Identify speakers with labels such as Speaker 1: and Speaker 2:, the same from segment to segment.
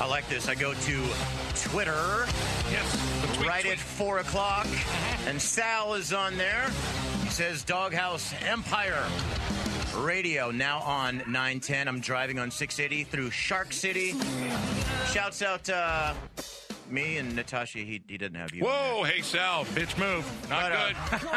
Speaker 1: I like this. I go to Twitter
Speaker 2: Yes. the Mm-hmm.
Speaker 1: right
Speaker 2: tweet,
Speaker 1: at 4 o'clock, and Sal is on there. He says Doghouse Empire Radio now on 910. I'm driving on 680 through Shark City. Shouts out uh, me and Natasha. He, he didn't have you.
Speaker 2: tweet. Whoa, hey Sal, bitch move.
Speaker 1: But,
Speaker 2: Not
Speaker 1: uh,
Speaker 2: good.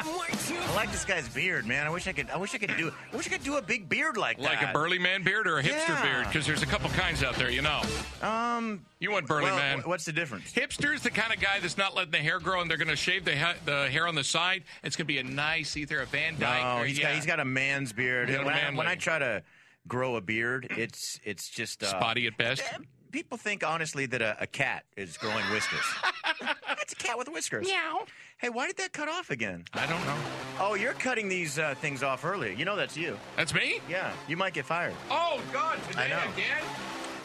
Speaker 1: I like this guy's beard, man. I wish I could. I wish I could do. I wish I could do a big beard like,
Speaker 2: Like
Speaker 1: that.
Speaker 2: a burly man beard or a hipster
Speaker 1: Yeah.
Speaker 2: beard? Because there's a couple kinds out there, you know.
Speaker 1: Um,
Speaker 2: You want burly
Speaker 1: well,
Speaker 2: man.
Speaker 1: wh- What's the difference?
Speaker 2: Hipster's the kind of guy that's not letting the hair grow, and they're going to shave the, ha- the hair on the side. It's going to be a nice, either a Van Dyke
Speaker 1: Oh,
Speaker 2: or
Speaker 1: he's
Speaker 2: yeah,
Speaker 1: got he's got a man's beard.
Speaker 2: He's
Speaker 1: When
Speaker 2: got a
Speaker 1: I,
Speaker 2: manly.
Speaker 1: when I try to grow a beard, it's it's just uh,
Speaker 2: spotty at best.
Speaker 1: eh, People think honestly that a, a cat is growing whiskers. That's a cat with whiskers.
Speaker 2: Meow.
Speaker 1: Hey, why did that cut off again?
Speaker 2: I don't know.
Speaker 1: Oh, you're cutting these uh, things off early. You know that's you.
Speaker 2: That's me.
Speaker 1: Yeah, you might get fired.
Speaker 2: Oh God, today
Speaker 1: I know.
Speaker 2: again.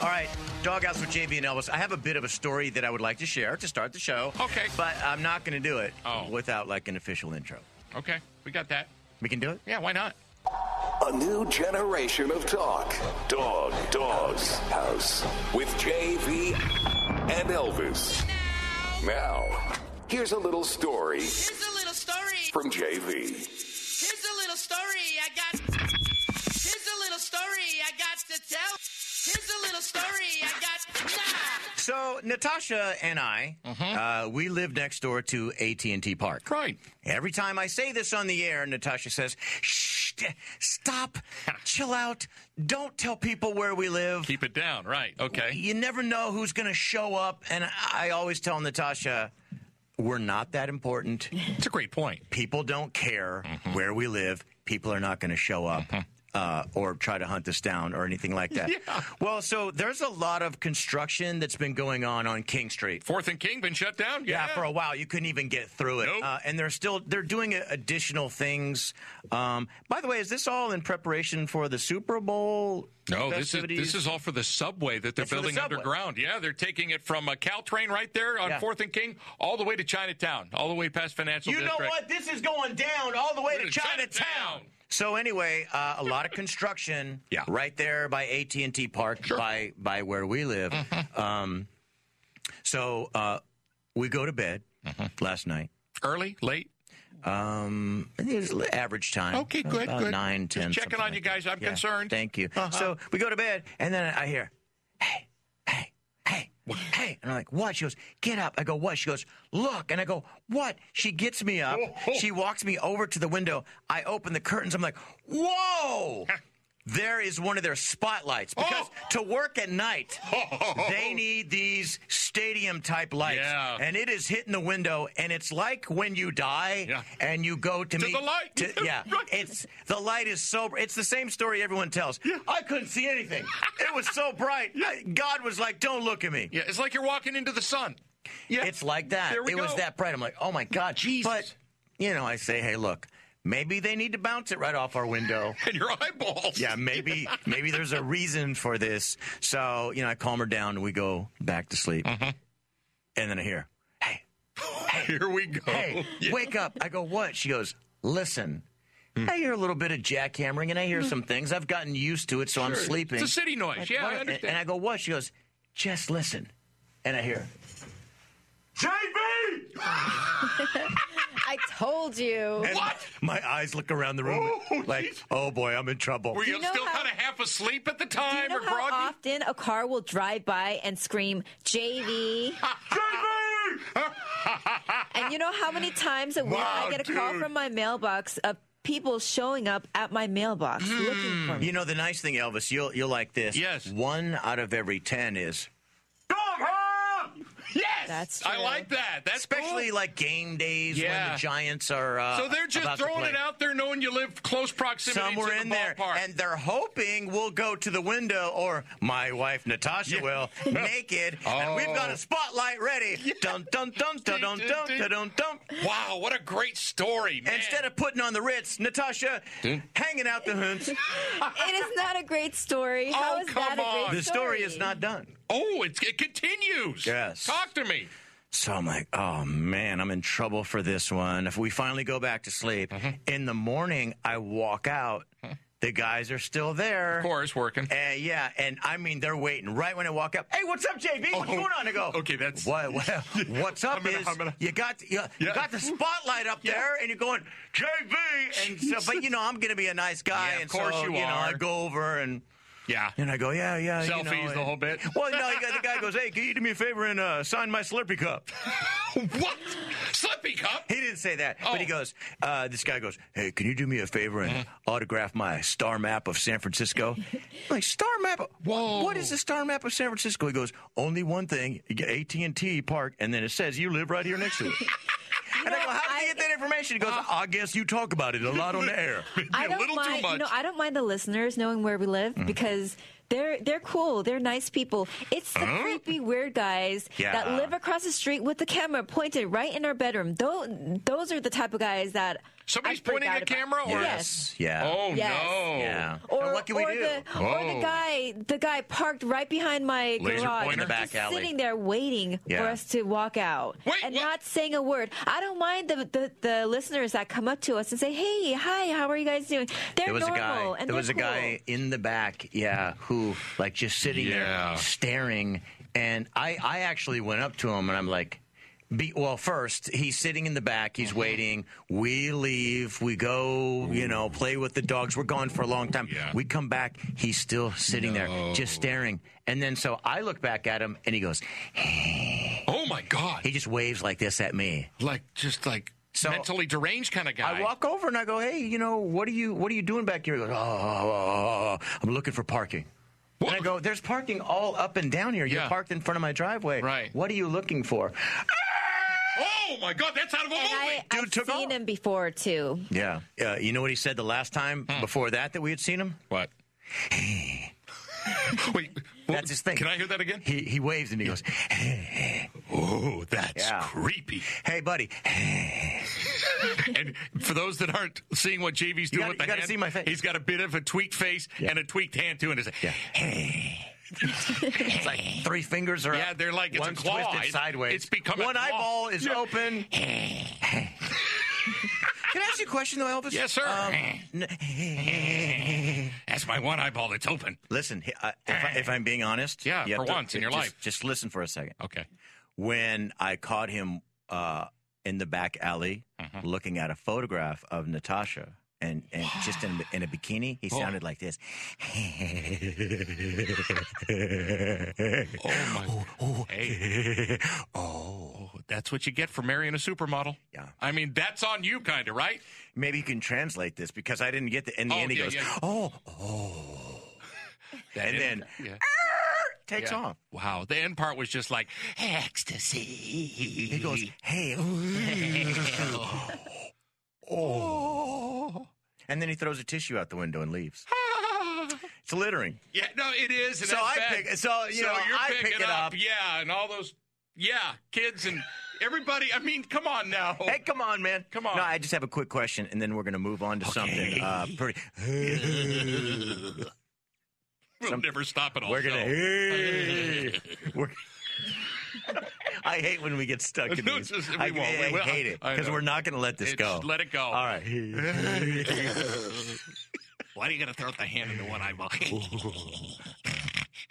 Speaker 1: All right, doghouse with JV and Elvis. I have a bit of a story that I would like to share to start the show.
Speaker 2: Okay.
Speaker 1: but I'm not going to do it
Speaker 2: Oh.
Speaker 1: without like an official intro.
Speaker 2: Okay, we got that.
Speaker 1: We can do it.
Speaker 2: Yeah, why not?
Speaker 3: A new generation of talk. Dog, dogs, house. With JV and Elvis. Now, here's a little story
Speaker 4: Here's a little story.
Speaker 3: from JV.
Speaker 4: Here's a little story I got. Here's a little story I got to tell. Here's a little story I got. Nah.
Speaker 1: So Natasha and I, uh, we live next door to AT and T Park.
Speaker 2: Mm-hmm. Right.
Speaker 1: Every time I say this on the air, Natasha says, "Shh, d- stop, chill out, don't tell people where we live."
Speaker 2: Keep it down. Right. Okay.
Speaker 1: You never know who's going to show up, and I always tell Natasha, "We're not that important.
Speaker 2: It's a great point. Mm-hmm.
Speaker 1: People don't care where we live. People are not going to show up." Uh, or try to hunt us down or anything like that. Well, so there's a lot of construction that's been going on on King Street.
Speaker 2: Fourth and King been shut down.
Speaker 1: Yeah,
Speaker 2: Yeah.
Speaker 1: for a while you couldn't even get through it,
Speaker 2: Nope.
Speaker 1: uh, and they're still they're doing uh, additional things. Um, by the way, is this all in preparation for the Super Bowl?
Speaker 2: no, this is
Speaker 1: festivities?
Speaker 2: this is all for the subway that they're
Speaker 1: It's for the
Speaker 2: building
Speaker 1: subway.
Speaker 2: underground. Yeah, they're taking it from a Caltrain right there on
Speaker 1: Yeah.
Speaker 2: Fourth and King all the way to Chinatown, all the way past Financial
Speaker 1: You know
Speaker 2: District.
Speaker 1: what? This is going down all the way
Speaker 2: We're
Speaker 1: to
Speaker 2: in
Speaker 1: Chinatown.
Speaker 2: Chinatown.
Speaker 1: So anyway, uh, a lot of construction
Speaker 2: Yeah.
Speaker 1: right there by AT and T Park by by where we live.
Speaker 2: Mm-hmm.
Speaker 1: Um, so uh, we go to bed last night.
Speaker 2: Mm-hmm. Early, late.
Speaker 1: Um, I think it was average time.
Speaker 2: Okay, good,
Speaker 1: about
Speaker 2: good.
Speaker 1: Nine,
Speaker 2: Just
Speaker 1: ten.
Speaker 2: checking
Speaker 1: something
Speaker 2: on you
Speaker 1: like
Speaker 2: guys.
Speaker 1: that.
Speaker 2: I'm concerned. Uh-huh.
Speaker 1: Thank you. So we go to bed, and then I hear, "Hey, hey, hey, hey!" And I'm like, "What?" She goes, "Get up." I go, "What?" She goes, "Look." And I go, "What?" She gets me up. She walks me over to the window. I open the curtains. I'm like, "Whoa!" There is one of their spotlights because to work at night, they need these stadium type lights.
Speaker 2: Yeah.
Speaker 1: And it is hitting the window, and it's like when you die
Speaker 2: Yeah.
Speaker 1: and you go to, meet-
Speaker 2: the light.
Speaker 1: to- yeah,
Speaker 2: Right.
Speaker 1: it's the light is so. It's the same story everyone tells. I couldn't see anything. it was so bright. I- God was like, "Don't look at me."
Speaker 2: Yeah, it's like you're walking into the sun. Yeah.
Speaker 1: It's like that.
Speaker 2: There we
Speaker 1: it was
Speaker 2: go.
Speaker 1: that bright. I'm like, "Oh my God,
Speaker 2: Jesus.
Speaker 1: But you know, I say, "Hey, look, maybe they need to bounce it right off our window."
Speaker 2: and your eyeballs.
Speaker 1: yeah, maybe maybe there's a reason for this. So you know, I calm her down and we go back to sleep.
Speaker 2: Mm-hmm.
Speaker 1: And then I hear, "Hey,
Speaker 2: Here we go.
Speaker 1: hey, wake up. I go, what? She goes, listen.
Speaker 2: Hmm.
Speaker 1: I hear a little bit of jackhammering and I
Speaker 5: Hmm.
Speaker 1: hear some things. I've gotten used to it, so I'm sleeping.
Speaker 2: It's a city noise.
Speaker 1: Like,
Speaker 2: yeah,
Speaker 1: what?
Speaker 2: I
Speaker 1: And-
Speaker 2: understand.
Speaker 1: And I go, what? She goes, just listen. And I hear, JB!
Speaker 5: I told you.
Speaker 1: And
Speaker 2: What?
Speaker 1: My eyes look around the room
Speaker 2: Oh,
Speaker 1: like,
Speaker 2: geez.
Speaker 1: oh boy, I'm in trouble.
Speaker 2: Were you,
Speaker 5: you know
Speaker 2: still
Speaker 5: how-
Speaker 2: kind of half asleep at the
Speaker 5: Do you
Speaker 2: time
Speaker 5: know
Speaker 2: or
Speaker 5: how
Speaker 2: groggy?
Speaker 5: often a car will drive by and scream JV? and you know how many times a week
Speaker 2: Wow,
Speaker 5: I get a call
Speaker 2: dude.
Speaker 5: from my mailbox of people showing up at my mailbox looking for me.
Speaker 1: You know the nice thing, Elvis, you'll you'll like this.
Speaker 2: Mm. Yes.
Speaker 1: One out of every ten is
Speaker 2: Yes,
Speaker 5: That's
Speaker 2: I
Speaker 5: true.
Speaker 2: like that. That's
Speaker 1: especially
Speaker 2: cool.
Speaker 1: like game days when
Speaker 2: Yeah.
Speaker 1: the Giants are uh,
Speaker 2: so they're just
Speaker 1: about to
Speaker 2: throwing
Speaker 1: play.
Speaker 2: it out there, knowing you live close proximity
Speaker 1: Some
Speaker 2: to
Speaker 1: were
Speaker 2: the
Speaker 1: in there,
Speaker 2: ballpark.
Speaker 1: and they're hoping we'll go to the window, or my wife Natasha will naked, and we've got a spotlight ready. Dun dun dun dun dun
Speaker 2: Ding,
Speaker 1: dun
Speaker 2: ding,
Speaker 1: dun
Speaker 2: ding.
Speaker 1: dun dun.
Speaker 2: wow, what a great story, man!
Speaker 1: Instead of putting on the Ritz, Natasha hanging out the hunts.
Speaker 5: It is not a great story.
Speaker 2: Mm. Oh,
Speaker 5: how is that
Speaker 2: come
Speaker 5: a great
Speaker 2: on.
Speaker 5: story?
Speaker 1: The story is not done.
Speaker 2: oh, it's, it continues.
Speaker 1: Yes.
Speaker 2: talk to me.
Speaker 1: So I'm like, oh man, I'm in trouble for this one. If we finally go back to sleep,
Speaker 2: Mm-hmm.
Speaker 1: in the morning I walk out, the guys are still there.
Speaker 2: Of course, working.
Speaker 1: Uh, yeah, and I mean they're waiting. Right when I walk up, hey, what's up, JB? What's
Speaker 2: Oh,
Speaker 1: going on? I go,
Speaker 2: okay, that's-
Speaker 1: what, what- what's up
Speaker 2: I'm gonna-
Speaker 1: is
Speaker 2: I'm gonna-
Speaker 1: you got you, you
Speaker 2: Yeah.
Speaker 1: got the spotlight up
Speaker 2: Yeah.
Speaker 1: there, and you're going JB, and so but you know I'm gonna be a nice guy,
Speaker 2: Yeah, of
Speaker 1: and
Speaker 2: course
Speaker 1: so
Speaker 2: you
Speaker 1: know I
Speaker 2: are.
Speaker 1: go over and.
Speaker 2: Yeah.
Speaker 1: And I go, yeah, yeah. you know,
Speaker 2: Selfies, the
Speaker 1: and-
Speaker 2: whole bit.
Speaker 1: Well, no, you got- the guy goes, hey, can you do me a favor and uh, sign my Slurpee cup?
Speaker 2: What? Slippy cup?
Speaker 1: He didn't say that,
Speaker 2: Oh. Uh-huh.
Speaker 1: but he goes, uh, this guy goes, hey, can you do me a favor and autograph my star map of San Francisco? I'm like, star map? of-
Speaker 2: Whoa.
Speaker 1: What is the star map of San Francisco? He goes, only one thing, you get AT&T Park, and then it says you live right here next to it. and I go, how did you get that information? He goes, I guess you talk about it a lot on the air.
Speaker 5: I
Speaker 2: Uh-huh. a
Speaker 5: don't
Speaker 2: little
Speaker 5: mind,
Speaker 2: too much. Mm-hmm.
Speaker 5: No, I don't mind the listeners knowing where we live because they're they're cool. They're nice people. It's the creepy weird guys
Speaker 1: Yeah.
Speaker 5: that live across the street with the camera pointed right in our bedroom. Those those are the type of guys that
Speaker 2: Somebody's
Speaker 5: I freak
Speaker 2: pointing
Speaker 5: out
Speaker 2: a
Speaker 5: about.
Speaker 2: camera or-
Speaker 5: yes.
Speaker 1: Yeah.
Speaker 2: Oh,
Speaker 5: Yes.
Speaker 2: no.
Speaker 1: Yeah.
Speaker 5: Or,
Speaker 1: And what can we
Speaker 5: or
Speaker 1: do?
Speaker 5: The, or
Speaker 2: Oh.
Speaker 5: the guy, the guy parked right behind my
Speaker 2: Laser
Speaker 5: garage,
Speaker 2: pointer? In the
Speaker 1: back
Speaker 5: just
Speaker 1: alley.
Speaker 5: sitting there waiting
Speaker 1: Yeah.
Speaker 5: for us to walk out
Speaker 2: Wait,
Speaker 5: and
Speaker 2: what?
Speaker 5: not saying a word. I don't mind the, the the listeners that come up to us and say, "Hey, hi, how are you guys doing?" They're
Speaker 1: There was
Speaker 5: normal
Speaker 1: a guy.
Speaker 5: and
Speaker 1: There
Speaker 5: they're
Speaker 1: was a
Speaker 5: cool.
Speaker 1: guy in the back, yeah, who like just sitting
Speaker 2: Yeah.
Speaker 1: there staring. And I, I actually went up to him and I'm like, be, well, first he's sitting in the back, he's
Speaker 2: Mm-hmm.
Speaker 1: waiting. We leave, we go, you know, play with the dogs. We're gone for a long time.
Speaker 2: Yeah.
Speaker 1: We come back, he's still sitting there, just staring. And then so I look back at him and he goes,
Speaker 2: Oh, my God.
Speaker 1: he just waves like this at me.
Speaker 2: like, just like
Speaker 1: So-
Speaker 2: mentally deranged kind of guy.
Speaker 1: I walk over and I go, hey, you know, what are you what are you doing back here? He goes, oh,
Speaker 2: Uh,
Speaker 1: oh, oh, oh, I'm looking for parking.
Speaker 2: What?
Speaker 1: And I go, there's parking all up and down here. You're
Speaker 2: Yeah.
Speaker 1: parked in front of my driveway.
Speaker 2: Right.
Speaker 1: What are you looking for?
Speaker 2: oh, my God. That's out of a
Speaker 5: And I,
Speaker 2: movie.
Speaker 1: Dude
Speaker 5: I've
Speaker 1: took
Speaker 5: seen
Speaker 1: off.
Speaker 5: him before too.
Speaker 1: Yeah. Uh, you know what he said the last time before that that we had seen him?
Speaker 2: Hmm. What? Wait. what-
Speaker 1: That's his thing.
Speaker 2: Can I hear that again?
Speaker 1: He, he waves and he goes,
Speaker 2: Oh, that's
Speaker 1: Yeah.
Speaker 2: creepy.
Speaker 1: hey, buddy.
Speaker 2: And for those that aren't seeing what JV's doing
Speaker 1: gotta-
Speaker 2: with
Speaker 1: you
Speaker 2: the
Speaker 1: gotta
Speaker 2: hand,
Speaker 1: see my face.
Speaker 2: he's got a bit of a tweaked face and a tweaked hand too, and it's like,
Speaker 1: Yeah. It's like three fingers are
Speaker 2: Yeah,
Speaker 1: up,
Speaker 2: they're like- it's a
Speaker 1: one's
Speaker 2: claw.
Speaker 1: twisted
Speaker 2: It-
Speaker 1: sideways.
Speaker 2: it's become a
Speaker 1: One
Speaker 2: claw.
Speaker 1: eyeball is
Speaker 2: Yeah.
Speaker 1: open. Can I ask you a question, though, Elvis?
Speaker 2: yes, sir.
Speaker 1: Um,
Speaker 2: that's my one eyeball that's open.
Speaker 1: Listen, he- I- if, I, if I'm being honest,
Speaker 2: Yeah,
Speaker 1: you have
Speaker 2: for once in your
Speaker 1: just-
Speaker 2: life.
Speaker 1: just listen for a second.
Speaker 2: Okay.
Speaker 1: When I caught him uh, in the back alley
Speaker 2: Uh-huh.
Speaker 1: looking at a photograph of Natasha. And, and just in, in a bikini, he sounded like this.
Speaker 2: Oh my. Hey. Oh, that's what you get for marrying a supermodel.
Speaker 1: Yeah.
Speaker 2: I mean, that's on you, kind of, right?
Speaker 1: Maybe you can translate this because I didn't get the. In the
Speaker 2: Oh,
Speaker 1: end, he
Speaker 2: yeah,
Speaker 1: goes,
Speaker 2: yeah.
Speaker 1: "Oh!"
Speaker 2: That
Speaker 1: And
Speaker 2: end-
Speaker 1: then-
Speaker 2: yeah.
Speaker 1: Takes
Speaker 2: Yeah.
Speaker 1: off.
Speaker 2: Wow. The end part was just like ecstasy.
Speaker 1: He
Speaker 2: He
Speaker 1: goes, "Hey!" oh. And then he throws a tissue out the window and leaves. it's littering.
Speaker 2: Yeah, no, it is. And
Speaker 1: So
Speaker 2: that's
Speaker 1: I
Speaker 2: bad.
Speaker 1: pick- so, you know,
Speaker 2: you're
Speaker 1: I pick
Speaker 2: picking
Speaker 1: it up.
Speaker 2: Yeah, and all those, yeah, kids and everybody. I mean, come on now.
Speaker 1: Hey, come on, man.
Speaker 2: Come on.
Speaker 1: No, I just have a quick question, and then we're going to move on to something uh, pretty.
Speaker 2: we'll never stop it all.
Speaker 1: We're going to. we're, I hate when we get stuck in
Speaker 2: No,
Speaker 1: these.
Speaker 2: just- we
Speaker 1: I,
Speaker 2: won't.
Speaker 1: I,
Speaker 2: We will.
Speaker 1: hate it
Speaker 2: I
Speaker 1: because
Speaker 2: know.
Speaker 1: we're not going to let this go.
Speaker 2: It's- let it go.
Speaker 1: All right.
Speaker 2: Why are you gonna throw the hand into one eyeball?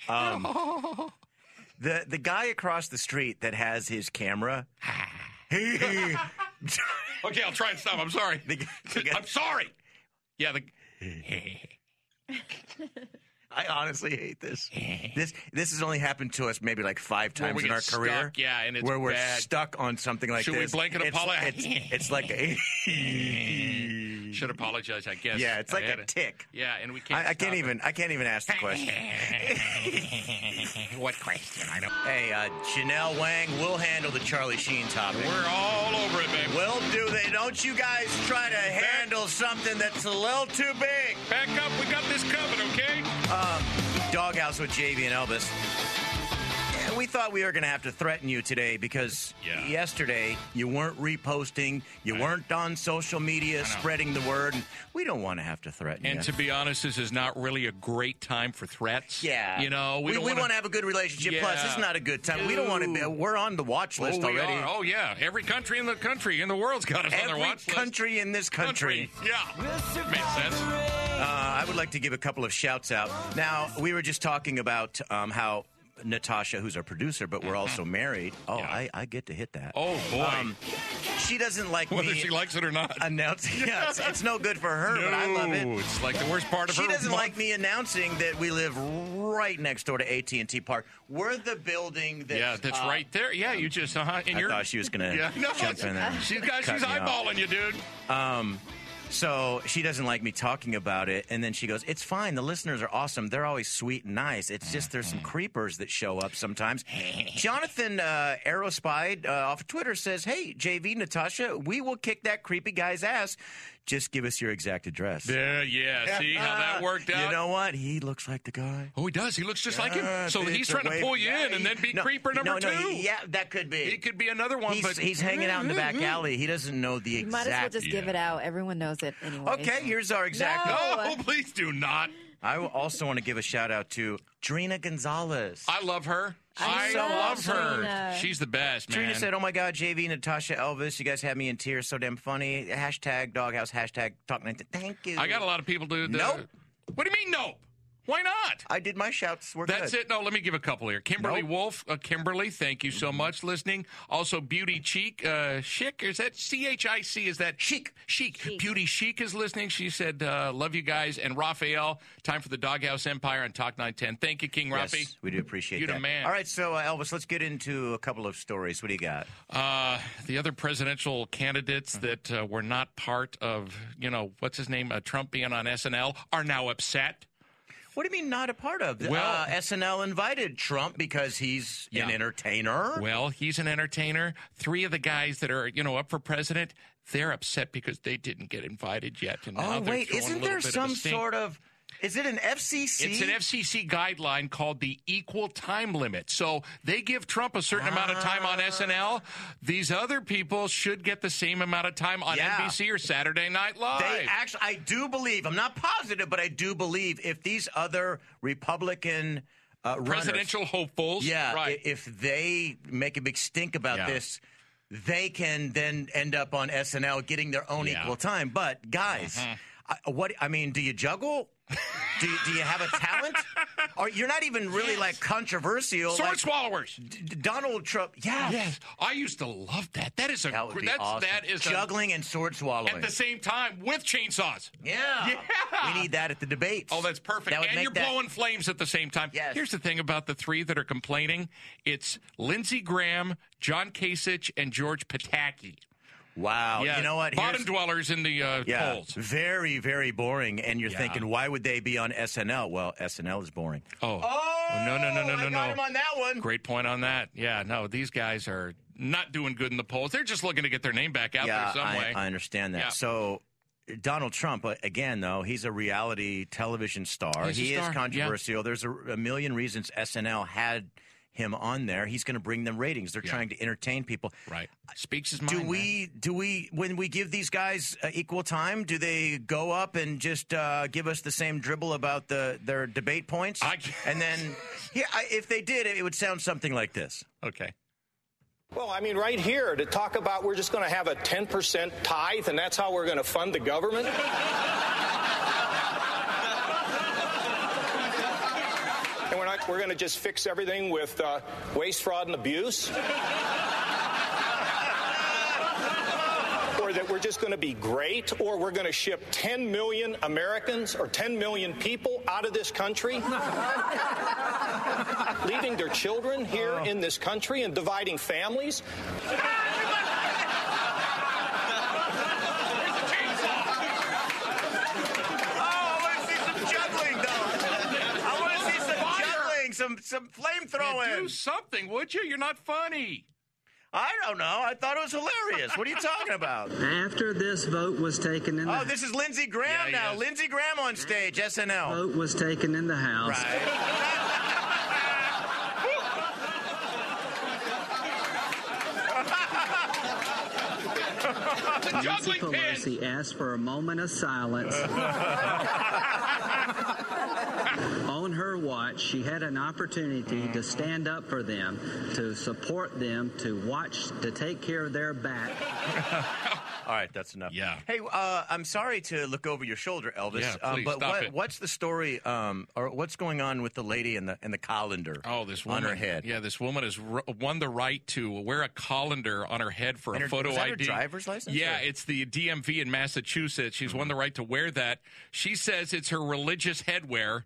Speaker 1: Um, The the guy across the street that has his camera. the,
Speaker 2: okay, I'll try and stop. I'm sorry.
Speaker 1: g- the guy,
Speaker 2: I'm sorry. Yeah, the
Speaker 1: I honestly hate this. This this has only happened to us maybe like five
Speaker 2: Where
Speaker 1: times
Speaker 2: we
Speaker 1: in
Speaker 2: get
Speaker 1: our career.
Speaker 2: stuck, yeah, and it's
Speaker 1: where we're
Speaker 2: bad.
Speaker 1: stuck on something like
Speaker 2: Should we
Speaker 1: this.
Speaker 2: blanket
Speaker 1: it's,
Speaker 2: Apollo?
Speaker 1: It's, it's like a.
Speaker 2: should apologize. I guess.
Speaker 1: Yeah, it's
Speaker 2: I
Speaker 1: like
Speaker 2: had
Speaker 1: a tick.
Speaker 2: Yeah, and we can't.
Speaker 1: I, I
Speaker 2: stop
Speaker 1: can't
Speaker 2: it.
Speaker 1: even. I can't even ask the question.
Speaker 2: what question? I don't.
Speaker 1: Hey, uh, Janelle Wang will handle the Charlie Sheen topic.
Speaker 2: We're all over it, baby.
Speaker 1: Will do they? Don't you guys try to handle something that's a little too big? Um,
Speaker 2: Back up. We got this covered. Okay.
Speaker 1: Doghouse with JV and Elvis. we thought we were going to have to threaten you today because
Speaker 2: Yeah.
Speaker 1: yesterday you weren't reposting, you weren't on social media spreading the word, and we don't want to have to threaten
Speaker 2: And
Speaker 1: you.
Speaker 2: to be honest, this is not really a great time for threats.
Speaker 1: yeah,
Speaker 2: You know, we,
Speaker 1: we,
Speaker 2: don't
Speaker 1: we
Speaker 2: wanna-
Speaker 1: want to have a good relationship. Plus,
Speaker 2: Yeah.
Speaker 1: it's not a good time. We don't want to. be We're on the watch list
Speaker 2: oh, we
Speaker 1: already.
Speaker 2: are. Oh, yeah. Every country in the country in the world's got us on their
Speaker 1: Every
Speaker 2: watch list.
Speaker 1: country in this country.
Speaker 2: Yeah. Makes sense.
Speaker 1: Uh, I would like to give a couple of shouts out. Now, we were just talking about um, how Natasha, who's our producer, but we're also married. Oh,
Speaker 2: Mm-hmm. Yeah.
Speaker 1: I, I get to hit that. Um,
Speaker 2: Oh, boy.
Speaker 1: She doesn't like
Speaker 2: Whether
Speaker 1: me
Speaker 2: she likes it or not.
Speaker 1: announcing. Yeah, it's, it's no good for her, but I love
Speaker 2: No,
Speaker 1: it.
Speaker 2: It's like the worst part of
Speaker 1: She
Speaker 2: her
Speaker 1: doesn't
Speaker 2: month.
Speaker 1: like me announcing that we live right next door to AT and T Park. We're the building that.
Speaker 2: Yeah, that's
Speaker 1: uh,
Speaker 2: right there. Yeah, you just, uh huh. And
Speaker 1: I
Speaker 2: you're.
Speaker 1: thought she was gonna
Speaker 2: yeah, no,
Speaker 1: jump in there.
Speaker 2: she's got,
Speaker 1: Cut
Speaker 2: she's
Speaker 1: me off.
Speaker 2: eyeballing you, dude.
Speaker 1: Um, So she doesn't like me talking about it, and then she goes, "It's fine. The listeners are awesome. They're always sweet and nice. It's just there's some creepers that show up sometimes." Jonathan uh, Aerospide uh, off of Twitter says, "Hey JV Natasha, we will kick that creepy guy's ass. Just give us your exact address."
Speaker 2: Yeah, yeah. See how that worked out?
Speaker 1: You know what? He looks like the guy.
Speaker 2: oh, he does. He looks just like
Speaker 1: Ah,
Speaker 2: him. So
Speaker 1: it's
Speaker 2: he's
Speaker 1: a
Speaker 2: trying to
Speaker 1: wave-
Speaker 2: pull you
Speaker 1: Yeah,
Speaker 2: in and
Speaker 1: he-
Speaker 2: then be
Speaker 1: no,
Speaker 2: creeper
Speaker 1: no,
Speaker 2: number
Speaker 1: no,
Speaker 2: two.
Speaker 1: he- yeah, that could be.
Speaker 2: It could be another one,
Speaker 1: he's,
Speaker 2: but Mm-hmm.
Speaker 1: he's hanging out in the back alley. He doesn't know the
Speaker 5: You
Speaker 1: exact.
Speaker 5: might as well just give
Speaker 2: yeah.
Speaker 5: it out. Everyone knows it anyway.
Speaker 1: Okay, here's our exact.
Speaker 5: No.
Speaker 2: Oh, please do not.
Speaker 1: I w- also want to give a shout out to Drina Gonzalez.
Speaker 2: I love her. I,
Speaker 5: I
Speaker 2: love
Speaker 5: love
Speaker 2: her.
Speaker 5: Trina.
Speaker 2: She's the best, man.
Speaker 1: Trina said, "Oh my God, JV, Natasha, Elvis, you guys had me in tears. So damn funny. Hashtag Doghouse. Hashtag Talk 19. Thank you.
Speaker 2: I got a lot of people do the.
Speaker 1: Nope.
Speaker 2: What do you mean, nope? Why not?
Speaker 1: I did my shouts. We're
Speaker 2: That's
Speaker 1: good.
Speaker 2: it. No, let me give a couple here. Kimberly
Speaker 1: Nope. Mm-hmm.
Speaker 2: Wolf, uh, Kimberly, thank you so much listening. Also, Beauty Cheek, uh, Chic, is that C H I C? Is that Chic? Chic. Beauty Chic is listening. She said, uh, "Love you guys." And Raphael, time for the Doghouse Empire on Talk Nine Ten. Thank you, King Rafi.
Speaker 1: Yes, we do appreciate
Speaker 2: You the
Speaker 1: that.
Speaker 2: man.
Speaker 1: All right, so uh, Elvis, let's get into a couple of stories. What do you got?
Speaker 2: Uh, the other presidential candidates
Speaker 1: Mm-hmm.
Speaker 2: that uh, were not part of, you know, what's his name, uh, Trump being on SNL, are now upset.
Speaker 1: What do you mean not a part of?
Speaker 2: Well-
Speaker 1: uh, SNL invited Trump because he's
Speaker 2: Yeah.
Speaker 1: an entertainer.
Speaker 2: Well, he's an entertainer. Three of the guys that are, you know, up for president, they're upset because they didn't get invited yet. And now
Speaker 1: oh
Speaker 2: they're
Speaker 1: wait,
Speaker 2: throwing a
Speaker 1: isn't
Speaker 2: little
Speaker 1: there
Speaker 2: bit of a
Speaker 1: some
Speaker 2: stink.
Speaker 1: sort of? Is it an FCC?
Speaker 2: It's an FCC guideline called the equal time limit. So they give Trump a certain amount of time
Speaker 1: Ah.
Speaker 2: on SNL. These other people should get the same amount of time on
Speaker 1: Yeah.
Speaker 2: NBC or Saturday Night Live.
Speaker 1: They actually, I do believe. I'm not positive, but I do believe if these other Republican uh, runners-
Speaker 2: Presidential hopefuls.
Speaker 1: yeah,
Speaker 2: right.
Speaker 1: i- if they make a big stink about
Speaker 2: Yeah.
Speaker 1: this, they can then end up on SNL getting their own
Speaker 2: Yeah. Uh-huh.
Speaker 1: equal time. But guys, I, what I mean, do you juggle? do, you, do you have a talent? Or you're not even really like controversial?
Speaker 2: Sword
Speaker 1: like,
Speaker 2: swallowers.
Speaker 1: D- D- Donald Trump, yeah,
Speaker 2: Yes, I used to love that. That is a
Speaker 1: that would be
Speaker 2: that's
Speaker 1: awesome.
Speaker 2: that is a-
Speaker 1: juggling and sword swallowing.
Speaker 2: at the same time with chainsaws.
Speaker 1: Yeah.
Speaker 2: Yeah.
Speaker 1: We need that at the debates.
Speaker 2: Oh, that's perfect.
Speaker 1: That would
Speaker 2: and
Speaker 1: make
Speaker 2: you're
Speaker 1: that-
Speaker 2: blowing flames at the same time.
Speaker 1: Yes.
Speaker 2: Here's the thing about the three that are complaining it's Lindsey Graham, John Kasich, and George Pataki.
Speaker 1: Wow. You know what?
Speaker 2: Bottom
Speaker 1: Here's-
Speaker 2: dwellers in the uh,
Speaker 1: yeah,
Speaker 2: polls.
Speaker 1: very, very boring. And you're thinking, why would they be on SNL? Well, SNL is boring.
Speaker 2: Oh. no, no, no, no,
Speaker 1: I
Speaker 2: no,
Speaker 1: got
Speaker 2: no.
Speaker 1: him on that one.
Speaker 2: Great point on that. Yeah, no, these guys are not doing good in the polls. They're just looking to get their name back out
Speaker 1: yeah,
Speaker 2: there some
Speaker 1: I,
Speaker 2: way.
Speaker 1: I understand that.
Speaker 2: Yeah.
Speaker 1: So. Donald Trump, uh, again, though, he's a reality television star.
Speaker 2: He's a
Speaker 1: he
Speaker 2: star,
Speaker 1: is
Speaker 2: yeah.
Speaker 1: controversial. There's a, a million reasons SNL had him on there. He's going to bring them ratings. They're trying to entertain people.
Speaker 2: right. Speaks his mind.
Speaker 1: Do
Speaker 2: man.
Speaker 1: we do we when we give these guys uh, equal time? Do they go up and just uh, give us the same dribble about the their debate points?
Speaker 2: I guess.
Speaker 1: and then here, I, if they did, it would sound something like this.
Speaker 2: Okay.
Speaker 6: Well, I mean, right here to talk about we're just going to have a 10% tithe and that's how we're going to fund the government. and we're not, we're going to just fix everything with uh, waste, fraud, and abuse. or that we're just going to be great, or we're going to ship 10 million Americans or 10 million people out of this country leaving their children here in this country and dividing families.
Speaker 2: Where's the chainsaw?
Speaker 1: Oh, I want to see some juggling, though. I want to see some juggling, some some flame
Speaker 2: Yeah, do something, would you? You're not funny.
Speaker 1: I don't know. I thought it was hilarious. What are you talking about?
Speaker 7: After this vote was taken in the
Speaker 1: Oh, this is Lindsey Graham
Speaker 2: Yeah,
Speaker 1: now.
Speaker 2: he is.
Speaker 1: Lindsey Graham on stage, SNL.
Speaker 7: vote was taken in the House.
Speaker 1: Right.
Speaker 2: It's a
Speaker 7: Nancy
Speaker 2: juggling pin.
Speaker 7: Pelosi asked for a moment of silence. On her watch, she had an opportunity to stand up for them, to support them, to watch, to take care of their back.
Speaker 1: All right, that's enough.
Speaker 2: Yeah.
Speaker 1: Hey, uh, I'm sorry to look over your shoulder, Elvis.
Speaker 2: Yeah,
Speaker 1: um,
Speaker 2: please,
Speaker 1: but
Speaker 2: stop
Speaker 1: what,
Speaker 2: it.
Speaker 1: what's the story? Um, or what's going on with the lady and the and the colander?
Speaker 2: Oh, this
Speaker 1: on
Speaker 2: woman.
Speaker 1: her head.
Speaker 2: Yeah, this woman has r- won the right to wear a colander on her head for
Speaker 1: And
Speaker 2: a
Speaker 1: her-
Speaker 2: photo
Speaker 1: was that her
Speaker 2: ID.
Speaker 1: driver's license,
Speaker 2: Yeah,
Speaker 1: or- Mm-hmm.
Speaker 2: it's the DMV in Massachusetts. She's won the right to wear that. She says it's her religious headwear.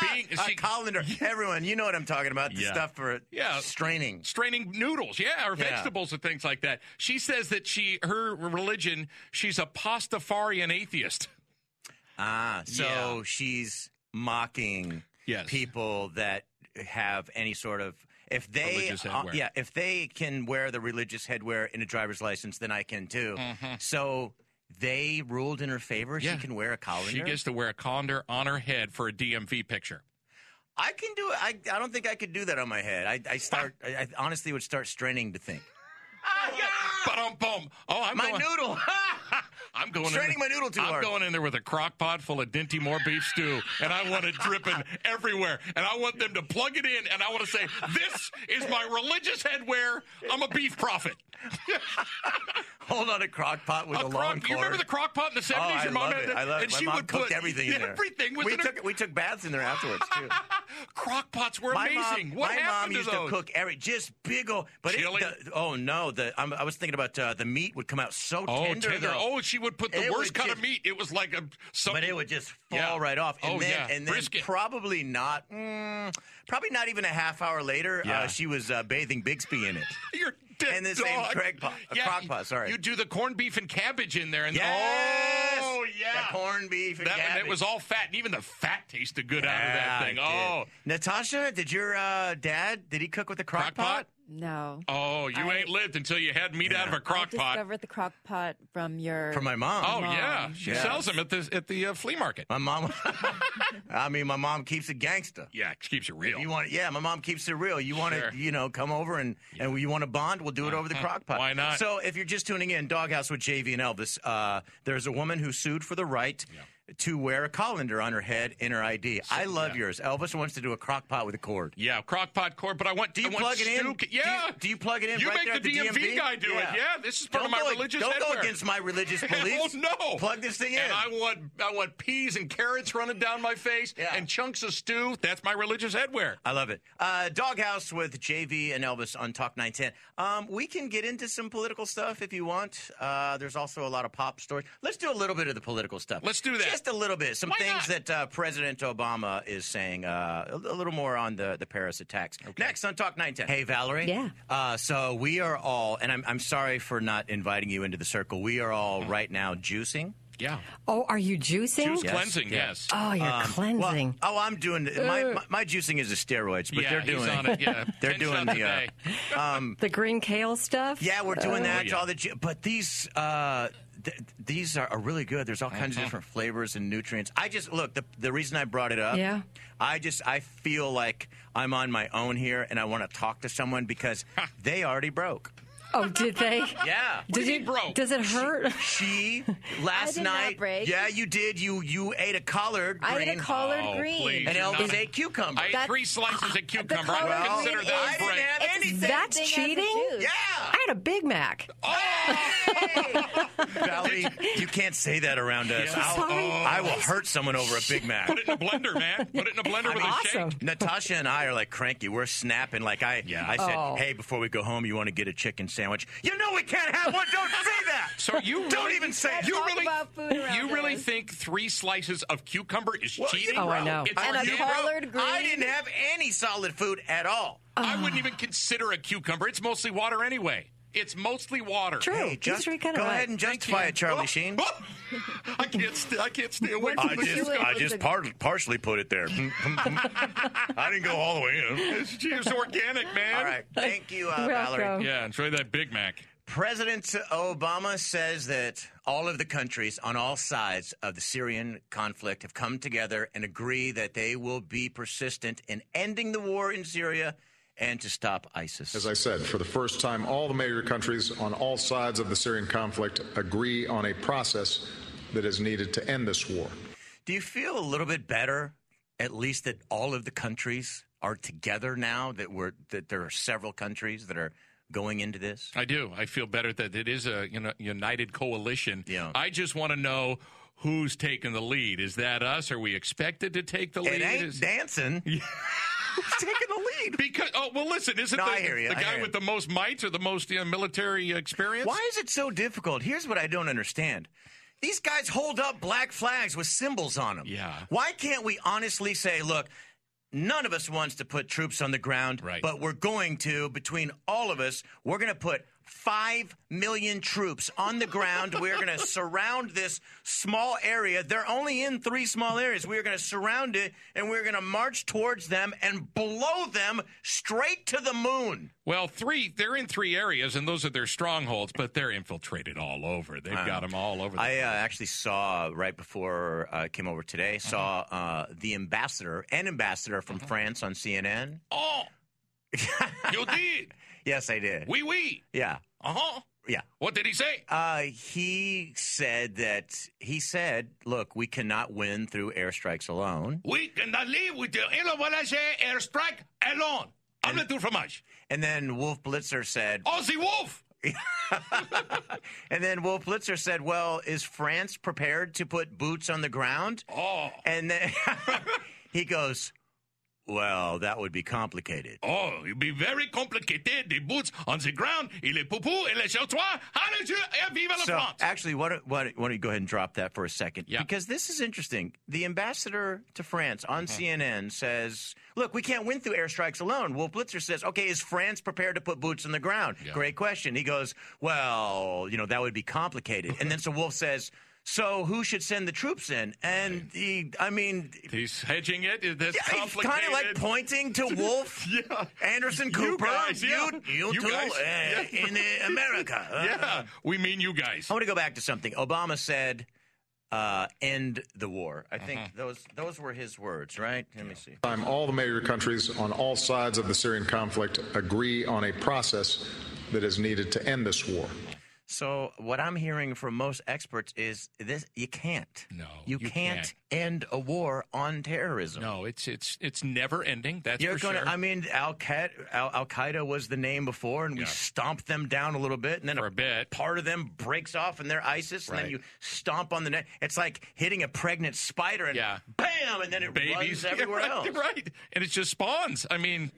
Speaker 2: being
Speaker 1: A Uh,
Speaker 2: she,
Speaker 1: colander. Everyone, you know what I'm talking about. The
Speaker 2: Yeah.
Speaker 1: stuff for
Speaker 2: Yeah.
Speaker 1: straining.
Speaker 2: straining noodles, yeah, or
Speaker 1: Yeah.
Speaker 2: vegetables and things like that. She says that she her religion, she's a pastafarian atheist.
Speaker 1: Ah, so
Speaker 2: Yeah.
Speaker 1: she's mocking
Speaker 2: Yes.
Speaker 1: people that have any sort of if they uh,
Speaker 2: Religious headwear.
Speaker 1: yeah if they can wear the religious headwear in a driver's license, then I can too. So they ruled in her favor.
Speaker 2: Mm-hmm. Yeah.
Speaker 1: She can wear a colander.
Speaker 2: She gets to wear a colander on her head for a DMV picture.
Speaker 1: I can do it. I, I don't think I could do that on my head. I, I start. I, I honestly would start straining to think.
Speaker 2: Ba-dum bum. Oh, I'm
Speaker 1: My
Speaker 2: going,
Speaker 1: noodle.
Speaker 2: I'm going
Speaker 1: Straining
Speaker 2: in,
Speaker 1: my noodle too
Speaker 2: I'm
Speaker 1: hard.
Speaker 2: going in there with a crock pot full of Dinty Moore beef stew, and I want it dripping everywhere. And I want them to plug it in, and I want to say, "This is my religious headwear. I'm a beef prophet."
Speaker 1: Hold on a crock pot with a,
Speaker 2: a
Speaker 1: long
Speaker 2: crock, you remember
Speaker 1: cord.
Speaker 2: the crock pot in the
Speaker 1: Oh,
Speaker 2: seventies?
Speaker 1: I
Speaker 2: Your mom
Speaker 1: love
Speaker 2: had
Speaker 1: it.
Speaker 2: that,
Speaker 1: I love it.
Speaker 2: and
Speaker 1: My
Speaker 2: she
Speaker 1: mom
Speaker 2: would
Speaker 1: cooked
Speaker 2: put
Speaker 1: everything in there.
Speaker 2: Everything was
Speaker 1: we
Speaker 2: in her.
Speaker 1: took we took baths in there afterwards too.
Speaker 2: crock pots were
Speaker 1: my
Speaker 2: amazing.
Speaker 1: mom,
Speaker 2: what
Speaker 1: my
Speaker 2: happened
Speaker 1: mom
Speaker 2: to
Speaker 1: used
Speaker 2: those?
Speaker 1: to cook every just big old. But it,
Speaker 2: Chili?
Speaker 1: the, oh no, the I'm, I was thinking about uh, the meat would come out so
Speaker 2: Oh,
Speaker 1: tender.
Speaker 2: tender.
Speaker 1: though.
Speaker 2: Oh, she would put the
Speaker 1: It
Speaker 2: worst
Speaker 1: would
Speaker 2: kind
Speaker 1: just-
Speaker 2: of meat. It was like a something.
Speaker 1: But it would just fall
Speaker 2: Yeah.
Speaker 1: right off. And
Speaker 2: Oh,
Speaker 1: then,
Speaker 2: yeah.
Speaker 1: And then
Speaker 2: Brisket.
Speaker 1: probably not, mm, probably not even a half hour later,
Speaker 2: Yeah.
Speaker 1: uh, she was uh, bathing Bixby in it.
Speaker 2: You're dead
Speaker 1: And the
Speaker 2: dog.
Speaker 1: same crack pot- crock pot, sorry.
Speaker 2: You do the corned beef and cabbage in there, and
Speaker 1: Yes!
Speaker 2: oh yeah,
Speaker 1: The corned beef and
Speaker 2: that one,
Speaker 1: cabbage.
Speaker 2: it was all fat, and even the fat tasted good out of
Speaker 1: Yeah,
Speaker 2: that
Speaker 1: it
Speaker 2: thing.
Speaker 1: did.
Speaker 2: Oh,
Speaker 1: Natasha, did your uh, dad, did he cook with a crock,
Speaker 2: Crock pot?
Speaker 5: No.
Speaker 2: oh, you
Speaker 5: I-
Speaker 2: ain't lived until you had meat out of a
Speaker 5: I
Speaker 2: crock pot.
Speaker 5: discovered the crock pot from your.
Speaker 1: From my mom.
Speaker 2: Oh
Speaker 5: Mom.
Speaker 2: yeah, she
Speaker 1: Yes.
Speaker 2: sells them at the at the uh, flea market.
Speaker 1: My mom, I mean, my mom keeps it gangster.
Speaker 2: Yeah, it keeps you real.
Speaker 1: You want, yeah, my mom keeps it real. You want
Speaker 2: Sure. Uh-huh.
Speaker 1: to, you know, come over and and you want to bond, we'll do it over the crock pot.
Speaker 2: Why not?
Speaker 1: So if you're just tuning in, Doghouse with JV and Elvis, uh, there's a woman who sued for the right. To wear a colander on her head in her ID. I love yours. Elvis wants to do a crock pot with a cord.
Speaker 2: yeah, crock pot cord, but I want.
Speaker 1: Do you
Speaker 2: I want
Speaker 1: plug it in?
Speaker 2: stew ca-
Speaker 1: Do you-
Speaker 2: Yeah.
Speaker 1: do you plug it in
Speaker 2: You
Speaker 1: right
Speaker 2: make
Speaker 1: there at
Speaker 2: the
Speaker 1: the
Speaker 2: DMV,
Speaker 1: DMV?
Speaker 2: guy do
Speaker 1: Yeah.
Speaker 2: it. Yeah, this is part
Speaker 1: Don't
Speaker 2: of my
Speaker 1: go,
Speaker 2: religious
Speaker 1: Don't
Speaker 2: headwear.
Speaker 1: go against my religious beliefs.
Speaker 2: Oh no!
Speaker 1: Plug this thing in.
Speaker 2: And I want I want peas and carrots running down my face
Speaker 1: Yeah.
Speaker 2: and chunks of stew. That's my religious headwear.
Speaker 1: I love it. Uh, Doghouse with JV and Elvis on Talk 910. Um, we can get into some political stuff if you want. Uh, there's also a lot of pop stories. Let's do a little bit of the political stuff.
Speaker 2: Let's do that.
Speaker 1: Just a little bit. Some
Speaker 2: Why
Speaker 1: things
Speaker 2: not?
Speaker 1: that uh, President Obama is saying, uh, a, a little more on the, the Paris attacks. Next on Talk 910. Hey, Valerie.
Speaker 5: Yeah.
Speaker 1: Uh, so we are all, and I'm, I'm sorry for not inviting you into the circle, we are all right now juicing.
Speaker 2: Mm. Yeah,
Speaker 8: Oh, are you juicing?
Speaker 2: juice
Speaker 1: Yes.
Speaker 2: cleansing.
Speaker 1: Yeah.
Speaker 2: Yes.
Speaker 8: Oh, you're cleansing.
Speaker 1: Well, oh, I'm doing my, my my juicing is the steroids, but
Speaker 2: yeah,
Speaker 1: they're doing
Speaker 2: he's on it. Yeah,
Speaker 1: they're
Speaker 2: Ten
Speaker 1: doing
Speaker 2: shots
Speaker 1: the
Speaker 2: a
Speaker 1: uh,
Speaker 2: day.
Speaker 8: the green kale stuff?
Speaker 1: Yeah, we're doing that.
Speaker 2: um, Oh, yeah.
Speaker 1: All the ju- but these uh, th- these are, are really good. There's all kinds
Speaker 2: Uh-huh.
Speaker 1: of different flavors and nutrients. I just look the the reason I brought it up.
Speaker 8: Yeah.
Speaker 1: I just I feel like I'm on my own here, and I want to talk to someone because they already broke.
Speaker 8: Oh, did they?
Speaker 1: Yeah.
Speaker 8: Did
Speaker 2: you mean broke?
Speaker 8: Does it hurt?
Speaker 1: She last
Speaker 5: did not
Speaker 1: night.
Speaker 5: break.
Speaker 1: Yeah, you did. You you ate a collard green.
Speaker 5: I had a collard
Speaker 2: Oh,
Speaker 5: green.
Speaker 2: please.
Speaker 1: and
Speaker 2: You're
Speaker 1: Elvis
Speaker 2: not-
Speaker 1: ate cucumber.
Speaker 2: I ate
Speaker 5: That-
Speaker 2: three slices of cucumber. I
Speaker 5: color
Speaker 2: don't
Speaker 5: green
Speaker 2: consider
Speaker 5: is-
Speaker 2: that
Speaker 1: I
Speaker 2: a
Speaker 1: didn't
Speaker 2: break.
Speaker 1: have
Speaker 5: It's the
Speaker 1: anything.
Speaker 5: same
Speaker 8: That's
Speaker 5: thing as a
Speaker 8: cheating?
Speaker 5: juice.
Speaker 1: yeah.
Speaker 8: I had a Big Mac.
Speaker 1: Valerie, you can't say that around us. I'll,
Speaker 8: Sorry.
Speaker 1: I will hurt someone over a Big Mac.
Speaker 2: Put it in a blender, man. Put it in a blender with a
Speaker 8: awesome.
Speaker 2: shake.
Speaker 1: Natasha and I are like cranky. We're snapping. Like I,
Speaker 2: Yeah.
Speaker 1: I said,
Speaker 8: Oh.
Speaker 1: hey, before we go home, you want to get a chicken sandwich? You know we can't have one. Don't say that.
Speaker 2: So you
Speaker 1: don't
Speaker 2: really-
Speaker 1: even say it.
Speaker 2: you
Speaker 5: Talk
Speaker 2: really
Speaker 5: about food around
Speaker 2: you really
Speaker 5: us.
Speaker 2: think three slices of cucumber is
Speaker 1: Well,
Speaker 2: cheating?
Speaker 1: you
Speaker 8: Oh, I know.
Speaker 2: It's
Speaker 5: And a
Speaker 2: organic.
Speaker 5: collard green.
Speaker 1: I didn't have any solid food at all.
Speaker 2: I wouldn't even consider a cucumber. It's mostly water anyway. It's mostly water.
Speaker 8: True.
Speaker 1: Hey,
Speaker 8: He's
Speaker 1: just
Speaker 8: really good
Speaker 1: go
Speaker 8: at
Speaker 1: ahead
Speaker 8: it.
Speaker 1: and justify it, Charlie
Speaker 2: Oh,
Speaker 1: Sheen.
Speaker 2: oh, I can't. St- I can't stay away from
Speaker 5: I
Speaker 2: the
Speaker 5: just-
Speaker 2: cucumber.
Speaker 5: I just par-
Speaker 1: partially put it there. I didn't go all the way in.
Speaker 2: It's just organic, man.
Speaker 1: All right. Thank you, uh, Valerie.
Speaker 8: Welcome.
Speaker 2: Yeah, enjoy that Big Mac.
Speaker 1: President Obama says that all of the countries on all sides of the Syrian conflict have come together and agree that they will be persistent in ending the war in Syria and to stop ISIS.
Speaker 9: As I said, for the first time, all the major countries on all sides of the Syrian conflict agree on a process that is needed to end this war.
Speaker 1: Do you feel a little bit better, at least that all of the countries are together now? That we're that there are several countries that are going into this.
Speaker 2: I do. I feel better that it is a you know, united coalition.
Speaker 1: Yeah.
Speaker 2: I just want to know who's taking the lead. Is that us? Are we expected to take the lead?
Speaker 1: It ain't
Speaker 2: Is-
Speaker 1: dancing. It's taking the lead.
Speaker 2: because oh well, listen, isn't
Speaker 1: No,
Speaker 2: the,
Speaker 1: I hear you.
Speaker 2: the
Speaker 1: I
Speaker 2: guy
Speaker 1: hear
Speaker 2: with
Speaker 1: you.
Speaker 2: the most mites or the most uh, military experience?
Speaker 1: Why is it so difficult? Here's what I don't understand. These guys hold up black flags with symbols on them.
Speaker 2: Yeah.
Speaker 1: Why can't we honestly say, look, none of us wants to put troops on the ground,
Speaker 2: Right.
Speaker 1: but we're going to, between all of us, we're going to put 5 million troops on the ground. we're going to surround this small area. They're only in three small areas. We're going to surround it and we're going to march towards them and blow them straight to the moon.
Speaker 2: Well, three. They're in three areas, and those are their strongholds. But they're infiltrated all over. They've 'em got them all over. The
Speaker 1: I uh, actually saw right before I came over today.
Speaker 2: Mm-hmm.
Speaker 1: Saw uh, the ambassador and ambassador from France on CNN.
Speaker 2: oh, you did.
Speaker 1: Yes, I did.
Speaker 2: Wee wee.
Speaker 1: yeah,
Speaker 2: Uh huh.
Speaker 1: yeah.
Speaker 2: What did he say?
Speaker 1: Uh, he said that he said, "Look, we cannot win through airstrikes alone."
Speaker 2: We cannot live with the Ilawalaje airstrike alone. I'm not too fromage.
Speaker 1: And then Wolf Blitzer said,
Speaker 2: Aussie Wolf.
Speaker 1: and then Wolf Blitzer said, "Well, is France prepared to put boots on the ground?"
Speaker 2: Oh,
Speaker 1: And then he goes, "Well, that would be complicated."
Speaker 2: oh, it'd be very complicated. The boots on the ground, il est poupou, il est chautois. How did you vive la
Speaker 1: so
Speaker 2: France?
Speaker 1: actually, why don't, why, don't, why don't you go ahead and drop that for a second?
Speaker 2: Yeah.
Speaker 1: Because this is interesting. The ambassador to France on
Speaker 2: Mm-hmm.
Speaker 1: CNN says, look, we can't win through airstrikes alone. Wolf Blitzer says, okay, is France prepared to put boots on the ground?
Speaker 2: Yeah.
Speaker 1: Great question. He goes, well, you know, that would be complicated. and then so Wolf says, so who should send the troops in? And he, I mean,
Speaker 2: He's hedging it. That's
Speaker 1: yeah, it's
Speaker 2: complicated.
Speaker 1: kind of like pointing to Wolf,
Speaker 2: Yeah.
Speaker 1: Anderson
Speaker 2: You
Speaker 1: Cooper,
Speaker 2: guys, yeah.
Speaker 1: you,
Speaker 2: You
Speaker 1: two,
Speaker 2: guys,
Speaker 1: uh,
Speaker 2: yeah.
Speaker 1: in uh, America. Uh,
Speaker 2: yeah, we mean you guys.
Speaker 1: I want to go back to something. Obama said, uh, "End the war." I think
Speaker 2: Mm-hmm.
Speaker 1: those those were his words, right? Let me see.
Speaker 9: Time all the major countries on all sides of the Syrian conflict agree on a process that is needed to end this war.
Speaker 1: So what I'm hearing from most experts is this: you can't.
Speaker 2: No,
Speaker 1: you,
Speaker 2: you
Speaker 1: can't,
Speaker 2: can't.
Speaker 1: end a war on terrorism.
Speaker 2: No, it's it's it's never ending. That's
Speaker 1: You're
Speaker 2: for
Speaker 1: going to.
Speaker 2: sure.
Speaker 1: I mean, Al Qaeda Al Qaeda was the name before, and we
Speaker 2: Yeah.
Speaker 1: stomped them down a little bit, and then
Speaker 2: For a bit.
Speaker 1: part of them breaks off, and they're ISIS, and
Speaker 2: Right.
Speaker 1: then you stomp on the neck. It's like hitting a pregnant spider, and
Speaker 2: Yeah.
Speaker 1: bam, and then it
Speaker 2: Babies
Speaker 1: runs everywhere
Speaker 2: right,
Speaker 1: else.
Speaker 2: right? And it just spawns. I mean,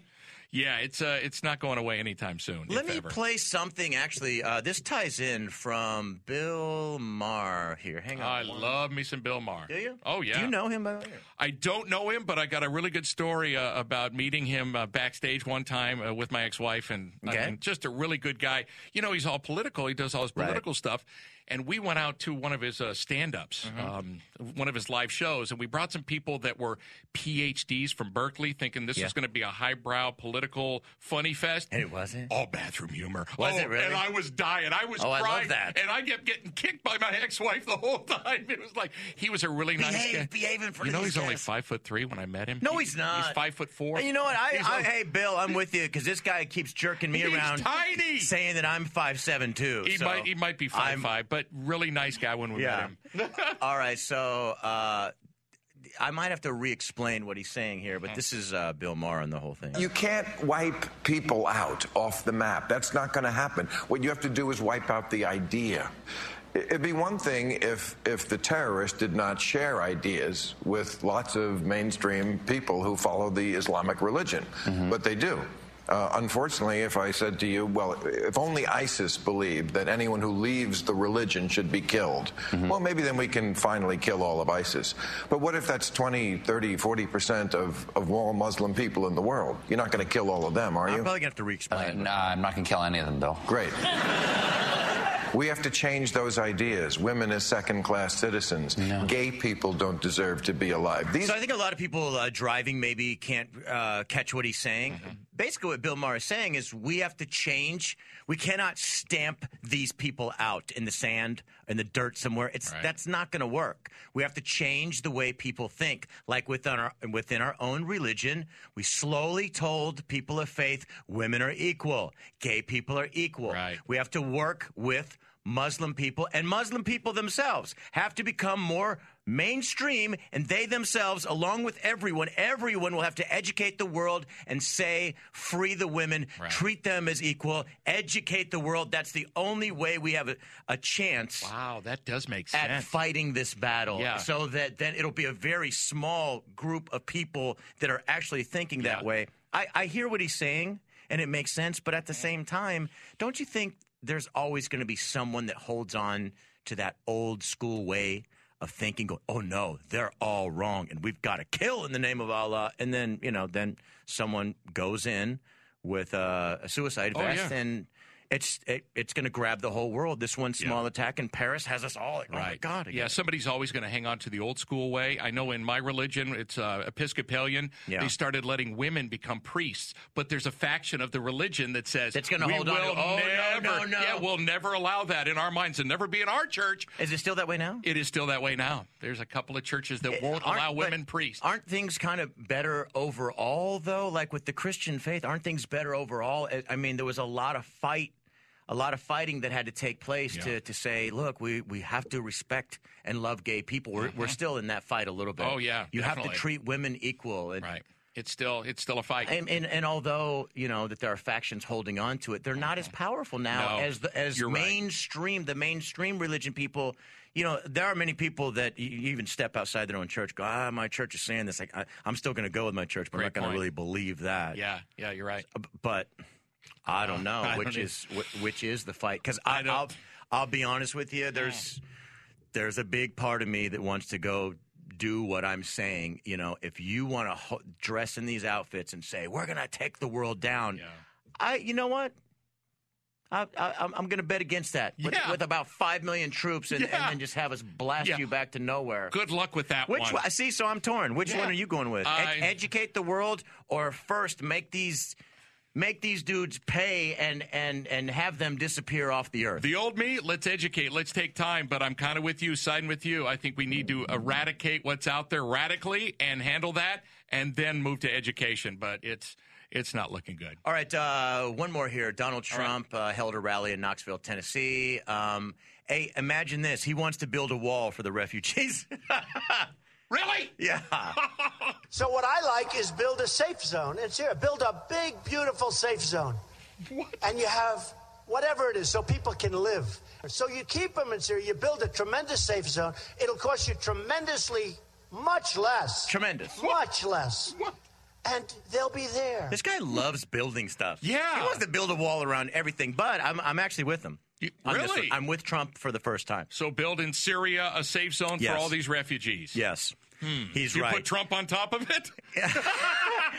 Speaker 2: yeah, it's uh, it's not going away anytime soon.
Speaker 1: Let
Speaker 2: if
Speaker 1: me
Speaker 2: ever.
Speaker 1: play something. Actually, uh, this ties in from Bill Maher here. Hang on.
Speaker 2: I
Speaker 1: one-
Speaker 2: love me some Bill Maher.
Speaker 1: Do you?
Speaker 2: Oh yeah.
Speaker 1: Do you know him? By the way?
Speaker 2: I don't know him, but I got a really good story uh, about meeting him uh, backstage one time uh, with my ex-wife, and I
Speaker 1: Okay.
Speaker 2: mean, just a really good guy. You know, he's all political. He does all his
Speaker 1: Right.
Speaker 2: political stuff. And we went out to one of his uh, stand-ups,
Speaker 1: Mm-hmm.
Speaker 2: um, one of his live shows, and we brought some people that were PhDs from Berkeley, thinking this
Speaker 1: Yeah.
Speaker 2: was going to be a highbrow political funny fest.
Speaker 1: And it wasn't?
Speaker 2: all bathroom humor.
Speaker 1: Was
Speaker 2: oh,
Speaker 1: it really?
Speaker 2: And I was dying. I was
Speaker 1: Oh, I love
Speaker 2: crying.
Speaker 1: that.
Speaker 2: And I kept getting kicked by my ex-wife the whole time. It was like he was a really nice
Speaker 1: Behave,
Speaker 2: guy.
Speaker 1: behave in front
Speaker 2: You
Speaker 1: of
Speaker 2: know,
Speaker 1: these
Speaker 2: he's only
Speaker 1: guys.
Speaker 2: five foot three when I met him.
Speaker 1: No, he's
Speaker 2: He's
Speaker 1: not.
Speaker 2: five foot four.
Speaker 1: And you know what? I,
Speaker 2: He's
Speaker 1: I
Speaker 2: a-
Speaker 1: hey Bill, I'm with you because this guy keeps jerking me
Speaker 2: He's
Speaker 1: around,
Speaker 2: tiny.
Speaker 1: saying that I'm five seven too.
Speaker 2: he
Speaker 1: so
Speaker 2: might he might be 5
Speaker 1: I'm-
Speaker 2: five, but really nice guy when we
Speaker 1: Yeah.
Speaker 2: met him.
Speaker 1: All right, so uh, I might have to re-explain what he's saying here,
Speaker 2: Uh-huh.
Speaker 1: but this is uh, Bill Maher on the whole thing.
Speaker 3: You can't wipe people out off the map. That's not going to happen. What you have to do is wipe out the idea. I- It'd be one thing if, if the terrorists did not share ideas with lots of mainstream people who follow the Islamic religion, but they do. Uh, unfortunately, if I said to you, well, if only ISIS believed that anyone who leaves the religion should be killed, well, maybe then we can finally kill all of ISIS. But what if that's 20, 30, 40 percent of, of all Muslim people in the world? You're not going to kill all of them, are
Speaker 1: I'm
Speaker 3: you?
Speaker 1: probably gonna have to re-explain.
Speaker 10: No, I'm not going to kill any of them, though.
Speaker 3: Great. We have to change those ideas. Women as second class citizens. Gay people don't deserve to be alive. These
Speaker 1: So I think a lot of people uh, driving maybe can't uh, catch what he's saying. basically what Bill Maher is saying is we have to change. We cannot stamp these people out in the sand, in the dirt somewhere. It's that's not going to work. We have to change the way people think. Like within our within our own religion, we slowly told people of faith women are equal, gay people are equal. We have to work with Muslim people and Muslim people themselves have to become more mainstream and they themselves along with everyone everyone will have to educate the world and say free the women treat them as equal educate the world that's the only way we have a, a chance
Speaker 2: wow that does make
Speaker 1: at
Speaker 2: sense.
Speaker 1: fighting this battle
Speaker 2: Yeah.
Speaker 1: so that then it'll be a very small group of people that are actually thinking that way I, I hear what he's saying and it makes sense but at the same time don't you think there's always going to be someone that holds on to that old school way of thinking going oh no they're all wrong and we've got to kill in the name of allah and then you know then someone goes in with uh, a suicide
Speaker 4: Oh,
Speaker 1: vest
Speaker 4: yeah.
Speaker 1: and it's it, it's going to grab the whole world this one small attack in paris has us all like, oh my
Speaker 2: Right.
Speaker 1: god again.
Speaker 2: Yeah, somebody's always going to hang on to the old school way. I know in my religion, it's uh, Episcopalian.
Speaker 1: Yeah.
Speaker 2: They started letting women become priests, but there's a faction of the religion that says that's
Speaker 1: gonna hold on to- oh, no, no, no."
Speaker 2: Yeah, we'll never allow that in our minds and never be in our church.
Speaker 1: Is it still that way now?
Speaker 2: It is still that way now. There's a couple of churches that
Speaker 1: It-
Speaker 2: won't
Speaker 1: aren't-
Speaker 2: allow
Speaker 1: but
Speaker 2: women priests.
Speaker 1: Aren't things kind of better overall, though? Like with the Christian faith, aren't things better overall? I- I mean, there was a lot of fight, a lot of fighting that had to take place to, to say, look, we, we have to respect and love gay people. We're, we're still in that fight a little bit.
Speaker 2: Mm-hmm. Oh, yeah,
Speaker 1: You have
Speaker 2: definitely.
Speaker 1: to treat women equal. And,
Speaker 2: right. It's still it's still a fight.
Speaker 1: And, and, and although, you know, that there are factions holding on to it, they're not as powerful now
Speaker 2: Mm-hmm. No,
Speaker 1: as the, as
Speaker 2: you're right.
Speaker 1: mainstream, the mainstream religion people, you know, there are many people that you you even step outside their own church, go, ah, my church is saying this. Like, I, I'm still going to go with my church, but I'm not
Speaker 2: Great
Speaker 1: going to
Speaker 2: point.
Speaker 1: really believe that. Uh,
Speaker 2: yeah, yeah, you're right.
Speaker 1: But I don't know,
Speaker 2: I don't
Speaker 1: which
Speaker 2: either.
Speaker 1: is wh- which is the fight. Because I, will I'll be honest with you. There's there's a big part of me that wants to go do what I'm saying. You know, if you want to ho- dress in these outfits and say we're gonna take the world down, I you know what. I, I, I'm- I'm going to bet against that with, with about five million troops, and, and then just have us blast you back to nowhere.
Speaker 2: Good luck with that
Speaker 1: Which
Speaker 2: one.
Speaker 1: one? I see. So I'm torn. Which
Speaker 2: Yeah.
Speaker 1: one are you going with? Ed-
Speaker 2: I-
Speaker 1: educate the world, or first make these make these dudes pay and and and have them disappear off the earth?
Speaker 2: The old me, let's educate, let's take time, but I'm kind of with you, siding with you. I think we need to eradicate what's out there radically and handle that and then move to education, but it's it's not looking good.
Speaker 1: All right, uh, one more here. Donald Trump uh, held a rally in Knoxville, Tennessee. Um, hey, imagine this. He wants to build a wall for the refugees.
Speaker 2: really?
Speaker 1: Yeah.
Speaker 11: So what I like is build a safe zone. It's here. Build a big, beautiful safe zone. And you have whatever it is so people can live. So you keep them in Syria. You build a tremendous safe zone. It'll cost you tremendously much less.
Speaker 1: Tremendous.
Speaker 11: Much less. And they'll be there.
Speaker 1: This guy loves building stuff.
Speaker 11: Yeah.
Speaker 1: He wants to build a wall around everything, but I'm, I'm actually with him. on this
Speaker 2: really?
Speaker 1: one. I'm with Trump for the first time.
Speaker 2: So build in Syria a safe zone
Speaker 1: Yes.
Speaker 2: for all these refugees.
Speaker 1: Yes. He's
Speaker 2: you
Speaker 1: right.
Speaker 2: put Hmm. Trump on top of it?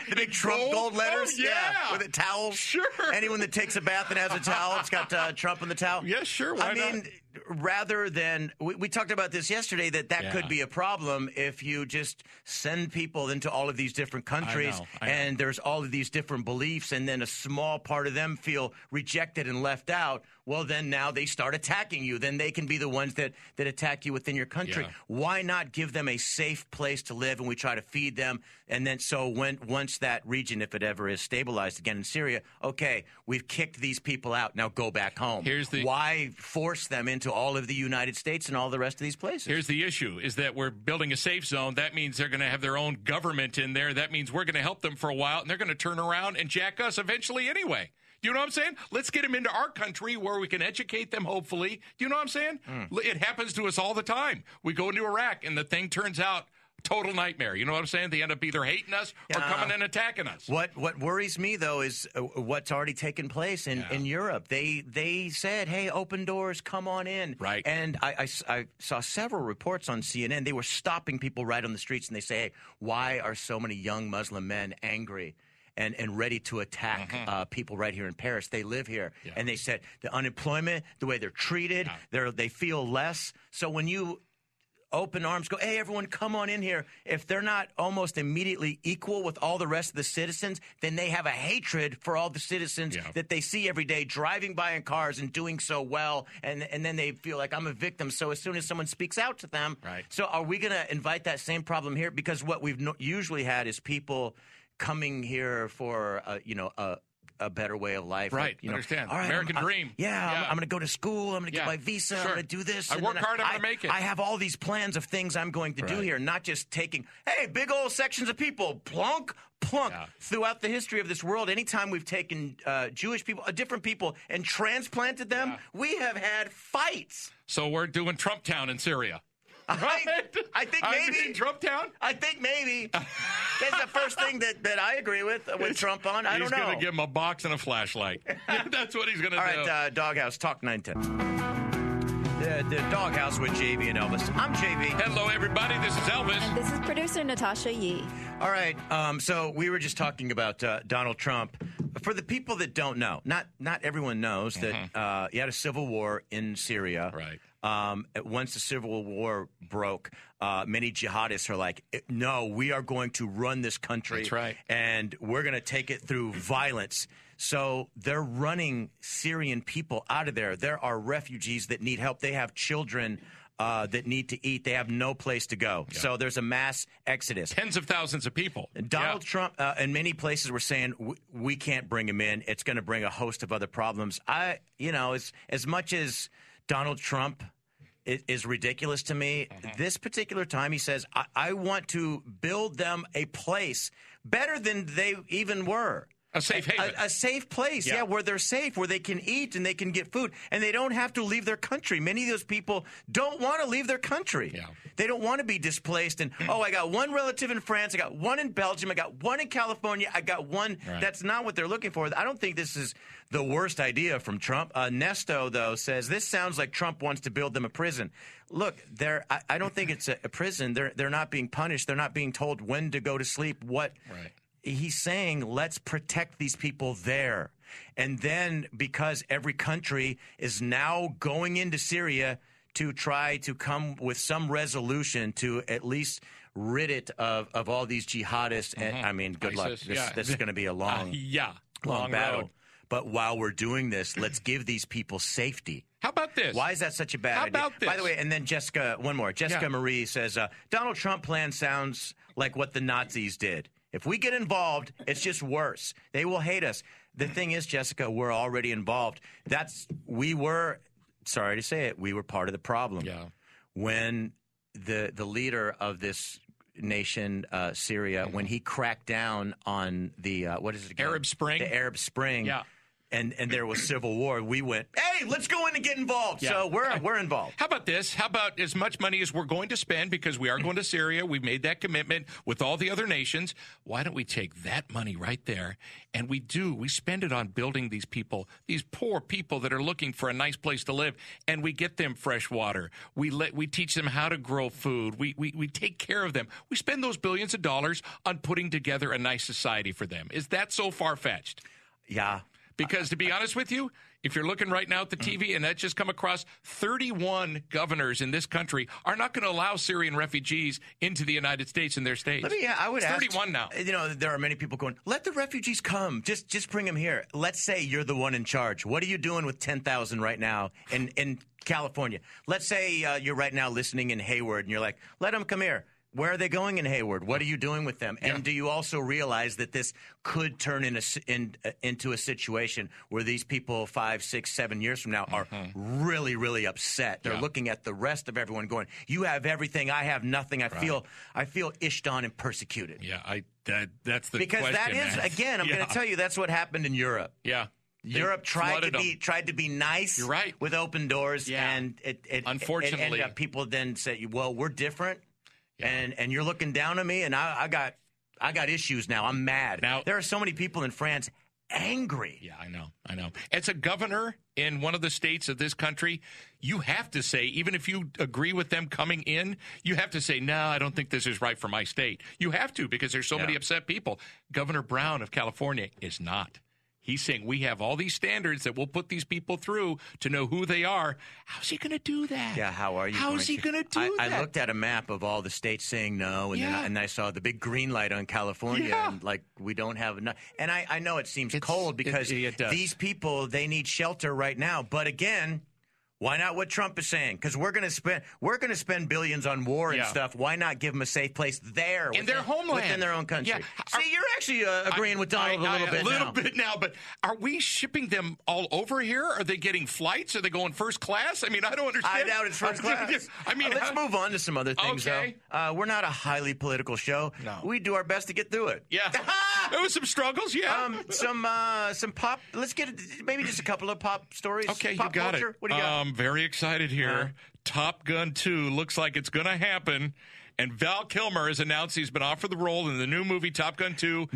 Speaker 1: the big Trump
Speaker 2: Gold?
Speaker 1: gold, letters,
Speaker 2: Oh, yeah.
Speaker 1: with the towels. Sure. Anyone that takes a bath and has a towel, it's got uh, Trump on the towel. Yeah,
Speaker 2: sure.
Speaker 1: I
Speaker 2: why
Speaker 1: mean, rather than we, we talked about this yesterday, that that
Speaker 2: Yeah.
Speaker 1: could be a problem if you just send people into all of these different countries,
Speaker 2: know, I know.
Speaker 1: and there's all of these different beliefs, and then a small part of them feel rejected and left out. Well, then now they start attacking you. Then they can be the ones that that attack you within your country
Speaker 2: Yeah.
Speaker 1: why not give them a safe place to live and we try to feed them and then so when once that region if it ever is stabilized again in Syria okay we've kicked these people out now go back home here's the why force them into all of the United States and all the rest of these places
Speaker 2: Here's the issue is that we're building a safe zone. That means they're going to have their own government in there. That means we're going to help them for a while and they're going to turn around and jack us eventually anyway. Do you know what I'm saying? Let's get them into our country where we can educate them, hopefully. Do you know what I'm saying?
Speaker 1: Hmm.
Speaker 2: L- It happens to us all the time. We go into Iraq and the thing turns out total nightmare. You know what I'm saying? They end up either hating us or
Speaker 1: Yeah.
Speaker 2: coming and attacking us.
Speaker 1: What what worries me though is uh, what's already taken place in, in Europe. They they said, "Hey, open doors, come on in." Right. And I, I s- I saw several reports on CNN. They were stopping people right on the streets, and they say, "Hey, why are so many young Muslim men angry?" And, and ready to attack uh, people right here in Paris. They live here, and they said the unemployment, the way they're treated, they're, they feel less. So when you open arms, go, hey, everyone, come on in here. If they're not almost immediately equal with all the rest of the citizens, then they have a hatred for all the citizens that they see every day driving by in cars and doing so well. And, and then they feel like I'm a victim. So as soon as someone speaks out to them, right. so are we going to invite that same problem here? Because what we've no- usually had is people coming here for, uh, you know, a, a better way of life.
Speaker 2: Right.
Speaker 1: Like, you know,
Speaker 2: Understand.
Speaker 1: all right,
Speaker 2: American
Speaker 1: I'm- I'm-
Speaker 2: dream.
Speaker 1: yeah, I'm,
Speaker 2: Yeah.
Speaker 1: I'm going to go to school. I'm going to
Speaker 2: Yeah.
Speaker 1: get my visa.
Speaker 2: Sure.
Speaker 1: I'm going to do this.
Speaker 2: I
Speaker 1: and
Speaker 2: work
Speaker 1: then
Speaker 2: hard, I'm gonna make it.
Speaker 1: I have all these plans of things I'm going to do
Speaker 2: Right.
Speaker 1: here, not just taking, hey, big old sections of people, plunk, plunk. Throughout the history of this world, anytime we've taken uh, Jewish people, uh, different people, and transplanted them, we have had fights.
Speaker 2: So we're doing Trump Town in Syria.
Speaker 1: Right? I think
Speaker 2: I
Speaker 1: maybe.
Speaker 2: mean, Trump Town?
Speaker 1: I think maybe. That's the first thing that, that I agree with, with Trump on. I
Speaker 2: he's
Speaker 1: don't know.
Speaker 2: going to give him a box and a flashlight. That's what he's going to
Speaker 1: All
Speaker 2: do.
Speaker 1: right, uh, Doghouse, talk 910. The, the Doghouse with JV and Elvis. I'm JV.
Speaker 2: Hello, everybody. This is Elvis.
Speaker 5: This is producer Natasha Yee.
Speaker 1: All right. Um, so we were just talking about uh, Donald Trump. For the people that don't know, not not everyone knows
Speaker 2: Mm-hmm.
Speaker 1: that uh, he had a civil war in Syria. Right. Um, once the civil war broke, uh, many jihadists are like, "Eh, "No, we are going to run this country.
Speaker 2: That's right.
Speaker 1: And we're going to take it through violence." So they're running Syrian people out of there. There are refugees that need help. They have children. Uh, that need to eat. They have no place to go. So there's a mass exodus.
Speaker 2: Tens of thousands of people.
Speaker 1: Donald Trump uh, and many places were saying we, we can't bring him in. It's going to bring a host of other problems. I, you know, as as much as Donald Trump is, is ridiculous to me, this particular time he says I, I want to build them a place better than they even were.
Speaker 2: A safe haven.
Speaker 1: A, safe place, yeah. where they're safe, where they can eat and they can get food, and they don't have to leave their country. Many of those people don't want to leave their country. Yeah. They don't want to be displaced. And oh, I got one relative in France, I got one in Belgium, I got one in California, I got one.
Speaker 4: Right.
Speaker 1: That's not what they're looking for. I don't think this is the worst idea from Trump. Uh, Nesto though says this sounds like Trump wants to build them a prison. Look, they're, I, I don't think it's a, a prison. They're they're not being punished. They're not being told when to go to sleep. What he's saying let's protect these people there. And then because every country is now going into Syria to try to come with some resolution to at least rid it of, of all these jihadists. And, I mean, good luck.
Speaker 2: Mm-hmm. ISIS,
Speaker 1: This,
Speaker 2: yeah. Uh,
Speaker 1: this is going to be a long,
Speaker 2: yeah,
Speaker 1: long,
Speaker 2: long
Speaker 1: battle.
Speaker 2: road.
Speaker 1: But while we're doing this, let's give these people safety.
Speaker 2: How about this?
Speaker 1: Why is that such a bad
Speaker 2: How
Speaker 1: idea?
Speaker 2: about
Speaker 1: By
Speaker 2: this?
Speaker 1: the way, and then Jessica, one more. Jessica
Speaker 2: Yeah.
Speaker 1: Marie says uh, Donald Trump plan sounds like what the Nazis did. If we get involved, it's just worse. They will hate us. The thing is, Jessica, we're already involved. That's we were. Sorry to say it, we were part of the problem. Yeah. When the the leader of this nation, uh, Syria, when he cracked down on the uh, what is it? Again? Arab Spring. The Arab Spring. Yeah. And and there was civil war. We went. Hey, let's go in and get involved. So we're we're involved.
Speaker 2: How about this? How about as much money as we're going to spend because we are going to Syria? We've made that commitment with all the other nations. Why don't we take that money right there and we do? We spend it on building these people, these poor people that are looking for a nice place to live, and we get them fresh water. We let we teach them how to grow food. We we, we take care of them. We spend those billions of dollars on putting together a nice society for them. Is that so far fetched?
Speaker 1: Yeah. Mm.
Speaker 2: Because to be honest with you, if you're looking right now at the TV and that just come across, 31 governors in this country are not going to allow Syrian refugees into the United States in their states.
Speaker 1: Let me. Yeah, I would
Speaker 2: It's
Speaker 1: ask.
Speaker 2: 31 now.
Speaker 1: You know, there are many people going. Let the refugees come. Just, just bring them here. Let's say you're the one in charge. What are you doing with ten thousand right now in in California? Let's say uh, you're right now listening in Hayward, and you're like, let them come here. Where are they going in Hayward? What are you doing with them? And do you also realize that this could turn in a s in, uh, into a situation where these people five, six, seven years from now are
Speaker 2: Mm-hmm.
Speaker 1: really, really upset. They're
Speaker 4: Yeah.
Speaker 1: looking at the rest of everyone going, "You have everything. I have nothing. I
Speaker 2: Right.
Speaker 1: feel I feel ished on and persecuted.
Speaker 2: Yeah, I that that's the
Speaker 1: because that
Speaker 2: question,
Speaker 1: is
Speaker 2: man.
Speaker 1: again. I'm
Speaker 2: Yeah.
Speaker 1: going to tell you that's what happened in Europe.
Speaker 2: Yeah. They
Speaker 1: Europe tried to
Speaker 2: flooded 'em.
Speaker 1: be tried to be nice. You're right. with open doors, and it, it
Speaker 2: Unfortunately.
Speaker 1: it ended up people then said, "Well, we're different, and and you're looking down on me, and I, I got I got issues now. I'm mad. Now there are so many people in France angry.
Speaker 2: Yeah, I know. I know. As a governor in one of the states of this country, you have to say, even if you agree with them coming in, you have to say, no, I don't think this is right for my state. You have to because there's so many upset people. Governor Brown of California is not. He's saying we have all these standards that we'll put these people through to know who they are. How's he going to do that?
Speaker 1: Yeah, how are you?
Speaker 2: How is he gonna do
Speaker 1: I, I
Speaker 2: that?
Speaker 1: looked at a map of all the states saying no, and then
Speaker 2: Yeah.
Speaker 1: I, and I saw the big green light on California,
Speaker 2: Yeah.
Speaker 1: and like we don't have enough. And I, I know it seems cold because
Speaker 2: does.
Speaker 1: these people they need shelter right now. But again, why not what Trump is saying? Because we're going to spend we're going to spend billions on war and
Speaker 2: Yeah.
Speaker 1: stuff. Why not give them a safe place there
Speaker 2: in their homeland,
Speaker 1: within their own country?
Speaker 2: Yeah.
Speaker 1: See, you're actually uh, agreeing with Donald a
Speaker 2: a
Speaker 1: little bit.
Speaker 2: A little
Speaker 1: now.
Speaker 2: bit now, but are we shipping them all over here? Are they getting flights? Are they going first class? I mean, I don't
Speaker 1: I
Speaker 2: understand.
Speaker 1: doubt it's first class.
Speaker 2: I mean,
Speaker 1: Uh, let's
Speaker 2: how-
Speaker 1: move on to some other things,
Speaker 2: Okay.
Speaker 1: though. Uh, we're not a highly political show.
Speaker 2: No.
Speaker 1: We do our best to get through it.
Speaker 2: Yeah. there was some struggles, yeah.
Speaker 1: Um, some uh, some pop. Let's get maybe just a couple of pop stories.
Speaker 2: Okay,
Speaker 1: pop
Speaker 2: you got
Speaker 1: culture.
Speaker 2: it. Uh,
Speaker 1: What do you got?
Speaker 2: I'm very excited here. Top Gun 2 looks like it's going to happen. And Val Kilmer has announced he's been offered the role in the new movie Top Gun 2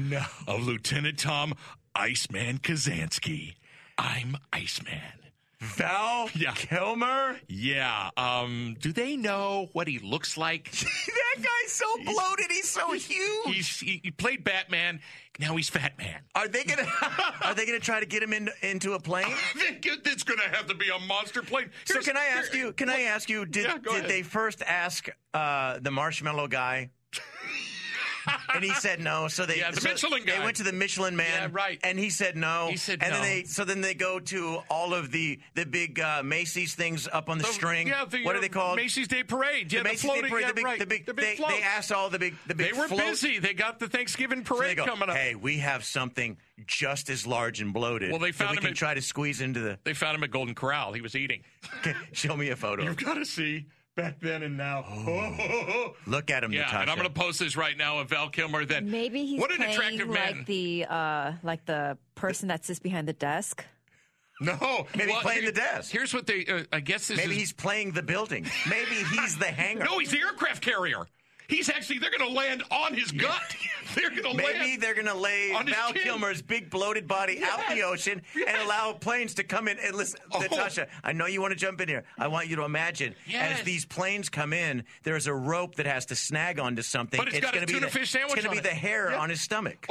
Speaker 2: of Lieutenant Tom Iceman Kazansky. I'm Iceman.
Speaker 1: Val
Speaker 2: yeah.
Speaker 1: Kilmer?
Speaker 2: Yeah. Um, do they know what he looks like?
Speaker 1: that guy's so bloated. He's so huge.
Speaker 2: He's, he, he played Batman. Now he's Fat Man.
Speaker 1: Are they gonna Are they gonna try to get him in, into a plane?
Speaker 2: I think it- it's going to have to be a monster plane.
Speaker 1: So
Speaker 2: Here's-
Speaker 1: can I ask
Speaker 2: here-
Speaker 1: you? Can I ask you? Did,
Speaker 2: Yeah, go
Speaker 1: did
Speaker 2: ahead.
Speaker 1: they first ask uh, the marshmallow guy? and he said no. So they
Speaker 2: Yeah, the
Speaker 1: so
Speaker 2: Michelin
Speaker 1: They
Speaker 2: guy.
Speaker 1: went to the Michelin man,
Speaker 2: Yeah, right.
Speaker 1: And he said no.
Speaker 2: He said
Speaker 1: and
Speaker 2: no.
Speaker 1: Then they, so then they go to all of the the big uh, Macy's things up on the, string.
Speaker 2: Yeah, the,
Speaker 1: what
Speaker 2: uh,
Speaker 1: are they called?
Speaker 2: Macy's Day Parade.
Speaker 1: The
Speaker 2: Yeah, the
Speaker 1: Macy's
Speaker 2: floating,
Speaker 1: Day Parade.
Speaker 2: yeah,
Speaker 1: the big,
Speaker 2: right.
Speaker 1: the big,
Speaker 2: big
Speaker 1: they,
Speaker 2: floats.
Speaker 1: they asked all the big, the big.
Speaker 2: They were
Speaker 1: float-
Speaker 2: busy. They got the Thanksgiving
Speaker 1: So they
Speaker 2: parade
Speaker 1: go,
Speaker 2: coming up.
Speaker 1: Hey, we have something just as large and bloated.
Speaker 2: Well, they
Speaker 1: that
Speaker 2: found
Speaker 1: we
Speaker 2: him
Speaker 1: can
Speaker 2: at-
Speaker 1: try to squeeze into the.
Speaker 2: They found him at Golden Corral. He was eating.
Speaker 1: Show me a photo.
Speaker 2: You've got to see back then and now. Oh.
Speaker 1: Look at him,
Speaker 2: yeah,
Speaker 1: Natasha.
Speaker 2: and I'm going to post this right now of Val Kilmer. Then
Speaker 5: Maybe he's
Speaker 2: what an
Speaker 5: playing
Speaker 2: attractive
Speaker 5: like
Speaker 2: man.
Speaker 5: the uh, like the person that sits behind the desk.
Speaker 2: no,
Speaker 1: Maybe
Speaker 2: Well,
Speaker 1: playing
Speaker 2: here-
Speaker 1: the desk.
Speaker 2: Here's what they. Uh, I guess this
Speaker 1: Maybe
Speaker 2: is.
Speaker 1: he's playing the building. Maybe he's the hangar.
Speaker 2: no, he's the aircraft carrier. He's actually. They're going to land on his gut. they're going to
Speaker 1: Maybe
Speaker 2: land.
Speaker 1: they're going to lay
Speaker 2: On his
Speaker 1: Val
Speaker 2: chin.
Speaker 1: Kilmer's big bloated body out the
Speaker 2: Yes.
Speaker 1: ocean
Speaker 2: Yes.
Speaker 1: and allow planes to come in. And listen,
Speaker 2: Oh.
Speaker 1: Natasha, I know you want to jump in here. I want you to imagine
Speaker 2: Yes.
Speaker 1: as these planes come in, there's a rope that has to snag onto something.
Speaker 2: But it's got a
Speaker 1: gonna be
Speaker 2: tuna
Speaker 1: the-
Speaker 2: fish sandwich
Speaker 1: It's
Speaker 2: on
Speaker 1: going to
Speaker 2: it.
Speaker 1: be the hair
Speaker 2: Yeah. Oh.
Speaker 1: on his stomach.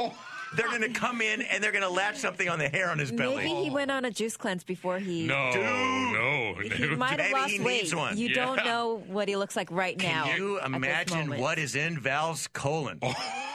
Speaker 1: They're going to come in and they're going to latch something on the hair on his belly.
Speaker 5: Maybe he went on a juice cleanse before he.
Speaker 2: No,
Speaker 1: Dude.
Speaker 2: no,
Speaker 5: He might have
Speaker 1: Maybe
Speaker 5: lost
Speaker 1: he needs
Speaker 5: weight.
Speaker 1: one.
Speaker 5: You don't
Speaker 2: Yeah.
Speaker 5: know what he looks like right now.
Speaker 1: Can you
Speaker 5: at this
Speaker 1: imagine
Speaker 5: moment.
Speaker 1: what is in Val's colon?
Speaker 2: Oh,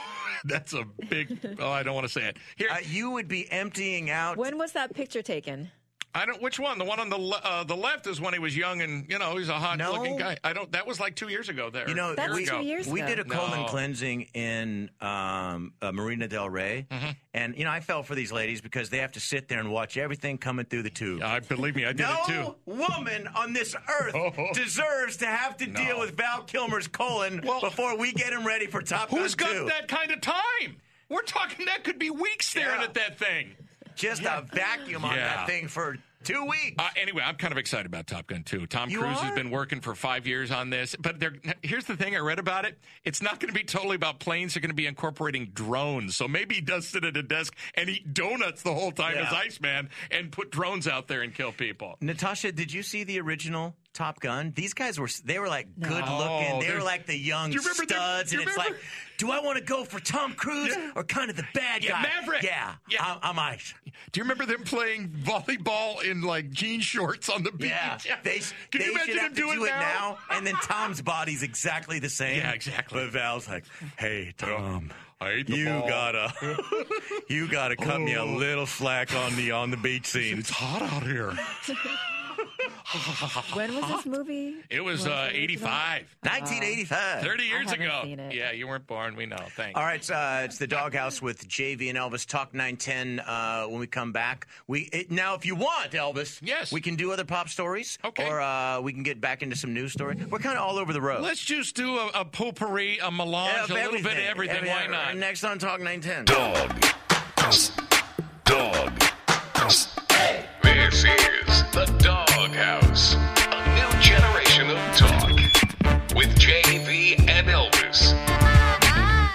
Speaker 2: That's a big. Oh, I don't want to say it. Here,
Speaker 1: Uh, you would be emptying out.
Speaker 5: When was that picture taken?
Speaker 2: I don't. Which one? The one on the le- uh, the left is when he was young and you know he's a hot
Speaker 1: No.
Speaker 2: looking guy. I don't. That was like two years ago. There.
Speaker 1: You know,
Speaker 5: That's
Speaker 1: we,
Speaker 5: two years
Speaker 1: we
Speaker 5: ago.
Speaker 1: did a colon
Speaker 2: No.
Speaker 1: cleansing in um, uh, Marina Del Rey,
Speaker 2: Mm-hmm.
Speaker 1: and you know, I fell for these ladies because they have to sit there and watch everything coming through the tube.
Speaker 2: I believe me, I did it too.
Speaker 1: no woman on this earth
Speaker 2: Oh.
Speaker 1: deserves to have to
Speaker 2: No.
Speaker 1: deal with Val Kilmer's colon
Speaker 2: Well-
Speaker 1: before we get him ready for Top
Speaker 2: Who's
Speaker 1: Gun
Speaker 2: got
Speaker 1: 2.
Speaker 2: that kind of time? We're talking that could be weeks staring
Speaker 1: Yeah.
Speaker 2: at that thing.
Speaker 1: Just a vacuum on
Speaker 2: Yeah.
Speaker 1: that thing for two weeks.
Speaker 2: Uh, anyway, I'm kind of excited about Top Gun 2. Tom
Speaker 1: You
Speaker 2: Cruise
Speaker 1: are?
Speaker 2: has been working for five years on this, but they're, here's the thing I read about it. It's not going to be totally about planes. They're going to be incorporating drones. So maybe he does sit at a desk and eat donuts the whole time
Speaker 1: Yeah.
Speaker 2: as Iceman and put drones out there and kill people.
Speaker 1: Natasha, did you see the original Top Gun? These guys were they were like good
Speaker 2: Oh,
Speaker 1: looking. They
Speaker 2: they're-
Speaker 1: were like the young
Speaker 2: Do you remember the-
Speaker 1: studs,
Speaker 2: do you
Speaker 1: and it's
Speaker 2: remember-
Speaker 1: like, do I want to go for Tom Cruise
Speaker 2: Yeah.
Speaker 1: or kind of the bad
Speaker 2: Yeah,
Speaker 1: guy?
Speaker 2: Maverick.
Speaker 1: Yeah,
Speaker 2: Yeah.
Speaker 1: I'm, I'm Ice.
Speaker 2: Do you remember them playing volleyball in like jean shorts on the beach?
Speaker 1: Yeah, they,
Speaker 2: Can
Speaker 1: they
Speaker 2: you imagine
Speaker 1: should have
Speaker 2: him
Speaker 1: to
Speaker 2: doing
Speaker 1: do it now. And then Tom's body's exactly the same.
Speaker 2: Yeah, exactly.
Speaker 1: But Val's like, hey Tom.
Speaker 2: I ate the
Speaker 1: You
Speaker 2: ball.
Speaker 1: gotta, you gotta cut me a
Speaker 2: Oh.
Speaker 1: little slack on the on the beach scene.
Speaker 2: It's hot out here.
Speaker 5: When was this movie?
Speaker 2: It was
Speaker 5: When
Speaker 2: uh,
Speaker 5: the original?
Speaker 2: 85.
Speaker 1: 1985.
Speaker 2: 30 years
Speaker 5: haven't
Speaker 2: ago.
Speaker 5: seen it.
Speaker 2: Yeah, you weren't born. We know. Thanks.
Speaker 1: All right, uh, it's the doghouse with JV and Elvis. Talk nine ten. Uh, when we come back, we it, now if you want Elvis,
Speaker 2: Yes.
Speaker 1: we can do other pop stories,
Speaker 2: Okay.
Speaker 1: or uh, we can get back into some news story. We're kind of all over the road.
Speaker 2: Let's just do a, a potpourri, a melange,
Speaker 1: Yeah,
Speaker 2: a little bit of everything. Why
Speaker 1: Every-
Speaker 2: not?
Speaker 1: Next on Talk nine ten.
Speaker 12: Dog. Dog. This is the Dog House, a new generation of talk with JV and Elvis.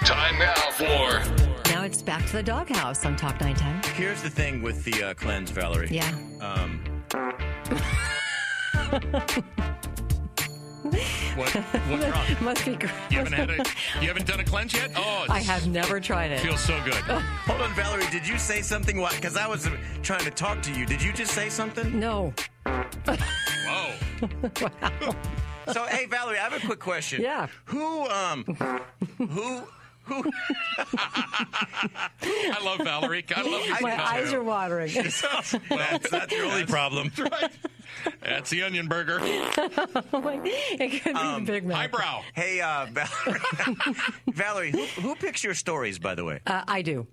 Speaker 12: Time now for
Speaker 8: Now it's back to the doghouse on Top 910.
Speaker 1: Here's the thing with the uh, cleanse, Um, Valerie.
Speaker 8: Yeah.
Speaker 1: Um,
Speaker 2: What, what's wrong?
Speaker 8: Must be. Gross.
Speaker 2: You haven't had a, you haven't done a cleanse yet? Oh,
Speaker 8: I have never tried it.
Speaker 2: feels so good.
Speaker 1: Hold on, Valerie. Did you say something? Why? Because I was trying to talk to you. Did you just say something?
Speaker 8: No.
Speaker 2: Whoa.
Speaker 1: So, hey, Valerie, I have a quick question.
Speaker 8: Yeah.
Speaker 1: Who, um, who, who?
Speaker 2: I love Valerie. I love you
Speaker 8: My
Speaker 2: too.
Speaker 8: eyes are watering.
Speaker 1: that's not the only problem.
Speaker 2: That's the onion burger.
Speaker 8: Oh my- it could be the Big Mac.
Speaker 2: Eyebrow.
Speaker 1: Hey, uh, Valerie, Valerie who, who picks your stories, by the way?
Speaker 8: Uh, I do.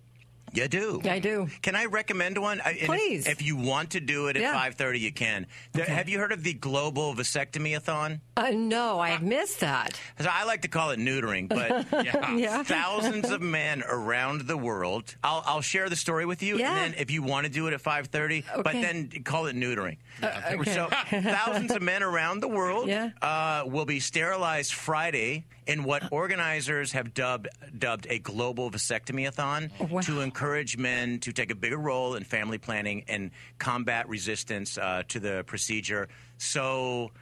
Speaker 1: You do.
Speaker 8: I do.
Speaker 1: Can I recommend one? I- and if-
Speaker 8: Please.
Speaker 1: If, you want to do it at
Speaker 8: Yeah.
Speaker 1: 5.30, you can. The- Have you heard of the Global Vasectomy-a-thon?
Speaker 8: Uh, no, I have missed that.
Speaker 1: So I like to call it neutering, but
Speaker 2: Yeah.
Speaker 8: Yeah.
Speaker 1: thousands of men around the world. I'll, I'll share the story with you,
Speaker 8: Yeah.
Speaker 1: and then if you want to do it at 5.30, but
Speaker 8: Okay.
Speaker 1: then call it neutering.
Speaker 8: okay.
Speaker 1: So thousands of men around the world
Speaker 8: Yeah.
Speaker 1: uh, will be sterilized Friday in what organizers have dubbed dubbed a global vasectomy-a-thon
Speaker 8: Wow.
Speaker 1: to encourage men to take a bigger role in family planning and combat resistance uh, to the procedure. So...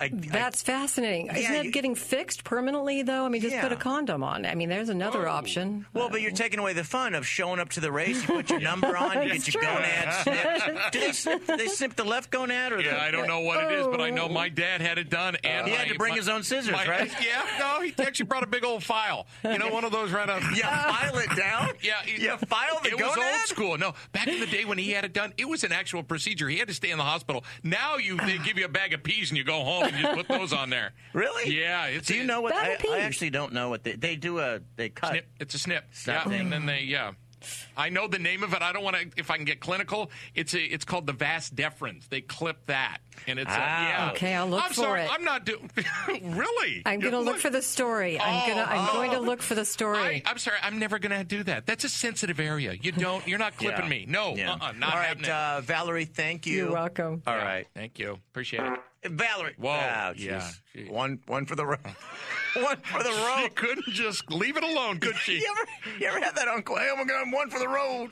Speaker 1: I, I,
Speaker 8: That's fascinating. Isn't
Speaker 1: Yeah,
Speaker 8: that
Speaker 1: you-
Speaker 8: getting fixed permanently, though? I mean, just put a
Speaker 1: Yeah.
Speaker 8: condom on. I mean, there's another
Speaker 2: Oh.
Speaker 8: option.
Speaker 1: Well, but you're taking away the fun of showing up to the race. You put your number on, you
Speaker 8: That's
Speaker 1: get your
Speaker 8: true.
Speaker 1: gonad snipped. Do they, snip- do they snip the left gonad or the?
Speaker 2: Yeah, I don't know what it is, but I
Speaker 8: Oh.
Speaker 2: know my dad had it done, and
Speaker 1: He had
Speaker 2: my-
Speaker 1: to bring
Speaker 2: my-
Speaker 1: his own scissors,
Speaker 2: my-
Speaker 1: right?
Speaker 2: Yeah, no, he actually brought a big old file. You know, one of those right out.
Speaker 1: You file it down.
Speaker 2: Yeah, it-
Speaker 1: you file the
Speaker 2: It
Speaker 1: gonad.
Speaker 2: was old school. No, back in the day when he had it done, it was an actual procedure. He had to stay in the hospital. Now you they give you a bag of peas and you go home and you put those on there.
Speaker 1: Really?
Speaker 2: Yeah. It's
Speaker 1: Do you know what?
Speaker 8: Bag
Speaker 1: I,
Speaker 8: of peas.
Speaker 1: I actually don't know what they, they do. A they cut.
Speaker 2: Snip, it's a snip.
Speaker 1: Snap
Speaker 2: Yeah,
Speaker 1: thing.
Speaker 2: and then they yeah. I know the name of it. I don't want to. If I can get clinical, it's a, it's called the vas deferens. They clip that, and it's a,
Speaker 1: Ah.
Speaker 2: yeah.
Speaker 8: Okay, I'll look
Speaker 2: I'm
Speaker 8: for
Speaker 2: sorry,
Speaker 8: it.
Speaker 2: I'm not doing. really?
Speaker 8: I'm going to
Speaker 2: You
Speaker 8: look for the story. I'm
Speaker 2: Oh,
Speaker 8: going to. I'm
Speaker 2: oh.
Speaker 8: going to look for the story.
Speaker 2: I, I'm sorry. I'm never going to do that. That's a sensitive area. You don't. You're not clipping
Speaker 1: Yeah.
Speaker 2: me. No.
Speaker 1: Yeah.
Speaker 2: Uh-uh, not
Speaker 1: All right,
Speaker 2: happening.
Speaker 1: uh, Valerie. Thank you.
Speaker 8: You're welcome.
Speaker 1: All
Speaker 2: Yeah,
Speaker 1: right,
Speaker 2: Thank you. Appreciate it.
Speaker 1: Valerie.
Speaker 2: Whoa,
Speaker 1: Ah,
Speaker 2: yeah,
Speaker 1: jeez.
Speaker 2: gee.
Speaker 1: One one for the road. one for the
Speaker 2: She
Speaker 1: road.
Speaker 2: couldn't just leave it alone, could she?
Speaker 1: You ever, you ever had that uncle? Hey, I'm gonna have one for the road.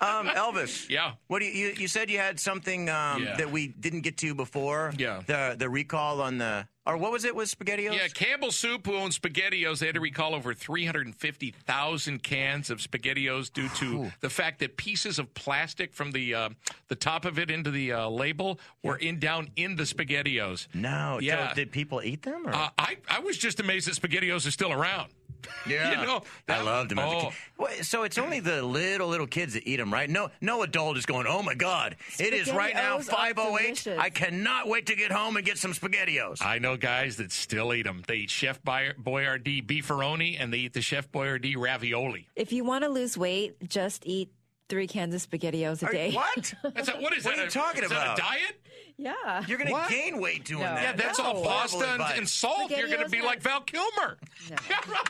Speaker 1: Um, Elvis.
Speaker 2: Yeah.
Speaker 1: What do you, you you said you had something um,
Speaker 2: Yeah.
Speaker 1: that we didn't get to before?
Speaker 2: Yeah.
Speaker 1: The the recall on the or what was it with SpaghettiOs?
Speaker 2: Yeah, Campbell Soup, who owns SpaghettiOs, they had to recall over 350,000 cans of SpaghettiOs due to the fact that pieces of plastic from the uh, the top of it into the uh, label were in down in the SpaghettiOs.
Speaker 1: No.
Speaker 2: Yeah.
Speaker 1: So did people eat them? Or?
Speaker 2: Uh, I I was just amazed that SpaghettiOs is still around.
Speaker 1: yeah.
Speaker 2: you know,
Speaker 1: I
Speaker 2: that-
Speaker 1: loved them. as a
Speaker 2: oh.
Speaker 1: kid. Wait, So it's only the little little kids that eat them, right? No, no adult is going. Oh my God! It is right now
Speaker 5: SpaghettiOs
Speaker 1: 5:08.
Speaker 5: are delicious.
Speaker 1: I cannot wait to get home and get some SpaghettiOs.
Speaker 2: I know guys that still eat them. They eat Chef Boy- Boyardee beefaroni and they eat the Chef Boyardee ravioli.
Speaker 5: If you want to lose weight, just eat three cans of SpaghettiOs a
Speaker 1: Are-
Speaker 5: day.
Speaker 1: what?
Speaker 2: That's a, what is
Speaker 1: What
Speaker 2: that?
Speaker 1: are you
Speaker 2: a-
Speaker 1: talking
Speaker 2: is
Speaker 1: about?
Speaker 2: That a diet?
Speaker 5: Yeah.
Speaker 1: You're gonna
Speaker 2: What?
Speaker 1: gain weight doing
Speaker 5: No.
Speaker 1: that.
Speaker 5: Yeah,
Speaker 2: That's all
Speaker 1: horrible
Speaker 2: pasta and,
Speaker 1: advice.
Speaker 2: and salt. You're going to
Speaker 5: SpaghettiOs
Speaker 2: be
Speaker 5: are-
Speaker 2: like Val Kilmer. Yeah,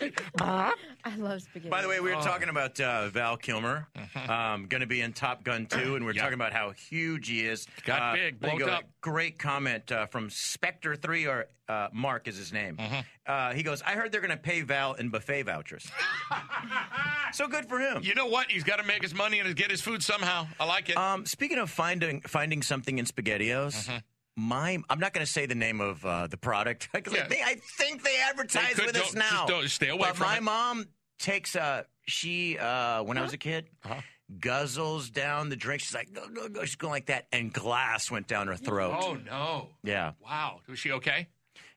Speaker 2: right.
Speaker 5: I love SpaghettiOs.
Speaker 1: By the way, we
Speaker 2: Oh.
Speaker 1: were talking about uh, Val Kilmer, um, going to be in Top Gun 2, and we are
Speaker 2: Mm-hmm. Yeah.
Speaker 1: talking about how huge he is.
Speaker 2: Got
Speaker 1: Uh,
Speaker 2: big,
Speaker 1: there you
Speaker 2: bulked
Speaker 1: go.
Speaker 2: up.
Speaker 1: Great comment uh, from Spectre 3, or uh, Mark is his name.
Speaker 2: Mm-hmm.
Speaker 1: Uh, he goes, I heard they're going to pay Val in buffet vouchers. so good for him.
Speaker 2: You know what? He's got to make his money and get his food somehow. I like it. Mm-hmm.
Speaker 1: Um, speaking of finding finding something in SpaghettiOs, my I'm not going to say the name of uh, the product 'cause
Speaker 2: Yeah.
Speaker 1: I, think, I think they advertise
Speaker 2: could-
Speaker 1: with us
Speaker 2: don't- just
Speaker 1: now.
Speaker 2: don't- stay away
Speaker 1: but
Speaker 2: from
Speaker 1: my
Speaker 2: it. Uh-huh.
Speaker 1: mom takes uh she uh when I was a kid. Guzzles down the drink. She's like, go, go, go. She's going like that, and glass went down her throat.
Speaker 2: oh no!
Speaker 1: Yeah,
Speaker 2: Wow, was she okay?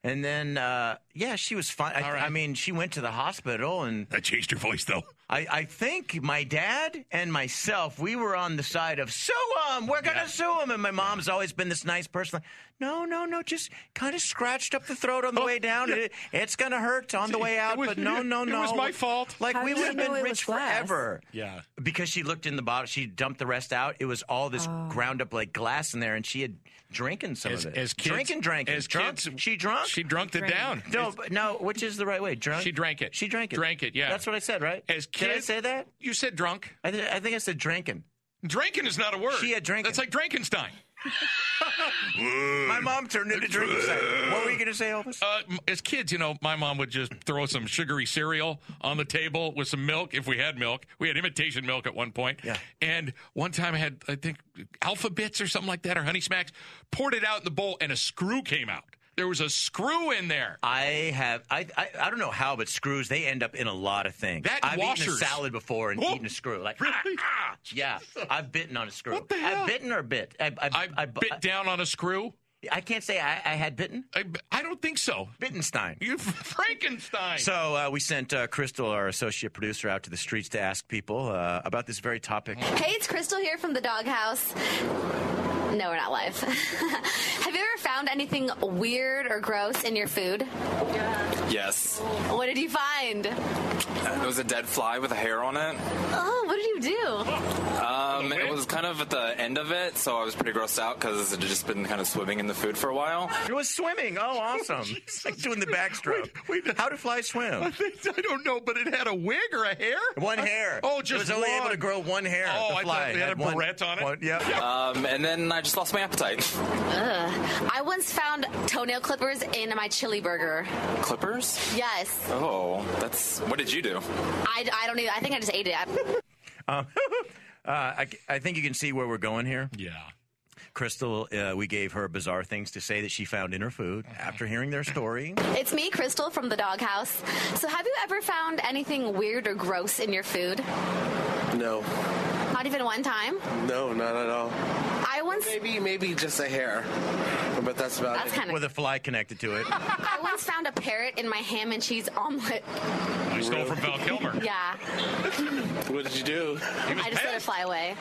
Speaker 1: and then uh, yeah, she was fine. I,
Speaker 2: All right.
Speaker 1: I mean, she went to the hospital, and
Speaker 2: That changed her voice though.
Speaker 1: I, I think my dad and myself, we were on the side of sue him. We're gonna sue him. And my mom's always been this nice person. Like, no, no, no. Just kind of scratched up the throat
Speaker 2: Oh,
Speaker 1: on the way down. It, it's gonna hurt on the way out,
Speaker 2: was-
Speaker 1: but no, no,
Speaker 2: it
Speaker 1: no.
Speaker 2: was my fault.
Speaker 1: Like
Speaker 5: How
Speaker 1: we
Speaker 5: did
Speaker 1: would
Speaker 5: you
Speaker 1: have
Speaker 5: know
Speaker 1: been
Speaker 5: it
Speaker 1: rich
Speaker 5: was glass?
Speaker 1: forever.
Speaker 2: Yeah.
Speaker 1: Because she looked in the bottle, she dumped the rest out. It was all this ground up like glass in there, and she had drinking some
Speaker 2: As,
Speaker 1: of it.
Speaker 2: as kids,
Speaker 1: drinking, drinking,
Speaker 2: as
Speaker 1: drunk.
Speaker 2: kids,
Speaker 1: she drunk.
Speaker 2: She drunk it down.
Speaker 1: no, but no. Which is the right way? Drunk.
Speaker 2: She drank it.
Speaker 1: She drank it.
Speaker 2: Drank it, yeah.
Speaker 1: That's what I said, right?
Speaker 2: As
Speaker 1: Did I
Speaker 2: kids-
Speaker 1: say that?
Speaker 2: You said drunk.
Speaker 1: I, th- I think I said drinking.
Speaker 2: Drinking is not a word.
Speaker 1: She had drinking.
Speaker 2: That's like Frankenstein.
Speaker 1: My mom turned into drinking. Site. What were you going to say, Elvis?
Speaker 2: Uh, m- as kids, you know, my mom would just throw some sugary cereal on the table with some milk if we had milk. We had imitation milk at one point.
Speaker 1: Yeah.
Speaker 2: And one time I had, I think, Alpha Bits or something like that, or Honey Smacks, poured it out in the bowl and a screw came out. There was a screw in there.
Speaker 1: I have I, I I don't know how, but screws they end up in a lot of things.
Speaker 2: That
Speaker 1: I've eaten a
Speaker 2: washers.
Speaker 1: salad before and
Speaker 2: Oh.
Speaker 1: eaten a screw. Like ah, ah, yeah, I've bitten on a screw.
Speaker 2: What the hell?
Speaker 1: I've bitten or bit. I, I, I,
Speaker 2: bit down on a screw.
Speaker 1: I can't say I, I had bitten.
Speaker 2: I, I don't think so.
Speaker 1: Bittenstein.
Speaker 2: You Frankenstein.
Speaker 1: So uh, we sent uh, Crystal, our associate producer, out to the streets to ask people uh, about this very topic.
Speaker 2: Oh.
Speaker 13: Hey, it's Crystal here from the doghouse. No, we're not live. Have you ever found anything weird or gross in your food?
Speaker 14: Yes.
Speaker 13: What did you find?
Speaker 14: It was a dead fly with a hair on it.
Speaker 13: Oh, what did you do?
Speaker 14: Um, it was kind of at the end of it, so I was pretty grossed out because it had just been kind of swimming in the food for a while.
Speaker 1: It was swimming. Oh, awesome! It's like doing the backstroke. How do flies swim?
Speaker 2: I don't know, but it had a wig or a hair.
Speaker 1: One
Speaker 2: I-
Speaker 1: hair.
Speaker 2: Oh, just
Speaker 1: it was only able
Speaker 2: one.
Speaker 1: to grow one hair.
Speaker 2: Oh,
Speaker 1: the
Speaker 2: I
Speaker 1: fly
Speaker 2: thought they had, a
Speaker 1: one-
Speaker 2: barrette on it.
Speaker 1: one- yep.
Speaker 14: Um, and then I just lost my appetite.
Speaker 13: Ugh. I once found toenail clippers in my chili burger.
Speaker 14: Clippers?
Speaker 13: Yes.
Speaker 14: Oh, that's. What did you do?
Speaker 13: I, I don't even, I think I just ate it. I-
Speaker 1: Um, uh, I, I think you can see where we're going here.
Speaker 2: Yeah.
Speaker 1: Crystal, uh, we gave her bizarre things to say that she found in her food after hearing their story.
Speaker 13: It's me, Crystal, from the doghouse. So, have you ever found anything weird or gross in your food?
Speaker 15: No,
Speaker 13: Not even one time?
Speaker 15: no, not at all.
Speaker 13: I once.
Speaker 15: Maybe, maybe just a hair, but that's about
Speaker 13: That's
Speaker 15: it.
Speaker 13: kinda- With
Speaker 1: a fly connected to it.
Speaker 13: I once found a parrot in my ham and cheese omelet.
Speaker 2: I stole from Val Kilmer.
Speaker 13: Yeah.
Speaker 15: What did you do?
Speaker 13: I just let it fly away.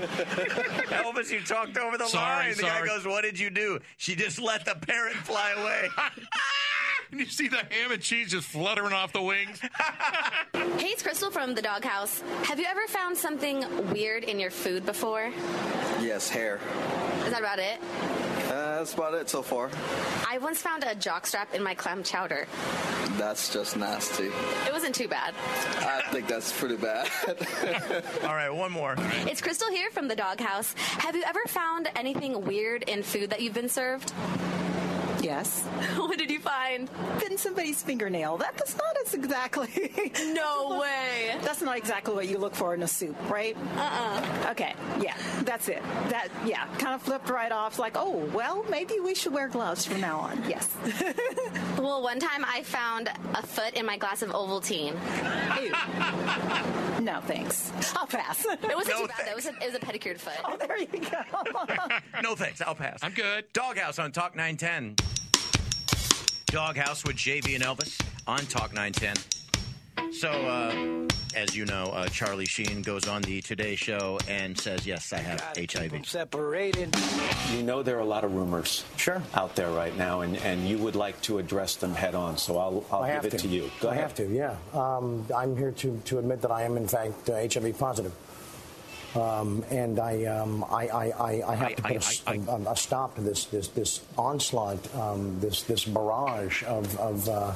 Speaker 1: Elvis, you talked over the
Speaker 2: Sorry,
Speaker 1: line. The
Speaker 2: sorry.
Speaker 1: guy goes, What did you do? She just let the parrot fly away.
Speaker 2: And you see the ham and cheese just fluttering off the wings.
Speaker 13: Hey, it's Crystal from the doghouse. Have you ever found something weird in your food before?
Speaker 15: Yes, hair.
Speaker 13: Is that about it?
Speaker 15: Uh, that's about it so far.
Speaker 13: I once found a jockstrap in my clam chowder.
Speaker 15: That's just nasty.
Speaker 13: It wasn't too bad.
Speaker 15: I think that's pretty bad.
Speaker 1: All right, one more.
Speaker 13: It's Crystal here from the doghouse. Have you ever found anything weird in food that you've been served?
Speaker 16: Yes.
Speaker 13: what did you find?
Speaker 16: Bitten somebody's fingernail. That, that's not as exactly.
Speaker 13: no way.
Speaker 16: That's not exactly what you look for in a soup, right? Uh uh
Speaker 13: Uh-uh.
Speaker 16: Okay, yeah, that's it. That, yeah, kind of flipped right off like, oh, well, maybe we should wear gloves from now on. Yes.
Speaker 13: Well, one time I found a foot in my glass of Ovaltine.
Speaker 16: no, thanks. I'll pass.
Speaker 13: It wasn't too bad, though. It was, a, it was a pedicured foot.
Speaker 16: Oh, there you go.
Speaker 1: no thanks. I'll pass. I'm
Speaker 2: good.
Speaker 1: Doghouse on Talk 910. Doghouse with JV and Elvis on Talk 910. So, uh, as you know, uh, Charlie Sheen goes on the Today Show and says, Yes, I have HIV.
Speaker 17: Separated. You know there are a lot of rumors sure. out there right now, and, and you would like to address them head on. So I'll, I'll
Speaker 18: I
Speaker 17: give
Speaker 18: have
Speaker 17: it to, you. Go
Speaker 18: I
Speaker 17: ahead.
Speaker 18: have to, yeah. Um, I'm here to, to admit that I am, in fact, uh, HIV positive. Um, and I, um, I, I, I, I have to put a s- um, a stop to this, this, this onslaught, um, this, this barrage of, of, uh,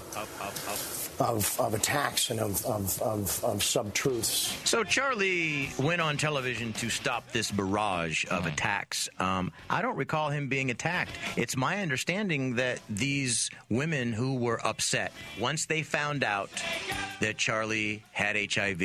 Speaker 18: of, of attacks and of, of, of, of sub truths.
Speaker 1: So Charlie went on television to stop this barrage of attacks. Um, I don't recall him being attacked. It's my understanding that these women who were upset once they found out that Charlie had HIV,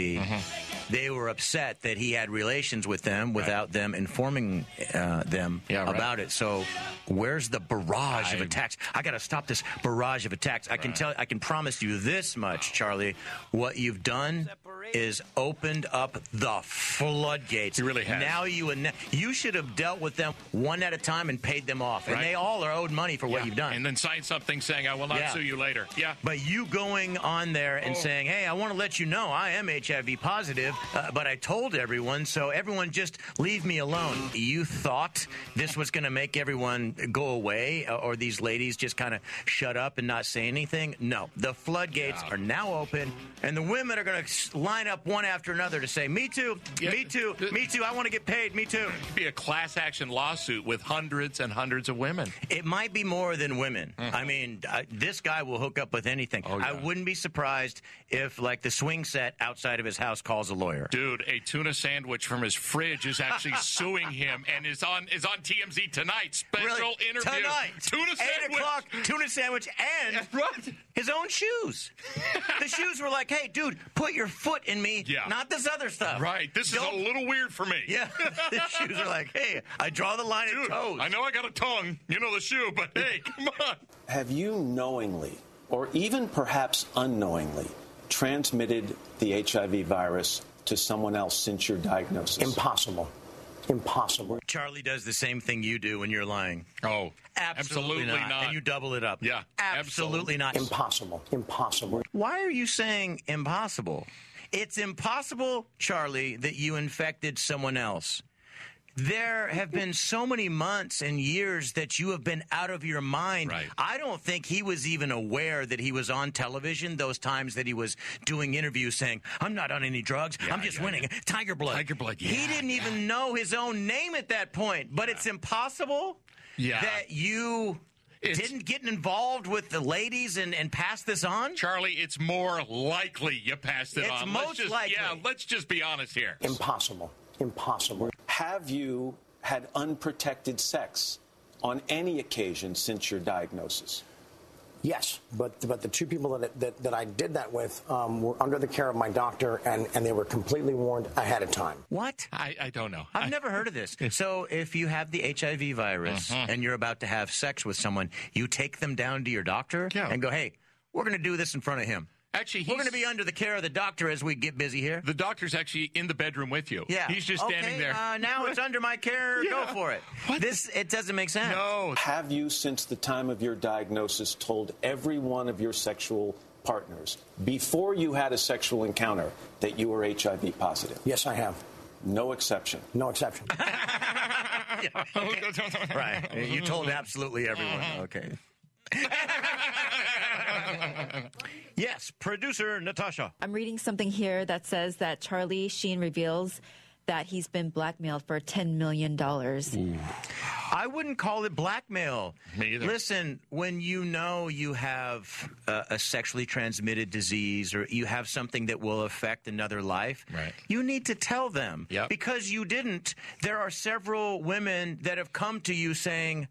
Speaker 1: they were upset that he had relations with them without them informing uh, them
Speaker 2: right.
Speaker 1: about it. So where's the barrage of attacks? I got to stop this barrage of attacks. I can tell. I can promise you this much, Charlie. What you've done is opened up the floodgates. You really
Speaker 2: has.
Speaker 1: Now you anno- you should have dealt with them one at a time and paid them off, and
Speaker 2: Right.
Speaker 1: they all are owed money for what you've done.
Speaker 2: And then sign something saying, I will not
Speaker 1: Yeah.
Speaker 2: sue you later. Yeah.
Speaker 1: But you going on there and
Speaker 2: Oh.
Speaker 1: saying, "Hey, I want to let you know I am HIV positive, uh, but I told everyone, so everyone just leave me alone." You thought this was going to make everyone go away, uh, or these ladies just kind of shut up and not say anything? No, the floodgates are now open, and the women are going to line up one after another to say, "Me too, me too, me too. I want to get paid. Me too."
Speaker 2: It'd be a class action lawsuit with hundreds and hundreds of women.
Speaker 1: It might be more than women.
Speaker 2: Mm.
Speaker 1: I mean, I, this guy
Speaker 2: Oh,
Speaker 1: will hook up with anything. I wouldn't be surprised if, like, the swing set outside of his house calls a lawyer. lawyer.
Speaker 2: Dude, a tuna sandwich from his fridge is actually suing him and is on is on TMZ tonight. Special
Speaker 1: Really?
Speaker 2: interview.
Speaker 1: Tonight,
Speaker 2: Tuna
Speaker 1: eight
Speaker 2: sandwich.
Speaker 1: o'clock, tuna sandwich, and his own shoes. the shoes were like, "Hey, dude, put your foot in me, not this other stuff."
Speaker 2: Right. This
Speaker 1: Don't-
Speaker 2: is a little weird for me.
Speaker 1: Yeah, the shoes are like, "Hey, I draw the line
Speaker 2: Dude,
Speaker 1: at toes."
Speaker 2: I know I got a tongue. You know the shoe, but hey, come on.
Speaker 17: Have you knowingly, or even perhaps unknowingly, transmitted the HIV virus to someone else since your diagnosis?
Speaker 18: Impossible. Impossible.
Speaker 1: Charlie does the same thing you do when you're lying.
Speaker 2: Oh,
Speaker 1: absolutely,
Speaker 18: absolutely
Speaker 1: not.
Speaker 18: not.
Speaker 1: And you double it up. Yeah, absolutely, not.
Speaker 18: Impossible. Impossible.
Speaker 1: Why are you saying impossible? It's impossible, Charlie, that you infected someone else. There have been so many months and years that you have been out of your mind. I don't think he was even aware that he was on television those times that he was doing interviews saying, I'm not on any drugs. I'm just winning. Tiger Blood. Tiger Blood, He didn't even know his own name at that point, but it's impossible
Speaker 2: Yeah.
Speaker 1: that you didn't get involved with the ladies and, and pass this on?
Speaker 2: Charlie, it's more likely you passed it
Speaker 1: It's
Speaker 2: on.
Speaker 1: most
Speaker 2: let's just,
Speaker 1: likely.
Speaker 2: Yeah, let's just be honest here.
Speaker 17: Impossible. Impossible. Have you had unprotected sex on any occasion since your diagnosis?
Speaker 18: Yes, but but the two people that that, that I did that with um, were under the care of my doctor, and, and they were completely warned ahead of time.
Speaker 1: What?
Speaker 2: I, I don't know.
Speaker 1: I've never heard of this. So, if you have the HIV virus
Speaker 2: Uh-huh.
Speaker 1: and you're about to have sex with someone, you take them down to your doctor and go, hey, we're going to do this in front of him.
Speaker 2: Actually,
Speaker 1: we're going to be under the care of the doctor as we get busy here.
Speaker 2: The doctor's actually in the bedroom with you.
Speaker 1: Yeah.
Speaker 2: He's just standing
Speaker 1: Okay,
Speaker 2: there.
Speaker 1: Uh, now it's under my care. Go
Speaker 2: Yeah.
Speaker 1: for it. This it doesn't make sense.
Speaker 2: No.
Speaker 17: Have you, since the time of your diagnosis, told every one of your sexual partners before you had a sexual encounter that you were HIV positive?
Speaker 18: Yes, I have.
Speaker 17: No exception.
Speaker 18: No exception.
Speaker 1: right. You told absolutely everyone. Okay. yes, producer Natasha.
Speaker 5: I'm reading something here that says that Charlie Sheen reveals that he's been blackmailed for $10 million.
Speaker 1: I wouldn't call it blackmail. Me either. Listen, when you know you have uh, a sexually transmitted disease or you have something that will affect another life, right. you need to tell them. Because you didn't, there are several women that have come to you saying,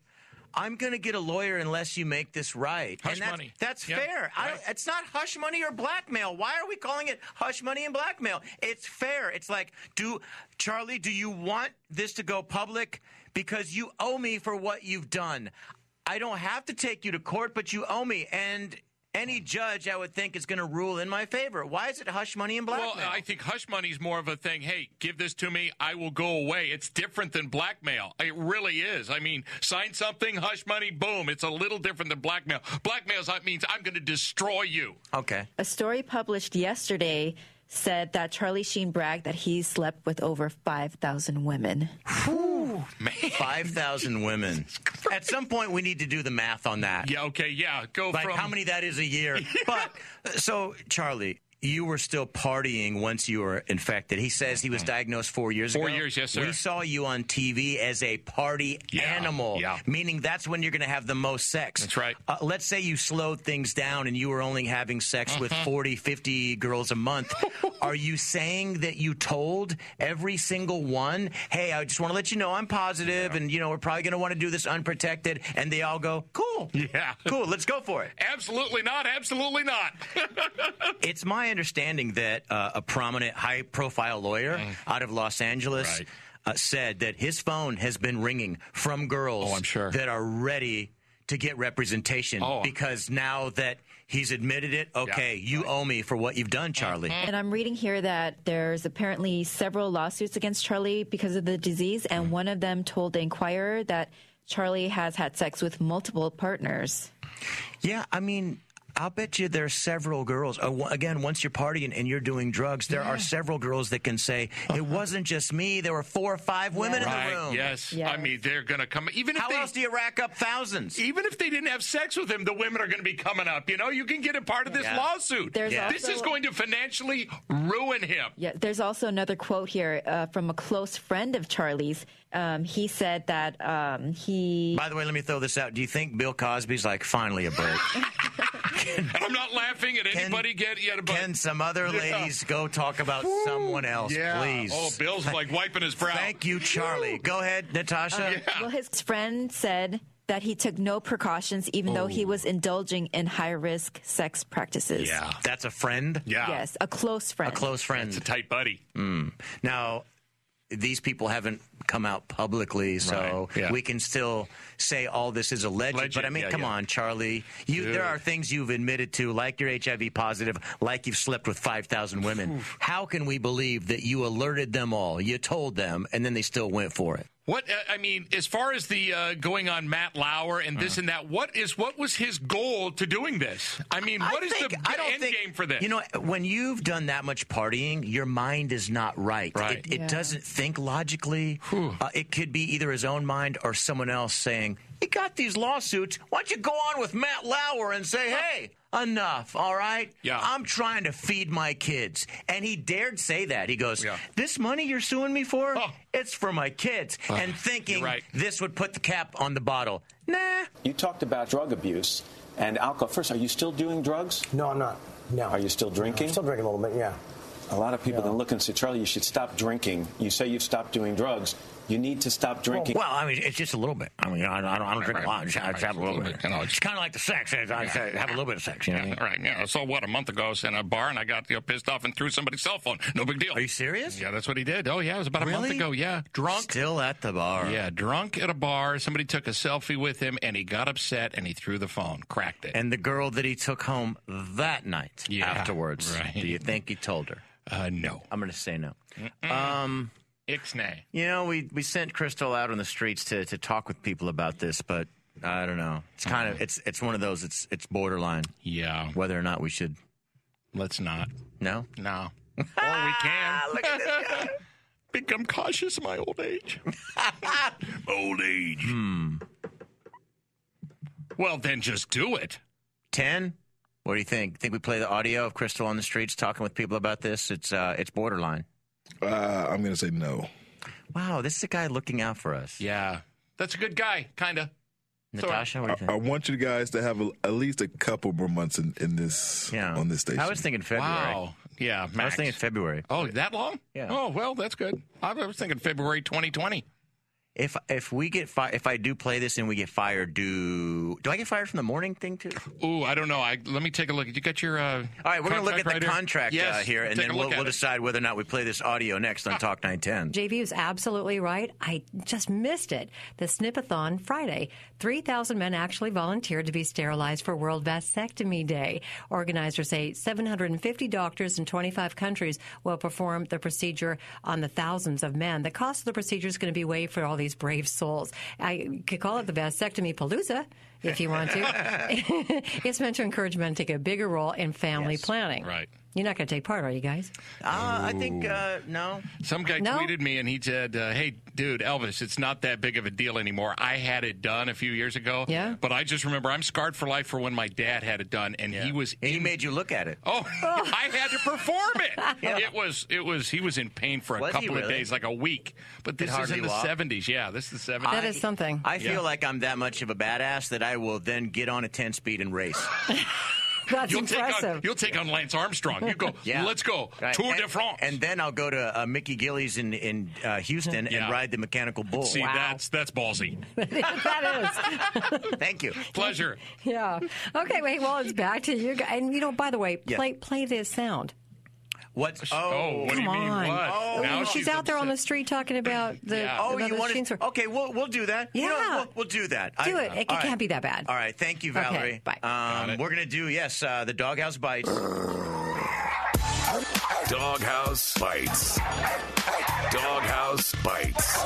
Speaker 1: I'm going to get a lawyer unless you make this right.
Speaker 2: Hush
Speaker 1: and that's,
Speaker 2: money.
Speaker 1: That's
Speaker 2: Yeah,
Speaker 1: fair. I don't, it's not hush money or blackmail. Why are we calling it hush money and blackmail? It's fair. It's like, do Charlie, do you want this to go public because you owe me for what you've done? I don't have to take you to court, but you owe me and. Any judge, I would think, is going to rule in my favor. Why is it hush money and blackmail?
Speaker 2: Well, I think hush money is more of a thing. Hey, give this to me. I will go away. It's different than blackmail. It really is. I mean, sign something, hush money, boom. It's a little different than blackmail. Blackmail is- means I'm going to destroy you.
Speaker 1: okay.
Speaker 5: A story published yesterday said that Charlie Sheen bragged that he slept with over 5,000 women.
Speaker 1: Five thousand women. At some point, we need to do the math on that.
Speaker 2: Yeah. Okay. Yeah. Go
Speaker 1: like
Speaker 2: from-
Speaker 1: how many that is a year. But so, Charlie. You were still partying once you were infected. He says he was diagnosed four years
Speaker 2: Mm-hmm. Four
Speaker 1: ago.
Speaker 2: years, yes, sir.
Speaker 1: We saw you on TV as a party animal,
Speaker 2: yeah.
Speaker 1: meaning that's when you're going to have the most sex. That's right. Uh, let's say you slowed things down and you were only having sex with
Speaker 2: Uh-huh.
Speaker 1: 40, 50 girls a month. Are you saying that you told every single one, hey, I just want to let you know I'm positive and, you know, we're probably going to want to do this unprotected? And they all go, cool.
Speaker 2: Yeah.
Speaker 1: Cool. Let's go for it.
Speaker 2: Absolutely not. Absolutely not.
Speaker 1: It's my understanding that uh, a prominent high profile lawyer out of Los Angeles uh, said that his phone has been ringing from girls that are ready to get representation because now that he's admitted it, okay, you owe me for what you've done, Charlie.
Speaker 5: And I'm reading here that there's apparently several lawsuits against Charlie because of the disease, and one of them told the Inquirer that Charlie has had sex with multiple partners.
Speaker 1: Yeah, I mean, I'll bet you there's several girls. Uh, wa- again, once you're partying and you're doing drugs, there are several girls that can say, it wasn't just me. There were four or five women in
Speaker 2: right.
Speaker 1: the room.
Speaker 2: Yes. I mean, they're going to come. Even if
Speaker 1: How
Speaker 2: they,
Speaker 1: else do you rack up thousands?
Speaker 2: Even if they didn't have sex with him, the women are going to be coming up. You know, you can get a part of this
Speaker 5: Yeah.
Speaker 2: lawsuit.
Speaker 5: There's Yeah.
Speaker 2: This
Speaker 5: also-
Speaker 2: is going to financially ruin him.
Speaker 5: Yeah, there's also another quote here uh, from a close friend of Charlie's. Um, he said that um, he.
Speaker 1: By the way, let me throw this out. Do you think Bill Cosby's like, finally a break?
Speaker 2: and I'm not laughing at anybody get yet. But
Speaker 1: Can some other
Speaker 2: Yeah.
Speaker 1: ladies go talk about someone else,
Speaker 2: Yeah.
Speaker 1: please?
Speaker 2: Oh, Bill's like wiping his brow.
Speaker 1: Thank you, Charlie. Go ahead, Natasha.
Speaker 5: Uh, Well, his friend said that he took no precautions, even though he was indulging in high risk sex practices.
Speaker 1: Yeah. That's a friend?
Speaker 5: Yes, a close friend.
Speaker 1: A close friend. It's a
Speaker 2: tight buddy.
Speaker 1: Now, these people haven't come out publicly, so
Speaker 2: Right, yeah.
Speaker 1: we can still say all this is alleged. but I
Speaker 2: Legend,
Speaker 1: mean,
Speaker 2: yeah,
Speaker 1: come
Speaker 2: yeah.
Speaker 1: on, Charlie. You,
Speaker 2: Dude.
Speaker 1: there are things you've admitted to, like you're HIV positive, like you've slept with 5,000 women. How can we believe that you alerted them all, you told them, and then they still went for it?
Speaker 2: What uh, I mean, as far as the uh, going on Matt Lauer and
Speaker 1: Uh.
Speaker 2: this and that, what is what was his goal to doing this? I mean, what is the
Speaker 1: I don't
Speaker 2: end
Speaker 1: think-
Speaker 2: game for this?
Speaker 1: You know, when you've done that much partying, your mind is not right.
Speaker 2: Right.
Speaker 1: It, it
Speaker 2: Yeah.
Speaker 1: doesn't think logically. Uh, it could be either his own mind or someone else saying, "You got these lawsuits. Why don't you go on with Matt Lauer and say, hey." Enough, all right? Yeah. I'm trying to feed my kids. And he dared say that. He goes, This money you're suing me for, it's for my kids. and thinking this would put the cap on the bottle. Nah.
Speaker 17: You talked about drug abuse and alcohol. First, are you still doing drugs?
Speaker 18: No, I'm not. No.
Speaker 17: Are you still drinking?
Speaker 18: still drinking a little bit, yeah.
Speaker 17: A lot of people then look and say, Charlie, you should stop drinking. You say you've stopped doing drugs. You need to stop drinking.
Speaker 1: Well, I mean, it's just a little bit. I mean, I, don't- I don't, I don't drink a lot. I just, I just have a little bit. it's kind of like the sex. I, I just have a little bit of sex. You know?
Speaker 2: Yeah, right. Yeah. So what? A month ago, I was in a bar and I got you know, pissed off and threw somebody's cell phone. No big deal. Are you
Speaker 1: serious?
Speaker 2: Yeah, that's what he did. Oh yeah, it was about a month
Speaker 1: Really?
Speaker 2: ago. Yeah, drunk.
Speaker 1: Still at the bar.
Speaker 2: Yeah, drunk at a bar. Somebody took a selfie with him and he got upset and he threw the phone, cracked it.
Speaker 1: And the girl that he took home that night
Speaker 2: Yeah,
Speaker 1: afterwards,
Speaker 2: right.
Speaker 1: do you think he told her?
Speaker 2: Uh, no.
Speaker 1: I'm going to say no. Um,
Speaker 2: Ixnay.
Speaker 1: You know, we, we sent Crystal out on the streets to, to talk with people about this, but I don't know. It's kind of it's it's one of those. It's it's borderline.
Speaker 2: Mm. Yeah.
Speaker 1: Whether or not we should.
Speaker 2: Let's not.
Speaker 1: No.
Speaker 2: No. or we can.
Speaker 1: Ah, Look at this
Speaker 2: Become cautious of my old age. old age. Hmm. Well, then just do it.
Speaker 1: Ten. What do you think? Think we play the audio of Crystal on the streets talking with people about this? It's uh, it's borderline.
Speaker 19: Uh, I'm going to say no.
Speaker 1: Wow, this is a guy looking out for us.
Speaker 2: Yeah. That's a good guy, kind of.
Speaker 1: Natasha, what do you
Speaker 19: I,
Speaker 1: think?
Speaker 19: I want you guys to have a, at least a couple more months in, in this on this station.
Speaker 1: I was thinking February.
Speaker 2: Wow. Yeah,
Speaker 1: I was thinking February.
Speaker 2: Oh, that long? Yeah. Oh, well, that's good. I was thinking February 2020.
Speaker 1: If if we get fi- if I do play this and we get fired, do do I get fired from the morning thing too?
Speaker 2: Ooh, I don't know. I let me take a look. You got your uh, all
Speaker 1: All right, we're going to look at the contract
Speaker 2: yes,
Speaker 1: uh, here, and
Speaker 2: take
Speaker 1: then
Speaker 2: a look
Speaker 1: we'll,
Speaker 2: at
Speaker 1: we'll
Speaker 2: it.
Speaker 1: decide whether or not we play this audio next on Talk 910.
Speaker 8: JV is absolutely right. I just missed it. The Snipathon Friday. 3,000 men actually volunteered to be sterilized for World Vasectomy Day. Organizers say 750 doctors in 25 countries will perform the procedure on the thousands of men. The cost of the procedure is going to be waived for all these brave souls. I you could call it the Vasectomy Palooza if you want to. it's meant to encourage men to take a bigger role in family planning.
Speaker 2: Right.
Speaker 8: You're not going to take part, are you guys?
Speaker 1: I think uh, no.
Speaker 2: Some guy tweeted me and he said, uh, "Hey, dude, Elvis, it's not that big of a deal anymore. I had it done a few years ago.
Speaker 8: Yeah.
Speaker 2: but I just remember I'm scarred for life for when my dad had it done, and he was.
Speaker 1: He made you look at it.
Speaker 2: Oh, I had to perform it. It was. It was. He was in pain for a
Speaker 1: Was he
Speaker 2: couple of
Speaker 1: really?
Speaker 2: days, like a week. But this is
Speaker 1: hardly
Speaker 2: in the
Speaker 1: walk?
Speaker 2: 70s. Yeah, this is the 70s.
Speaker 8: That is something.
Speaker 1: I feel
Speaker 2: Yeah.
Speaker 1: like I'm that much of a badass that I will then get on a 10 speed and race.
Speaker 8: That's
Speaker 2: you'll Take on, you'll take on Lance Armstrong. You go.
Speaker 1: Yeah.
Speaker 2: Let's go.
Speaker 1: Right.
Speaker 2: Tour
Speaker 1: and,
Speaker 2: de France.
Speaker 1: And then I'll go to uh, Mickey Gillies in, in uh, Houston
Speaker 2: Yeah.
Speaker 1: and ride the mechanical bull.
Speaker 2: See, that's that's ballsy.
Speaker 8: that is.
Speaker 1: Thank you.
Speaker 2: Pleasure.
Speaker 8: Yeah. Okay. Wait. Well, it's back to you guys. And you know, by the way,
Speaker 1: Yeah.
Speaker 8: play play this sound.
Speaker 1: What? Oh,
Speaker 8: Come on.
Speaker 1: Oh,
Speaker 8: Ooh, she's, out there on the street talking about the.
Speaker 1: Oh,
Speaker 8: about
Speaker 1: you
Speaker 8: the
Speaker 1: want
Speaker 8: scenes
Speaker 1: to?
Speaker 8: where-
Speaker 1: Okay, we'll we'll do that. You know,
Speaker 8: Yeah.
Speaker 1: we'll, we'll do that.
Speaker 8: Do it. It- it
Speaker 1: all
Speaker 8: can't be that bad.
Speaker 1: All right. Thank you,
Speaker 8: Okay,
Speaker 1: Valerie.
Speaker 8: bye.
Speaker 1: Um, we're gonna do yes. Uh, the doghouse bites.
Speaker 12: Doghouse Bites. Doghouse Bites.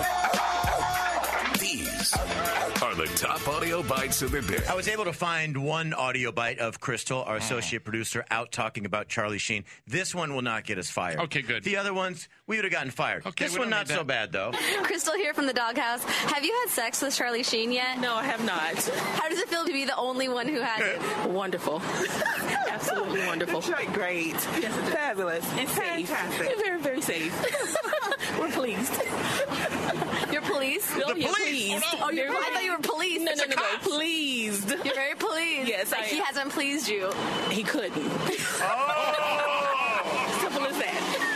Speaker 12: These are the top audio bites of the day.
Speaker 1: I was able to find one audio bite of Crystal, our associate producer, out talking about Charlie Sheen. This one will not get us fired. Okay, good. The other ones, we would have gotten fired.
Speaker 2: Okay,
Speaker 1: this
Speaker 2: we
Speaker 1: one,
Speaker 2: don't
Speaker 1: not
Speaker 2: need
Speaker 1: so bad, though.
Speaker 13: Crystal here from the doghouse. Have you had sex with Charlie Sheen yet? No, I have not. How does it feel to be the only one who has? Wonderful.
Speaker 20: Absolutely wonderful. Detroit, great. Fabulous. And safe. Fantastic. Very, very safe. We're pleased.
Speaker 13: You're pleased?
Speaker 20: Oh,
Speaker 13: You're
Speaker 20: yeah,
Speaker 13: pleased.
Speaker 20: pleased.
Speaker 13: Oh, you're,
Speaker 20: Very-
Speaker 13: I thought you were pleased.
Speaker 20: No,
Speaker 13: That's
Speaker 20: no,
Speaker 13: a
Speaker 20: no, no.
Speaker 13: cop.
Speaker 20: Pleased.
Speaker 13: You're very pleased. pleased?
Speaker 20: Yes,
Speaker 13: like,
Speaker 20: I
Speaker 13: he
Speaker 20: am.
Speaker 13: hasn't pleased you.
Speaker 20: He couldn't. Simple as that.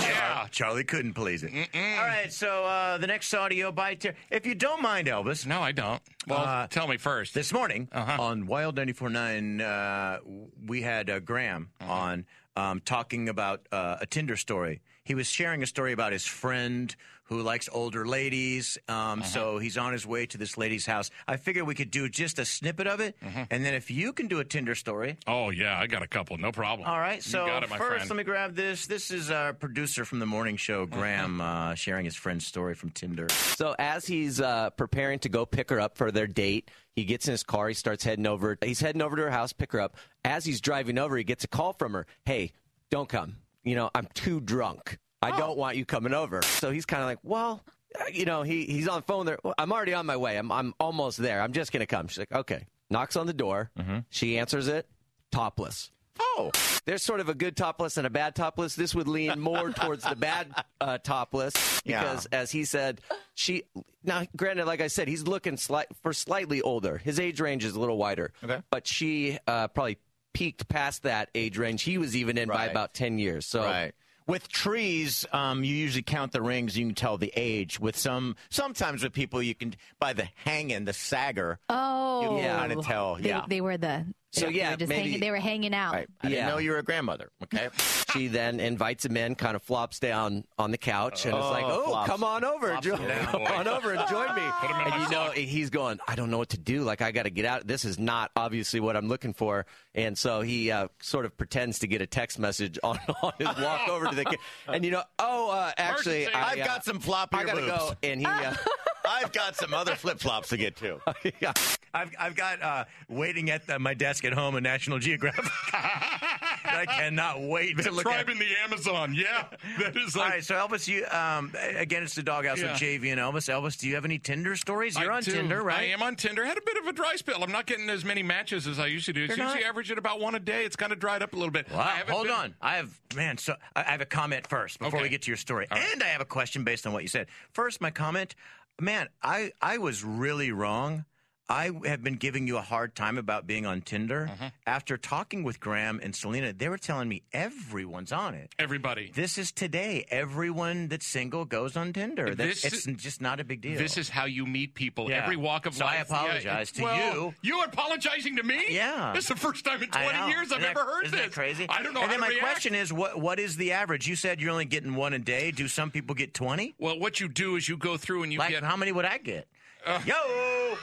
Speaker 1: Yeah. Charlie couldn't please it. All right, so uh, the next audio bite. Ter- if you don't mind, Elvis. Uh,
Speaker 2: No, I don't. Well, tell me first. Uh-huh.
Speaker 1: This morning on Wild 94.9, uh, w- we had uh, Graham
Speaker 2: Uh-huh.
Speaker 1: on um, talking about uh, a Tinder story. He was sharing a story about his friend who likes older ladies.
Speaker 2: Uh-huh.
Speaker 1: Um, So he's on his way to this lady's house. I figured we could do just a snippet of it. And then if you can do a Tinder story.
Speaker 2: Uh-huh. Oh, yeah, I got a couple. No problem.
Speaker 1: All right.
Speaker 2: You
Speaker 1: So
Speaker 2: got it, my
Speaker 1: first,
Speaker 2: friend.
Speaker 1: let me grab this. This is our producer from the morning show, Graham, uh, sharing his friend's story from Tinder.
Speaker 21: So as he's uh, preparing to go pick her up for their date, he gets in his car. He starts heading over. He's heading over to her house, pick her up. As he's driving over, he gets a call from her. Hey, don't come. You know, I'm too drunk. I don't want you coming over. So he's kind of like, well, uh, you know, he he's on the phone there. "Well, I'm already on my way. I'm I'm almost there. I'm just gonna come. She's like, okay. Knocks on the door. She answers it. Topless. Oh, there's sort of a good topless and a bad topless. This would lean more towards the bad uh, topless
Speaker 22: Yeah.
Speaker 21: because as he said, she. Now, granted, like I said, he's looking slight for slightly older. His age range is a little wider, but she uh, probably peaked past that age range he was even in by
Speaker 1: Right.
Speaker 21: about ten years. So.
Speaker 1: Right. With trees, um, you usually count the rings. You can tell the age. With some, sometimes with people, you can by the hanging, the sagger.
Speaker 23: Oh,
Speaker 1: you can kind of tell.
Speaker 23: They,
Speaker 1: yeah.
Speaker 23: they were the.
Speaker 21: So,
Speaker 23: they were
Speaker 21: yeah,
Speaker 23: just
Speaker 21: maybe-
Speaker 23: hanging, they were hanging out.
Speaker 21: Right.
Speaker 1: I didn't know you were a grandmother. Okay.
Speaker 21: she then invites him in, kind of flops down on the couch, and is like, "Oh, come on over, Flops jo- him down, come boy. on over and join me." Put him in and my you know, he's going, "I don't know what to do. Like, I got to get out. This is not obviously what I'm looking for." And so he uh, sort of pretends to get a text message on, on his walk over to the kid, and you know, oh, uh, actually,
Speaker 1: Emergency.
Speaker 21: I,
Speaker 1: I've
Speaker 21: uh,
Speaker 1: got some floppier
Speaker 21: I gotta
Speaker 1: boobs.
Speaker 21: go, and he. Uh,
Speaker 1: I've got some other flip flops to get to.
Speaker 21: yeah.
Speaker 1: I've, I've got uh, waiting at the, my desk at home a National Geographic. I cannot wait to look at.
Speaker 2: Tribe in the Amazon. Yeah, that is
Speaker 1: All
Speaker 2: like
Speaker 1: right, so Elvis, you um, again, it's the doghouse
Speaker 2: Yeah.
Speaker 1: with JV and Elvis. Elvis, do you have any Tinder stories? You're
Speaker 2: I
Speaker 1: on
Speaker 2: do.
Speaker 1: Tinder, right?
Speaker 2: I am on Tinder. Had a bit of a dry spell. I'm not getting as many matches as I usually do. It's
Speaker 1: You're
Speaker 2: usually
Speaker 1: not?
Speaker 2: average at about one a day. It's kind of dried up a little bit.
Speaker 1: Wow, hold on. I have man, so I I have a comment first before we get to your story. And I have a question based on what you said. First, my comment, man, I I was really wrong. I have been giving you a hard time about being on Tinder.
Speaker 2: Mm-hmm.
Speaker 1: After talking with Graham and Selena, they were telling me everyone's on it.
Speaker 2: Everybody.
Speaker 1: This is today. Everyone that's single goes on Tinder. That's,
Speaker 2: This-
Speaker 1: it's just not a big deal.
Speaker 2: This is how you meet people.
Speaker 1: Yeah.
Speaker 2: Every walk of
Speaker 1: So I
Speaker 2: life. Yeah,
Speaker 1: apologize to
Speaker 2: well, you. You apologizing to me?
Speaker 1: Yeah.
Speaker 2: This is the first time in
Speaker 1: I
Speaker 2: 20
Speaker 1: know.
Speaker 2: years I've
Speaker 1: Isn't that-
Speaker 2: ever heard
Speaker 1: isn't
Speaker 2: this.
Speaker 1: that crazy?
Speaker 2: I don't know
Speaker 1: And
Speaker 2: how
Speaker 1: then my
Speaker 2: to react.
Speaker 1: question is, what what is the average? You said you're only getting one a day. Do some people get twenty?
Speaker 2: Well, what you do is you go through and you
Speaker 1: like
Speaker 2: get- uh,
Speaker 1: how many would I get? Yo.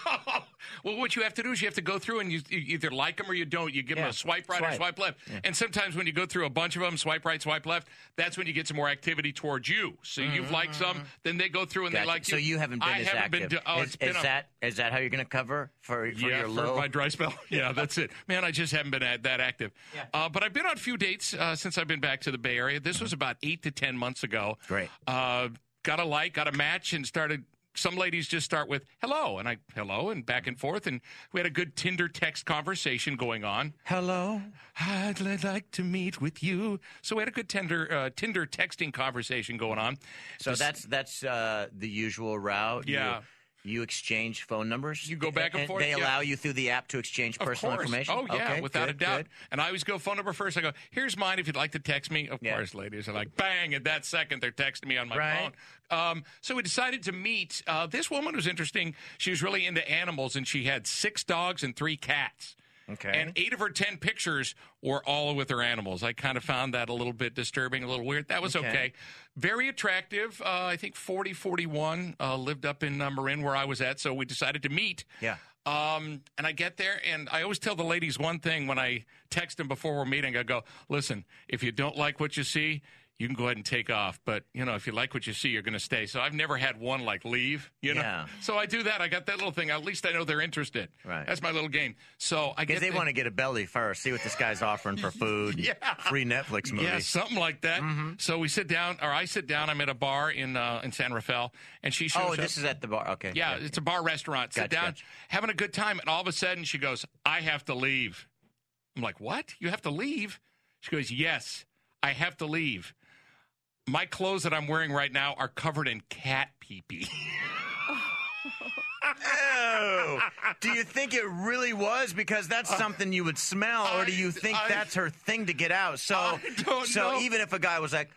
Speaker 2: well, what you have to do is you have to go through and you, you either like them or you don't. You give them
Speaker 24: Yeah.
Speaker 2: a swipe right or
Speaker 24: Swipe.
Speaker 2: swipe left. And sometimes when you go through a bunch of them, swipe right, swipe left, that's when you get some more activity towards you. So you've liked some, then they go through and
Speaker 1: Mm-hmm. Gotcha.
Speaker 2: they like you.
Speaker 1: So you haven't been
Speaker 2: I
Speaker 1: as
Speaker 2: haven't
Speaker 1: active.
Speaker 2: Been to, oh,
Speaker 1: is,
Speaker 2: it's been
Speaker 1: is
Speaker 2: a-
Speaker 1: that is that how you're going to cover for, for
Speaker 2: yeah,
Speaker 1: your low?
Speaker 2: for my dry spell. yeah, that's it. Man, I just haven't been at that active. Uh, but I've been on a few dates uh, since I've been back to the Bay Area. This was about eight to ten months ago.
Speaker 1: Great.
Speaker 2: Uh, got a like, got a match, and started. Some ladies just start with hello, and I hello, and back and forth, and we had a good Tinder text conversation going on.
Speaker 1: Hello,
Speaker 2: I'd li- like to meet with you. So we had a good Tinder uh, Tinder texting conversation going on.
Speaker 1: so
Speaker 2: This-
Speaker 1: that's that's uh, the usual route. You-
Speaker 2: Yeah.
Speaker 1: You, exchange phone numbers. You
Speaker 2: go back and forth,
Speaker 1: They
Speaker 2: yeah.
Speaker 1: allow you through the app to exchange
Speaker 2: Of
Speaker 1: personal
Speaker 2: course.
Speaker 1: information.
Speaker 2: Oh yeah,
Speaker 1: Okay,
Speaker 2: without
Speaker 1: good,
Speaker 2: a doubt.
Speaker 1: good.
Speaker 2: And I always go phone number first. I go, here's mine if you'd like to text me. Of course, ladies are like, bang! At that second, they're texting me on my
Speaker 1: Right.
Speaker 2: phone. Um, so we decided to meet. Uh, this woman was interesting. She was really into animals, and she had six dogs and three cats.
Speaker 1: Okay.
Speaker 2: And eight of her ten pictures were all with her animals. I kind of found that a little bit disturbing, a little weird. That was okay.
Speaker 1: Okay.
Speaker 2: Very attractive. Uh, I think 40, 41, uh, lived up in uh, Marin where I was at. So we decided to meet.
Speaker 1: Yeah.
Speaker 2: Um, and I get there, and I always tell the ladies one thing when I text them before we're meeting. I go, listen, if you don't like what you see, you can go ahead and take off. But, you know, if you like what you see, you're going to stay. So I've never had one like leave, you know?
Speaker 1: Yeah.
Speaker 2: So I do that. I got that little thing. At least I know they're interested.
Speaker 1: Right.
Speaker 2: That's my little game. So I
Speaker 1: Because
Speaker 2: get
Speaker 1: they
Speaker 2: the-
Speaker 1: want to get a belly first, see what this guy's offering for food,
Speaker 2: Yeah.
Speaker 1: free Netflix movie. Mm-hmm.
Speaker 2: Yeah, something like that. So we sit down, or I sit down. I'm at a bar in uh, in San Rafael, and she shows
Speaker 1: Oh,
Speaker 2: up.
Speaker 1: this is at the bar. Okay.
Speaker 2: yeah, it's a bar restaurant. sit
Speaker 1: Gotcha,
Speaker 2: down,
Speaker 1: gotcha.
Speaker 2: having a good time, and all of a sudden she goes, "I have to leave." I'm like, "What? You have to leave?" She goes, "Yes, I have to leave. My clothes that I'm wearing right now are covered in cat pee pee."
Speaker 1: Oh. Do you think it really was? Because that's something you would smell, or do you think that's her thing to get out? So, so
Speaker 4: know.
Speaker 1: even if a guy was like,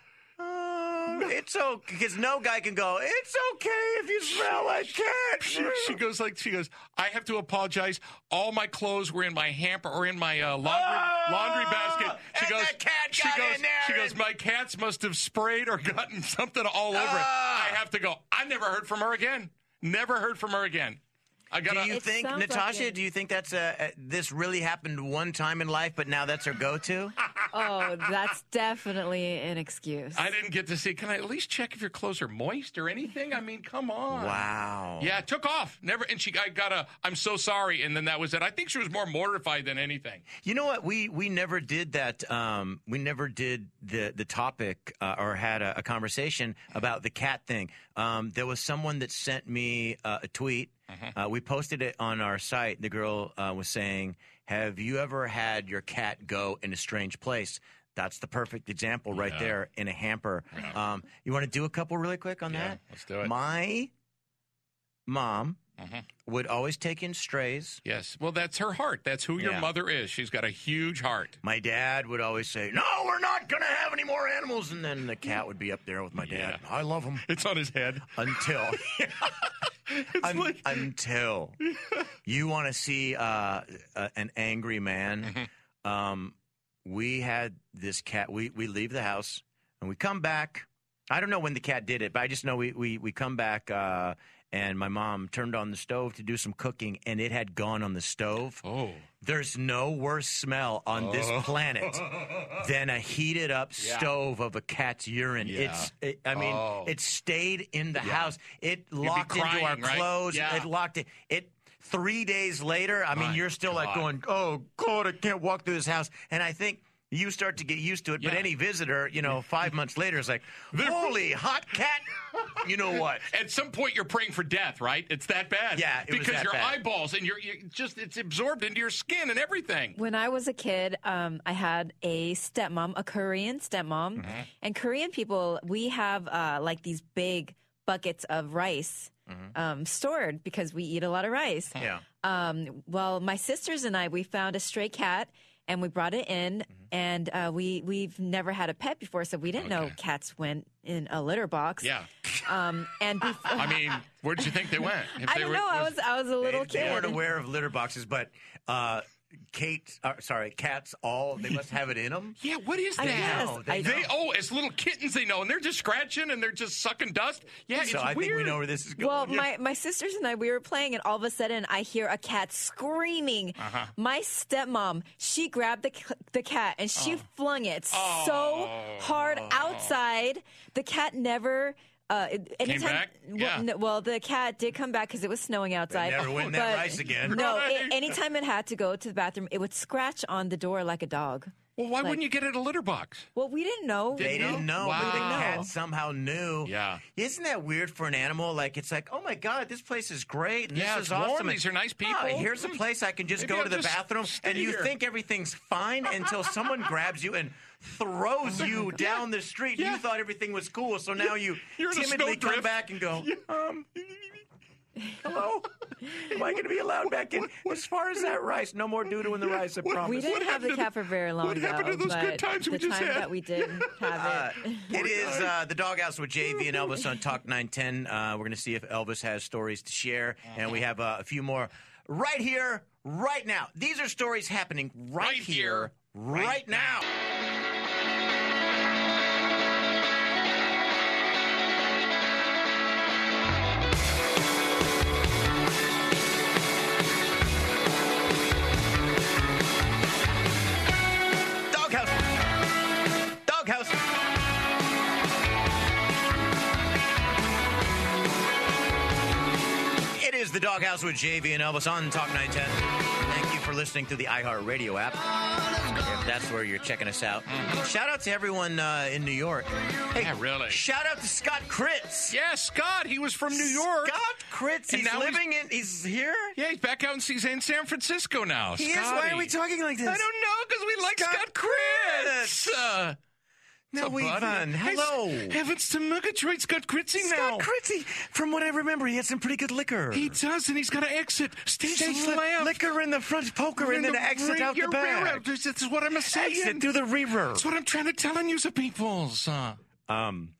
Speaker 1: "Uh, "It's okay," because no guy can go, "It's okay if you smell like cat."
Speaker 2: She, she goes like she goes. I have to apologize. All my clothes were in my hamper or in my uh, laundry laundry basket. She goes.
Speaker 1: Ah! cat
Speaker 2: she
Speaker 1: got
Speaker 2: goes.
Speaker 1: in there
Speaker 2: she goes. My cats must have sprayed or gotten something all over it.
Speaker 1: Ah!
Speaker 2: I have to go. I never heard from her again. Never heard from her again. I got.
Speaker 1: Do you think, Natasha? do you think that's a, a- this really happened one time in life, but now that's her go-to?
Speaker 5: Oh, that's definitely an excuse.
Speaker 2: I didn't get to see. Can I at least check if your clothes are moist or anything? I mean, come on.
Speaker 1: Wow.
Speaker 2: Yeah, it took off. Never. And she, I got a. I'm so sorry. And then that was it. I think she was more mortified than anything.
Speaker 1: You know what? We we never did that. Um, we never did the the topic uh, or had a, a conversation about the cat thing. Um, there was someone that sent me uh, a tweet.
Speaker 2: Mm-hmm.
Speaker 1: Uh, we posted it on our site. The girl uh, was saying, "Have you ever had your cat go in a strange place?" That's the perfect example right
Speaker 4: Yeah.
Speaker 1: there in a hamper. Um, you want to do a couple really quick on that?
Speaker 2: Let's do it.
Speaker 1: My mom would always take in strays.
Speaker 2: Mm-hmm. Yes. Well, that's her heart. That's who your
Speaker 1: Yeah.
Speaker 2: mother is. She's got a huge heart.
Speaker 1: My dad would always say, "No, we're not going to have any more animals." And then the cat would be up there with my dad. I love him.
Speaker 2: It's on his head
Speaker 1: until Un- until you want to see uh, a, an angry man.
Speaker 4: Mm-hmm.
Speaker 1: Um, we had this cat. We we leave the house and we come back. I don't know when the cat did it, but I just know we we we come back. Uh, and my mom turned on the stove to do some cooking, and it had gone on the stove.
Speaker 2: Oh.
Speaker 1: There's no worse smell on this
Speaker 4: Oh.
Speaker 1: planet than a heated up
Speaker 4: Yeah.
Speaker 1: stove of a cat's urine.
Speaker 4: Yeah.
Speaker 1: It's, it, I mean,
Speaker 4: Oh.
Speaker 1: it stayed in the house. It
Speaker 4: be
Speaker 1: locked into our
Speaker 4: crying, right?
Speaker 1: clothes.
Speaker 4: Yeah.
Speaker 1: It locked it. It three days later. I mean,
Speaker 4: My
Speaker 1: you're still like
Speaker 4: God.
Speaker 1: going, "Oh God, I can't walk through this house." And I think you start to get used to it. But any visitor, you know, five months later is like, "Holy hot cat!" You know what?
Speaker 2: At some point, you're praying for death, right? It's that bad.
Speaker 1: Yeah, it was
Speaker 2: because
Speaker 1: that
Speaker 2: your
Speaker 1: bad.
Speaker 2: eyeballs and your you just it's absorbed into your skin and everything.
Speaker 5: When I was a kid, um, I had a stepmom, a Korean stepmom.
Speaker 2: Mhm.
Speaker 5: And Korean people, we have uh, like these big buckets of rice
Speaker 2: Mm-hmm.
Speaker 5: um, stored because we eat a lot of rice.
Speaker 4: Yeah.
Speaker 5: Um, well, my sisters and I, we found a stray cat and we brought it in.
Speaker 2: Mm-hmm.
Speaker 5: And uh, we, we've never had a pet before, so we didn't know cats went in a litter box.
Speaker 2: Yeah.
Speaker 5: Um, and bef-
Speaker 2: I mean, where did you think they went? If
Speaker 5: I
Speaker 2: they
Speaker 5: don't
Speaker 2: were-
Speaker 5: know. I was I was a little
Speaker 1: They
Speaker 5: kid.
Speaker 1: weren't aware of litter boxes, but uh, Kate, uh, sorry, cats all they must have it in them.
Speaker 2: Yeah, what is
Speaker 1: I
Speaker 2: that?
Speaker 1: guess, I
Speaker 2: they
Speaker 1: know.
Speaker 2: oh, as little kittens they know, and they're just scratching and they're just sucking dust. Yeah, it's
Speaker 1: so I think we
Speaker 2: weird.
Speaker 1: know where this is going.
Speaker 5: Well, my, my sisters and I, we were playing, and all of a sudden, I hear a cat screaming.
Speaker 4: Uh-huh.
Speaker 5: My stepmom, she grabbed the, c- the cat and she
Speaker 1: Oh.
Speaker 5: flung it so hard outside. The cat never. Uh, it-
Speaker 4: Came
Speaker 5: anytime,
Speaker 4: back?
Speaker 5: Well,
Speaker 4: Yeah.
Speaker 5: n- well, the cat did come back because it was snowing outside.
Speaker 4: never win that
Speaker 5: but
Speaker 4: rice again.
Speaker 5: No,
Speaker 4: Right.
Speaker 5: it, anytime it had to go to the bathroom, it would scratch on the door like a dog.
Speaker 2: Well, why wouldn't you get it a litter box?
Speaker 5: Well, we didn't Oh, know.
Speaker 1: They didn't know, but the
Speaker 5: Wow.
Speaker 1: cat somehow knew.
Speaker 2: Yeah.
Speaker 1: Isn't that weird for an animal? Like, it's like, oh my God, this place is great. And
Speaker 2: Yeah,
Speaker 1: this
Speaker 2: it's
Speaker 1: is awesome.
Speaker 2: warm.
Speaker 1: and-
Speaker 2: These are nice people. Hmm.
Speaker 1: Ah, here's a place I can just
Speaker 2: Maybe
Speaker 1: go
Speaker 2: I'll
Speaker 1: to the
Speaker 2: just
Speaker 1: bathroom.
Speaker 2: stay
Speaker 1: And you
Speaker 2: here.
Speaker 1: think everything's fine until someone grabs you and throws you down the street. You thought everything was cool. So now you
Speaker 4: You're in a
Speaker 1: timidly come
Speaker 4: snowdrift.
Speaker 1: back and go, um, hello? Am I going to be allowed back in? As far as that rice, no more doodoo in the rice, I promise.
Speaker 5: We didn't have the cat for very long. though, but the time that we did have it.
Speaker 1: It is uh, the doghouse with JV and Elvis on Talk 910. Uh, we're going to see if Elvis has stories to share, and we have uh, a few more right here, right now. These are stories happening right, here, right, now. Doghouse. Doghouse. It is the Doghouse with JV and Elvis on Talk 910. Thank you for listening to the iHeartRadio app. If that's where you're checking us out.
Speaker 2: Mm-hmm.
Speaker 1: Shout out to everyone uh, in New York. Hey, really? Shout out to Scott Kritz.
Speaker 2: Yeah, Scott. He was from New York.
Speaker 1: Scott Kritz.
Speaker 2: And
Speaker 1: he's
Speaker 2: now
Speaker 1: living in. He's here.
Speaker 2: Yeah, he's back out in, he's in San Francisco now.
Speaker 1: He is? Why are we
Speaker 2: Oh, Scotty.
Speaker 1: talking like this? uh,
Speaker 2: I don't know because we like Scott, Chris.
Speaker 1: No,
Speaker 2: So,
Speaker 1: we
Speaker 2: hold on.
Speaker 1: Hello.
Speaker 2: He's- Heavens to Murgatroyd's got Kritzy now.
Speaker 1: Scott Critzy, from what I remember, he had some pretty good liquor.
Speaker 2: He does, and he's got to exit. Stage,
Speaker 1: Stage
Speaker 2: left.
Speaker 1: left, liquor in the front, poker, and,
Speaker 2: You're
Speaker 1: then
Speaker 2: in the
Speaker 1: exit
Speaker 2: re-
Speaker 1: out the
Speaker 2: you're
Speaker 1: back.
Speaker 2: railroad. This this is what I'm saying.
Speaker 1: Exit through the reverb.
Speaker 2: That's what I'm trying to tell you, so peoples. Uh,
Speaker 1: Um,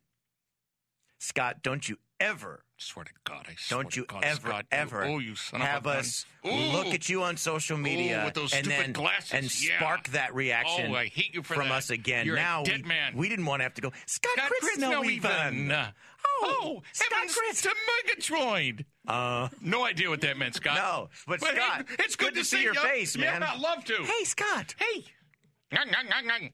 Speaker 1: Scott, don't you ever
Speaker 2: swear to God, I swear
Speaker 1: don't
Speaker 2: to
Speaker 1: you
Speaker 2: God,
Speaker 1: ever
Speaker 2: Scott, you-
Speaker 1: ever
Speaker 2: oh, you son of a
Speaker 1: have
Speaker 2: gun.
Speaker 1: us
Speaker 2: Ooh.
Speaker 1: look at you on social media
Speaker 2: Ooh, with those
Speaker 1: and
Speaker 2: stupid
Speaker 1: then
Speaker 2: glasses.
Speaker 1: and
Speaker 2: Yeah.
Speaker 1: spark that reaction
Speaker 2: Oh, I hate you for
Speaker 1: from
Speaker 2: that.
Speaker 1: us again.
Speaker 2: You're a
Speaker 1: now
Speaker 2: dead
Speaker 1: we,
Speaker 2: man.
Speaker 1: we didn't want to have to go. Scott,
Speaker 2: Scott
Speaker 1: Chris, no even.
Speaker 2: even. Oh, heavens to Murgatroyd.
Speaker 1: Uh,
Speaker 2: no idea what that meant, Scott.
Speaker 1: No, but
Speaker 2: hey,
Speaker 1: Scott,
Speaker 2: it's good, to, see
Speaker 1: your
Speaker 2: ya.
Speaker 1: face, man.
Speaker 2: Yeah, I love to.
Speaker 1: Hey, Scott.
Speaker 2: Hey. Ngang, ngang, ngang, ngang.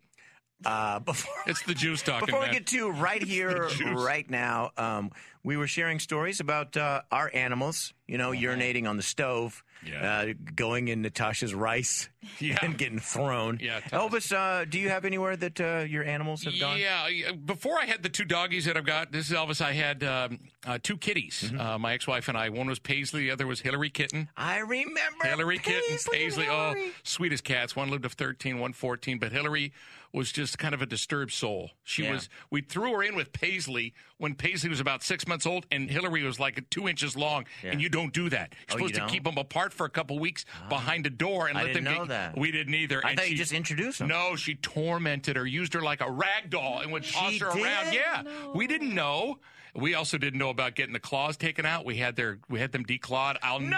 Speaker 1: Uh, before
Speaker 2: it's the Jews talking.
Speaker 1: Before
Speaker 2: man.
Speaker 1: we get to right here,
Speaker 2: juice.
Speaker 1: right now, um, we were sharing stories about uh, our animals. You
Speaker 2: Uh-huh.
Speaker 1: know, urinating on the stove, uh, going in Natasha's rice, and getting thrown.
Speaker 2: Yeah,
Speaker 1: Elvis, uh, do you have anywhere that uh, your animals have gone?
Speaker 2: Yeah. yeah. Before I had the two doggies that I've got, this is Elvis. I had um, uh, two kitties. Uh, my ex-wife and I. One was Paisley. The other was Hillary Kitten.
Speaker 1: Mm-hmm. I remember
Speaker 2: Hillary Kitten.
Speaker 1: Paisley and
Speaker 2: Oh, sweet as cats. One lived to 13, one 14. But Hillary was just kind of a disturbed soul. She
Speaker 1: Yeah.
Speaker 2: was. We threw her in with Paisley when Paisley was about six months old, and Hillary was like two inches long. And you don't do
Speaker 1: Oh,
Speaker 2: that. You're
Speaker 1: you
Speaker 2: supposed to
Speaker 1: don't? Ah.
Speaker 2: keep them apart for a couple weeks behind a door and
Speaker 1: I
Speaker 2: let
Speaker 1: didn't
Speaker 2: them
Speaker 1: know
Speaker 2: get,
Speaker 1: that.
Speaker 2: We didn't either.
Speaker 1: I
Speaker 2: and
Speaker 1: thought you
Speaker 2: she-
Speaker 1: just introduced them.
Speaker 2: No, she tormented her, used her like a rag doll, and would toss her around.
Speaker 1: did?
Speaker 2: Yeah, we didn't know. We also didn't know about getting the claws taken out. We had their we had them declawed. I'll no.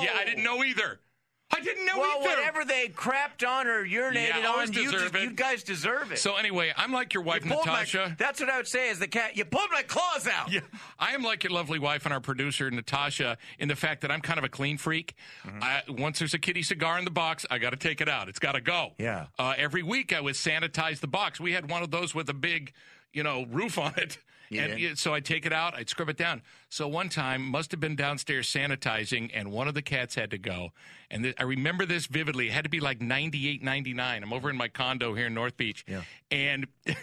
Speaker 2: yeah, I didn't know either. I didn't know
Speaker 1: well,
Speaker 2: either.
Speaker 1: whatever they crapped on or urinated
Speaker 2: Yeah, always
Speaker 1: on, you,
Speaker 2: deserve
Speaker 1: just,
Speaker 2: it.
Speaker 1: you guys deserve it.
Speaker 2: So anyway, I'm like your wife,
Speaker 1: You pulled my-
Speaker 2: Natasha.
Speaker 1: that's what I would say. Is the cat? You pulled my claws out.
Speaker 2: Yeah. I am like your lovely wife and our producer, Natasha, in the fact that I'm kind of a clean freak.
Speaker 1: Mm-hmm.
Speaker 2: I, once there's a kitty cigar in the box, I got to take it out. It's got to go.
Speaker 1: Yeah.
Speaker 2: Uh, every week I would sanitize the box. We had one of those with a big, you know, roof on it.
Speaker 1: You
Speaker 2: and
Speaker 1: did?
Speaker 2: yeah, so I'd take it out, I'd scrub it down. So one time, must have been downstairs sanitizing, and one of the cats had to go. And th- I remember this vividly. It had to be like 98, 99. I'm over in my condo here in North Beach. And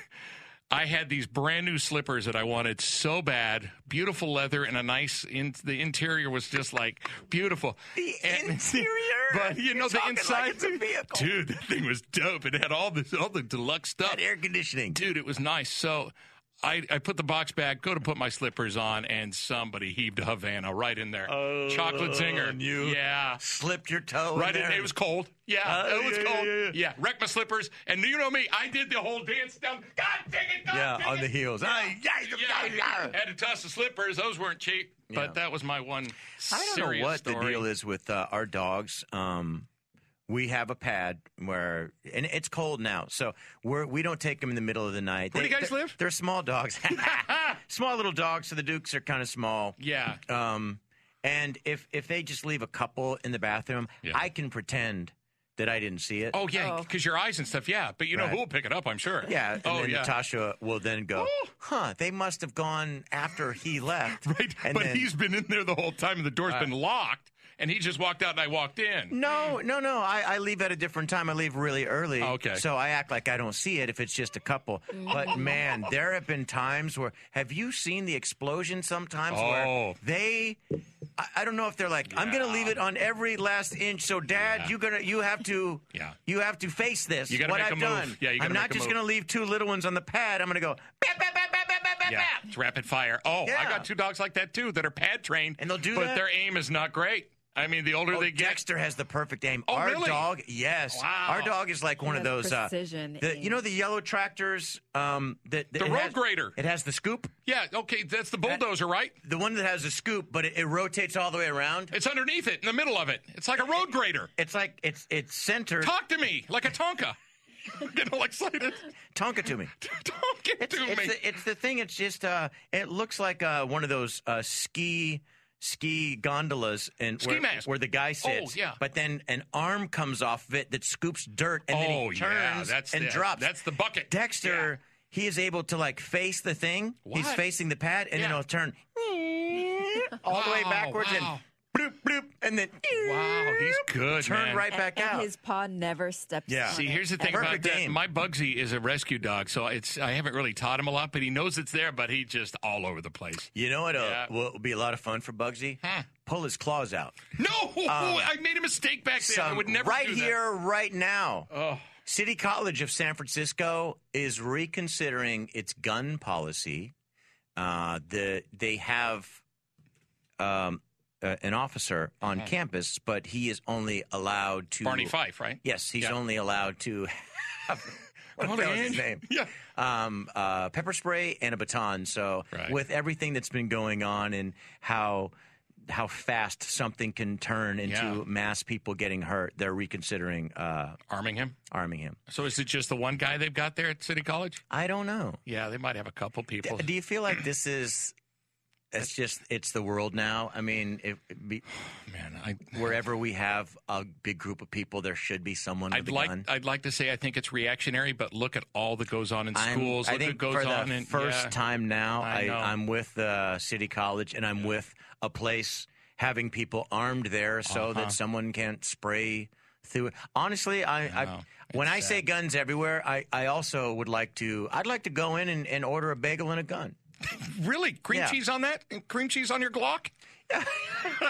Speaker 2: I had these brand new slippers that I wanted so bad, beautiful leather and a nice in the interior was just like beautiful. The
Speaker 1: interior,
Speaker 2: but you know
Speaker 1: You're
Speaker 2: the
Speaker 1: talking like
Speaker 2: inside,
Speaker 1: it's a vehicle.
Speaker 2: dude, that thing was dope. It had all this all the deluxe stuff,
Speaker 1: air conditioning,
Speaker 2: dude. It was nice. So. I, I put the box back, go to put my slippers on, and somebody heaved a Havana right in there. Chocolate Zinger.
Speaker 1: Oh, and you
Speaker 2: yeah.
Speaker 1: Slipped your toe.
Speaker 2: Right
Speaker 1: in
Speaker 2: in
Speaker 1: there.
Speaker 2: It was cold. Yeah.
Speaker 1: Oh,
Speaker 2: it was
Speaker 1: yeah,
Speaker 2: cold.
Speaker 1: yeah,
Speaker 2: Yeah,
Speaker 1: yeah.
Speaker 2: Wrecked my slippers. And you know me, I did the whole dance down. God dang it. God
Speaker 1: Yeah,
Speaker 2: dang
Speaker 1: on
Speaker 2: it.
Speaker 1: the heels. Ay, ay, ay,
Speaker 2: Yeah,
Speaker 1: ay.
Speaker 2: had to toss the slippers. Those weren't cheap, but
Speaker 1: Yeah.
Speaker 2: that was my one.
Speaker 1: I don't
Speaker 2: serious
Speaker 1: know what
Speaker 2: story.
Speaker 1: the deal is with uh, our dogs. Um, we have a pad where, and it's cold now, so we're we don't take them in the middle of the night.
Speaker 2: Where do you guys
Speaker 1: they're-
Speaker 2: live?
Speaker 1: They're small dogs, small little dogs. So the Dukes are kind of small.
Speaker 2: Yeah.
Speaker 1: Um, and if if they just leave a couple in the bathroom, I can pretend that I didn't see it.
Speaker 2: Oh yeah, because your eyes and stuff. Yeah, but you know
Speaker 1: Right.
Speaker 2: who will pick it up? I'm sure.
Speaker 1: Yeah, and
Speaker 2: oh
Speaker 1: then
Speaker 2: yeah.
Speaker 1: Natasha will then go, huh, they must have gone after he left.
Speaker 2: right.
Speaker 1: And
Speaker 2: but
Speaker 1: then-
Speaker 2: he's been in there the whole time, and the door's been locked, and he just walked out, and I walked in.
Speaker 1: No, no, no. I, I leave at a different time. I leave really early.
Speaker 2: Oh, Okay.
Speaker 1: So I act like I don't see it if it's just a couple. But man, there have been times where have you seen the explosion sometimes where
Speaker 2: Oh.
Speaker 1: they I, I don't know if they're like, I'm gonna leave it on every last inch. So dad,
Speaker 2: Yeah.
Speaker 1: you gonna you have to
Speaker 2: Yeah.
Speaker 1: you have to face this.
Speaker 2: You gotta
Speaker 1: what
Speaker 2: make a
Speaker 1: I've
Speaker 2: move.
Speaker 1: done.
Speaker 2: Yeah, you gotta
Speaker 1: I'm not
Speaker 2: make a
Speaker 1: just
Speaker 2: move.
Speaker 1: gonna leave two little ones on the pad. I'm gonna go bap, bap, bap, bap, bap, bap, bap,
Speaker 2: Yeah,
Speaker 1: bap.
Speaker 2: it's rapid fire. Oh, I
Speaker 1: Yeah.
Speaker 2: got two dogs like that too that are pad trained, and
Speaker 1: they'll do
Speaker 2: but
Speaker 1: that?
Speaker 2: their aim is not great. I mean, the older
Speaker 1: Oh,
Speaker 2: they get,
Speaker 1: Dexter has the perfect aim.
Speaker 2: Oh,
Speaker 1: Our
Speaker 2: really?
Speaker 1: dog, yes.
Speaker 2: Wow.
Speaker 1: Our dog is like one of
Speaker 5: has
Speaker 1: those uh,
Speaker 5: precision
Speaker 1: the- you know the yellow tractors um that, that
Speaker 2: The
Speaker 1: it
Speaker 2: road
Speaker 1: has-
Speaker 2: grader.
Speaker 1: It has the scoop.
Speaker 2: yeah, okay, that's the bulldozer, right?
Speaker 1: The one that has the scoop but it, it rotates all the way around.
Speaker 2: It's underneath it, in the middle of it. It's like a road grader.
Speaker 1: It's like it's it's centered.
Speaker 2: Talk to me like a Tonka. Get all excited.
Speaker 1: Tonka to me.
Speaker 2: Don't get to
Speaker 1: it's,
Speaker 2: me.
Speaker 1: the, it's the thing it's just uh it looks like uh one of those uh ski ski gondolas and
Speaker 2: Ski
Speaker 1: where,
Speaker 2: mask. Oh,
Speaker 1: where the guy sits
Speaker 2: yeah.
Speaker 1: but then an arm comes off of it that scoops dirt and then
Speaker 2: Oh,
Speaker 1: he
Speaker 2: yeah,
Speaker 1: turns
Speaker 2: that's
Speaker 1: and
Speaker 2: the-
Speaker 1: drops
Speaker 2: that's the bucket.
Speaker 1: dexter he is able to like face the thing he's
Speaker 2: What?
Speaker 1: facing the pad and then
Speaker 2: Yeah.
Speaker 1: he'll turn all the way
Speaker 2: Wow,
Speaker 1: backwards
Speaker 2: Uh, wow.
Speaker 1: and bloop bloop and then
Speaker 2: Wow, he's good,
Speaker 1: turn
Speaker 2: man.
Speaker 1: right back
Speaker 5: and
Speaker 1: out
Speaker 5: his paw never steps
Speaker 1: Yeah.
Speaker 5: on
Speaker 2: See,
Speaker 5: it
Speaker 2: here's the thing
Speaker 5: ever.
Speaker 2: about
Speaker 1: Perfect
Speaker 2: that.
Speaker 1: game.
Speaker 2: My Bugsy is a rescue dog, so it's I haven't really taught him a lot, but he knows it's there. But he's just all over the place.
Speaker 1: you know what
Speaker 2: Yeah.
Speaker 1: uh, will be a lot of fun for bugsy
Speaker 2: Huh.
Speaker 1: pull his claws out
Speaker 2: No, Oh, I made a mistake back there. I
Speaker 1: Um, Some
Speaker 2: would never
Speaker 1: right
Speaker 2: do that.
Speaker 1: here, right now.
Speaker 2: Oh,
Speaker 1: City College of San Francisco is reconsidering its gun policy. Uh, the they have um, uh, an officer on
Speaker 2: Mhm.
Speaker 1: campus, but he is only allowed to
Speaker 2: Barney Fife, right?
Speaker 1: Yes, he's
Speaker 2: Yeah.
Speaker 1: only allowed to have what the
Speaker 2: Only
Speaker 1: hell is his
Speaker 2: in-
Speaker 1: name?
Speaker 2: Yeah.
Speaker 1: um, uh, pepper spray and a baton. So with everything that's been going on and how how fast something can turn into
Speaker 2: Yeah.
Speaker 1: mass people getting hurt, they're reconsidering uh,
Speaker 2: arming him.
Speaker 1: Arming him.
Speaker 2: So is it just the one guy they've got there at City College?
Speaker 1: I don't know.
Speaker 2: Yeah, they might have a couple people.
Speaker 1: Do you feel like this is? It's just it's the world now. I mean, if, be,
Speaker 2: man, I,
Speaker 1: wherever we have a big group of people, there should be someone with
Speaker 2: I'd
Speaker 1: a
Speaker 2: like
Speaker 1: gun.
Speaker 2: I'd like to say I think it's reactionary, but look at all that goes on in
Speaker 1: I'm-
Speaker 2: schools.
Speaker 1: I
Speaker 2: look
Speaker 1: think
Speaker 2: what goes
Speaker 1: for
Speaker 2: on
Speaker 1: the
Speaker 2: in
Speaker 1: first
Speaker 2: yeah.
Speaker 1: time now,
Speaker 2: I
Speaker 1: I
Speaker 2: know.
Speaker 1: I'm with uh, City College and I'm with a place having people armed there so
Speaker 2: Uh-huh.
Speaker 1: that someone can't spray through it. Honestly, I, I, when I say guns everywhere, I, I also would like to. I'd like to go in and, and order a bagel and a gun.
Speaker 2: Really, cream
Speaker 1: Yeah.
Speaker 2: cheese on that? And cream cheese on your Glock? Oh.
Speaker 1: I,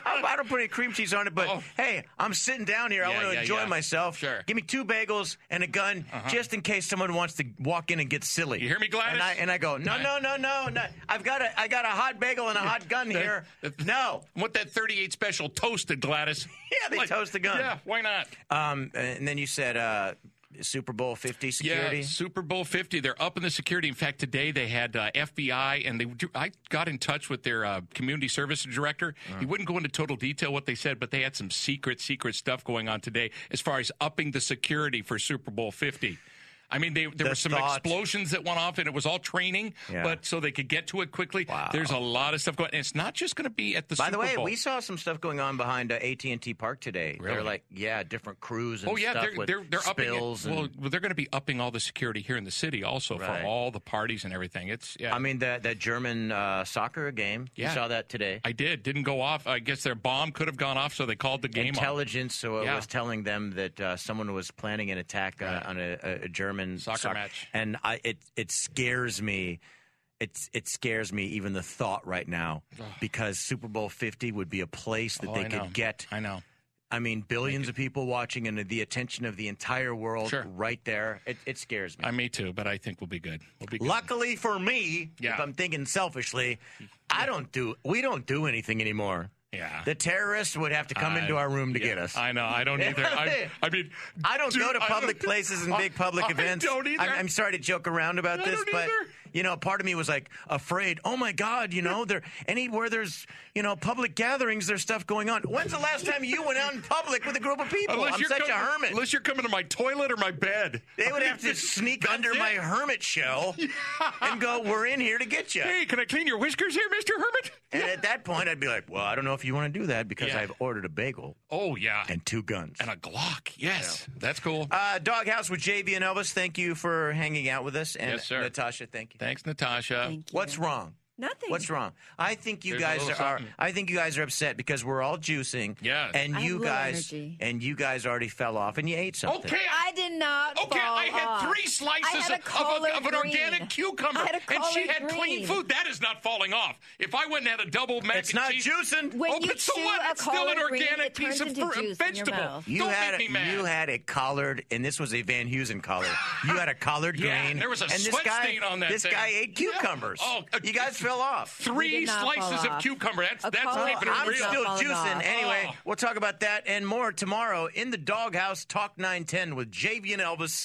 Speaker 1: Oh, I don't put any cream cheese on it, but hey, I'm sitting down here. I
Speaker 2: Yeah,
Speaker 1: want to
Speaker 2: yeah,
Speaker 1: enjoy
Speaker 2: yeah. Uh-huh.
Speaker 1: myself. Sure. Give me two bagels and a gun just in case someone wants to walk in and get silly. You hear
Speaker 2: me, Gladys?
Speaker 1: And I, and I go, no,
Speaker 2: I-
Speaker 1: no, no, no, no. I've got a, I got a hot bagel and a hot gun here. No.
Speaker 2: I want that 38 special toasted, Gladys.
Speaker 1: Yeah, they toast the gun.
Speaker 2: Yeah, why not?
Speaker 1: Um, and then you said uh, Super Bowl 50 security.
Speaker 2: Yeah, Super Bowl 50. They're up in the security. In fact, today they had uh, FBI, and they. I got in touch with their uh, community service director.
Speaker 1: Uh-huh.
Speaker 2: He wouldn't go into total detail what they said, but they had some secret, secret stuff going on today as far as upping the security for Super Bowl 50. I mean, they, there
Speaker 1: The
Speaker 2: were some
Speaker 1: thought-
Speaker 2: explosions that went off, and it was all training,
Speaker 1: Yeah.
Speaker 2: but so they could get to it quickly. There's a lot of stuff going. And it's not just going to be at the.
Speaker 1: By
Speaker 2: Super
Speaker 1: the way,
Speaker 2: Bowl.
Speaker 1: we saw some stuff going on behind uh, AT&T Park today. They're
Speaker 2: Really?
Speaker 1: like, yeah, different crews and
Speaker 2: Oh yeah,
Speaker 1: stuff
Speaker 2: they're
Speaker 1: with
Speaker 2: they're, they're
Speaker 1: spills.
Speaker 2: upping it.
Speaker 1: and-
Speaker 2: Well, well, they're going to be upping all the security here in the city also
Speaker 1: Right.
Speaker 2: for all the parties and everything. It's yeah.
Speaker 1: I mean, that, that German uh, soccer game,
Speaker 2: Yeah.
Speaker 1: you saw that today.
Speaker 2: I did. Didn't go off. I guess their bomb could have gone off, so they called the game off.
Speaker 1: intelligence so it
Speaker 2: Yeah.
Speaker 1: was telling them that uh, someone was planning an attack uh, on a, a- a German
Speaker 2: Soccer match.
Speaker 1: and I, it it scares me. It's it scares me even the thought right now
Speaker 2: Ugh.
Speaker 1: because Super Bowl Fifty would be a place that
Speaker 2: Oh,
Speaker 1: they
Speaker 2: I
Speaker 1: could
Speaker 2: know.
Speaker 1: get.
Speaker 2: I know.
Speaker 1: I mean, billions of people watching and the attention of the entire world
Speaker 2: Sure.
Speaker 1: right there. It, it scares me.
Speaker 2: I me too, but I think we'll be good. We'll be good.
Speaker 1: Luckily for me,
Speaker 2: Yeah.
Speaker 1: if I'm thinking selfishly, I don't do. We don't do anything anymore.
Speaker 2: Yeah.
Speaker 1: The terrorists would have to come
Speaker 2: I-
Speaker 1: into our room to
Speaker 2: yeah,
Speaker 1: get us.
Speaker 2: I know. I don't either. I, I mean,
Speaker 1: I don't
Speaker 2: dude,
Speaker 1: go to
Speaker 2: I
Speaker 1: public
Speaker 2: don't-
Speaker 1: places and
Speaker 2: I-
Speaker 1: big public
Speaker 2: I
Speaker 1: events.
Speaker 2: don't either.
Speaker 1: I'm, I'm sorry to joke around about
Speaker 2: I
Speaker 1: this,
Speaker 2: don't
Speaker 1: but
Speaker 2: either.
Speaker 1: you know, part of me was like afraid. Oh my God, you know, there anywhere there's you know public gatherings, there's stuff going on. When's the last time you went out in public with a group of people?
Speaker 2: Unless
Speaker 1: I'm
Speaker 2: you're
Speaker 1: such a
Speaker 2: coming-
Speaker 1: hermit.
Speaker 2: Unless you're coming to my toilet or my bed.
Speaker 1: They would have to sneak under my hermit shell and go, "We're in here to get you."
Speaker 2: Hey, can I clean your whiskers here, Mister Hermit?
Speaker 1: And at that point, I'd be like, "Well, I don't know if you want to do that because I've ordered a bagel
Speaker 2: Oh yeah,
Speaker 1: and two guns."
Speaker 2: and a Glock. Yes, that's cool.
Speaker 1: Uh, Doghouse with JV and Elvis. Thank you for hanging out with us. And
Speaker 2: Yes, sir.
Speaker 1: Natasha, thank you.
Speaker 2: Thanks, Natasha.
Speaker 1: What's wrong?
Speaker 5: Nothing.
Speaker 1: What's wrong? I think you
Speaker 2: There's a
Speaker 1: guys
Speaker 2: little
Speaker 1: are.
Speaker 2: something.
Speaker 1: I think you guys are upset because we're all juicing.
Speaker 2: Yes.
Speaker 1: And
Speaker 5: I have
Speaker 1: you
Speaker 5: low
Speaker 1: guys.
Speaker 5: energy.
Speaker 1: And you guys already fell off and you ate something.
Speaker 2: Okay,
Speaker 5: I did not.
Speaker 2: Okay,
Speaker 5: fall
Speaker 2: I had
Speaker 5: off.
Speaker 2: three slices
Speaker 5: I had a
Speaker 2: of, of, a- of an
Speaker 5: collard green.
Speaker 2: organic cucumber,
Speaker 5: I had a
Speaker 2: and she
Speaker 5: collard
Speaker 2: had clean
Speaker 5: green.
Speaker 2: food. That is not falling off. If I wouldn't have had a double mac
Speaker 1: It's
Speaker 2: and
Speaker 1: not
Speaker 2: cheese,
Speaker 1: juicing.
Speaker 5: When
Speaker 2: oh,
Speaker 5: you
Speaker 2: but so
Speaker 5: chew
Speaker 2: what?
Speaker 5: a
Speaker 2: It's still an
Speaker 5: collard green,
Speaker 2: organic
Speaker 5: it turns
Speaker 2: piece of
Speaker 5: into
Speaker 2: fruit,
Speaker 5: juice in your
Speaker 2: vegetable.
Speaker 5: mouth.
Speaker 1: You
Speaker 2: Don't
Speaker 1: had
Speaker 2: make me
Speaker 1: a,
Speaker 2: mad.
Speaker 1: you had a collard, and this was a Van Heusen collard. You had a collard
Speaker 2: Yeah,
Speaker 1: green.
Speaker 2: there was a
Speaker 1: and this
Speaker 2: sweat
Speaker 1: guy,
Speaker 2: stain on that
Speaker 1: This
Speaker 2: thing.
Speaker 1: guy ate cucumbers.
Speaker 2: Yeah. Oh, uh,
Speaker 1: you guys fell off.
Speaker 2: Three
Speaker 5: did not fall
Speaker 2: slices of
Speaker 5: off.
Speaker 2: cucumber. That's
Speaker 5: A
Speaker 2: that's
Speaker 5: collard
Speaker 2: not even
Speaker 5: green
Speaker 1: I'm
Speaker 5: is
Speaker 2: real.
Speaker 5: not
Speaker 1: still
Speaker 5: falling
Speaker 1: juicing.
Speaker 5: off.
Speaker 1: Anyway,
Speaker 2: Oh.
Speaker 1: we'll talk about that and more tomorrow in the doghouse. Talk 910 with JV and Elvis.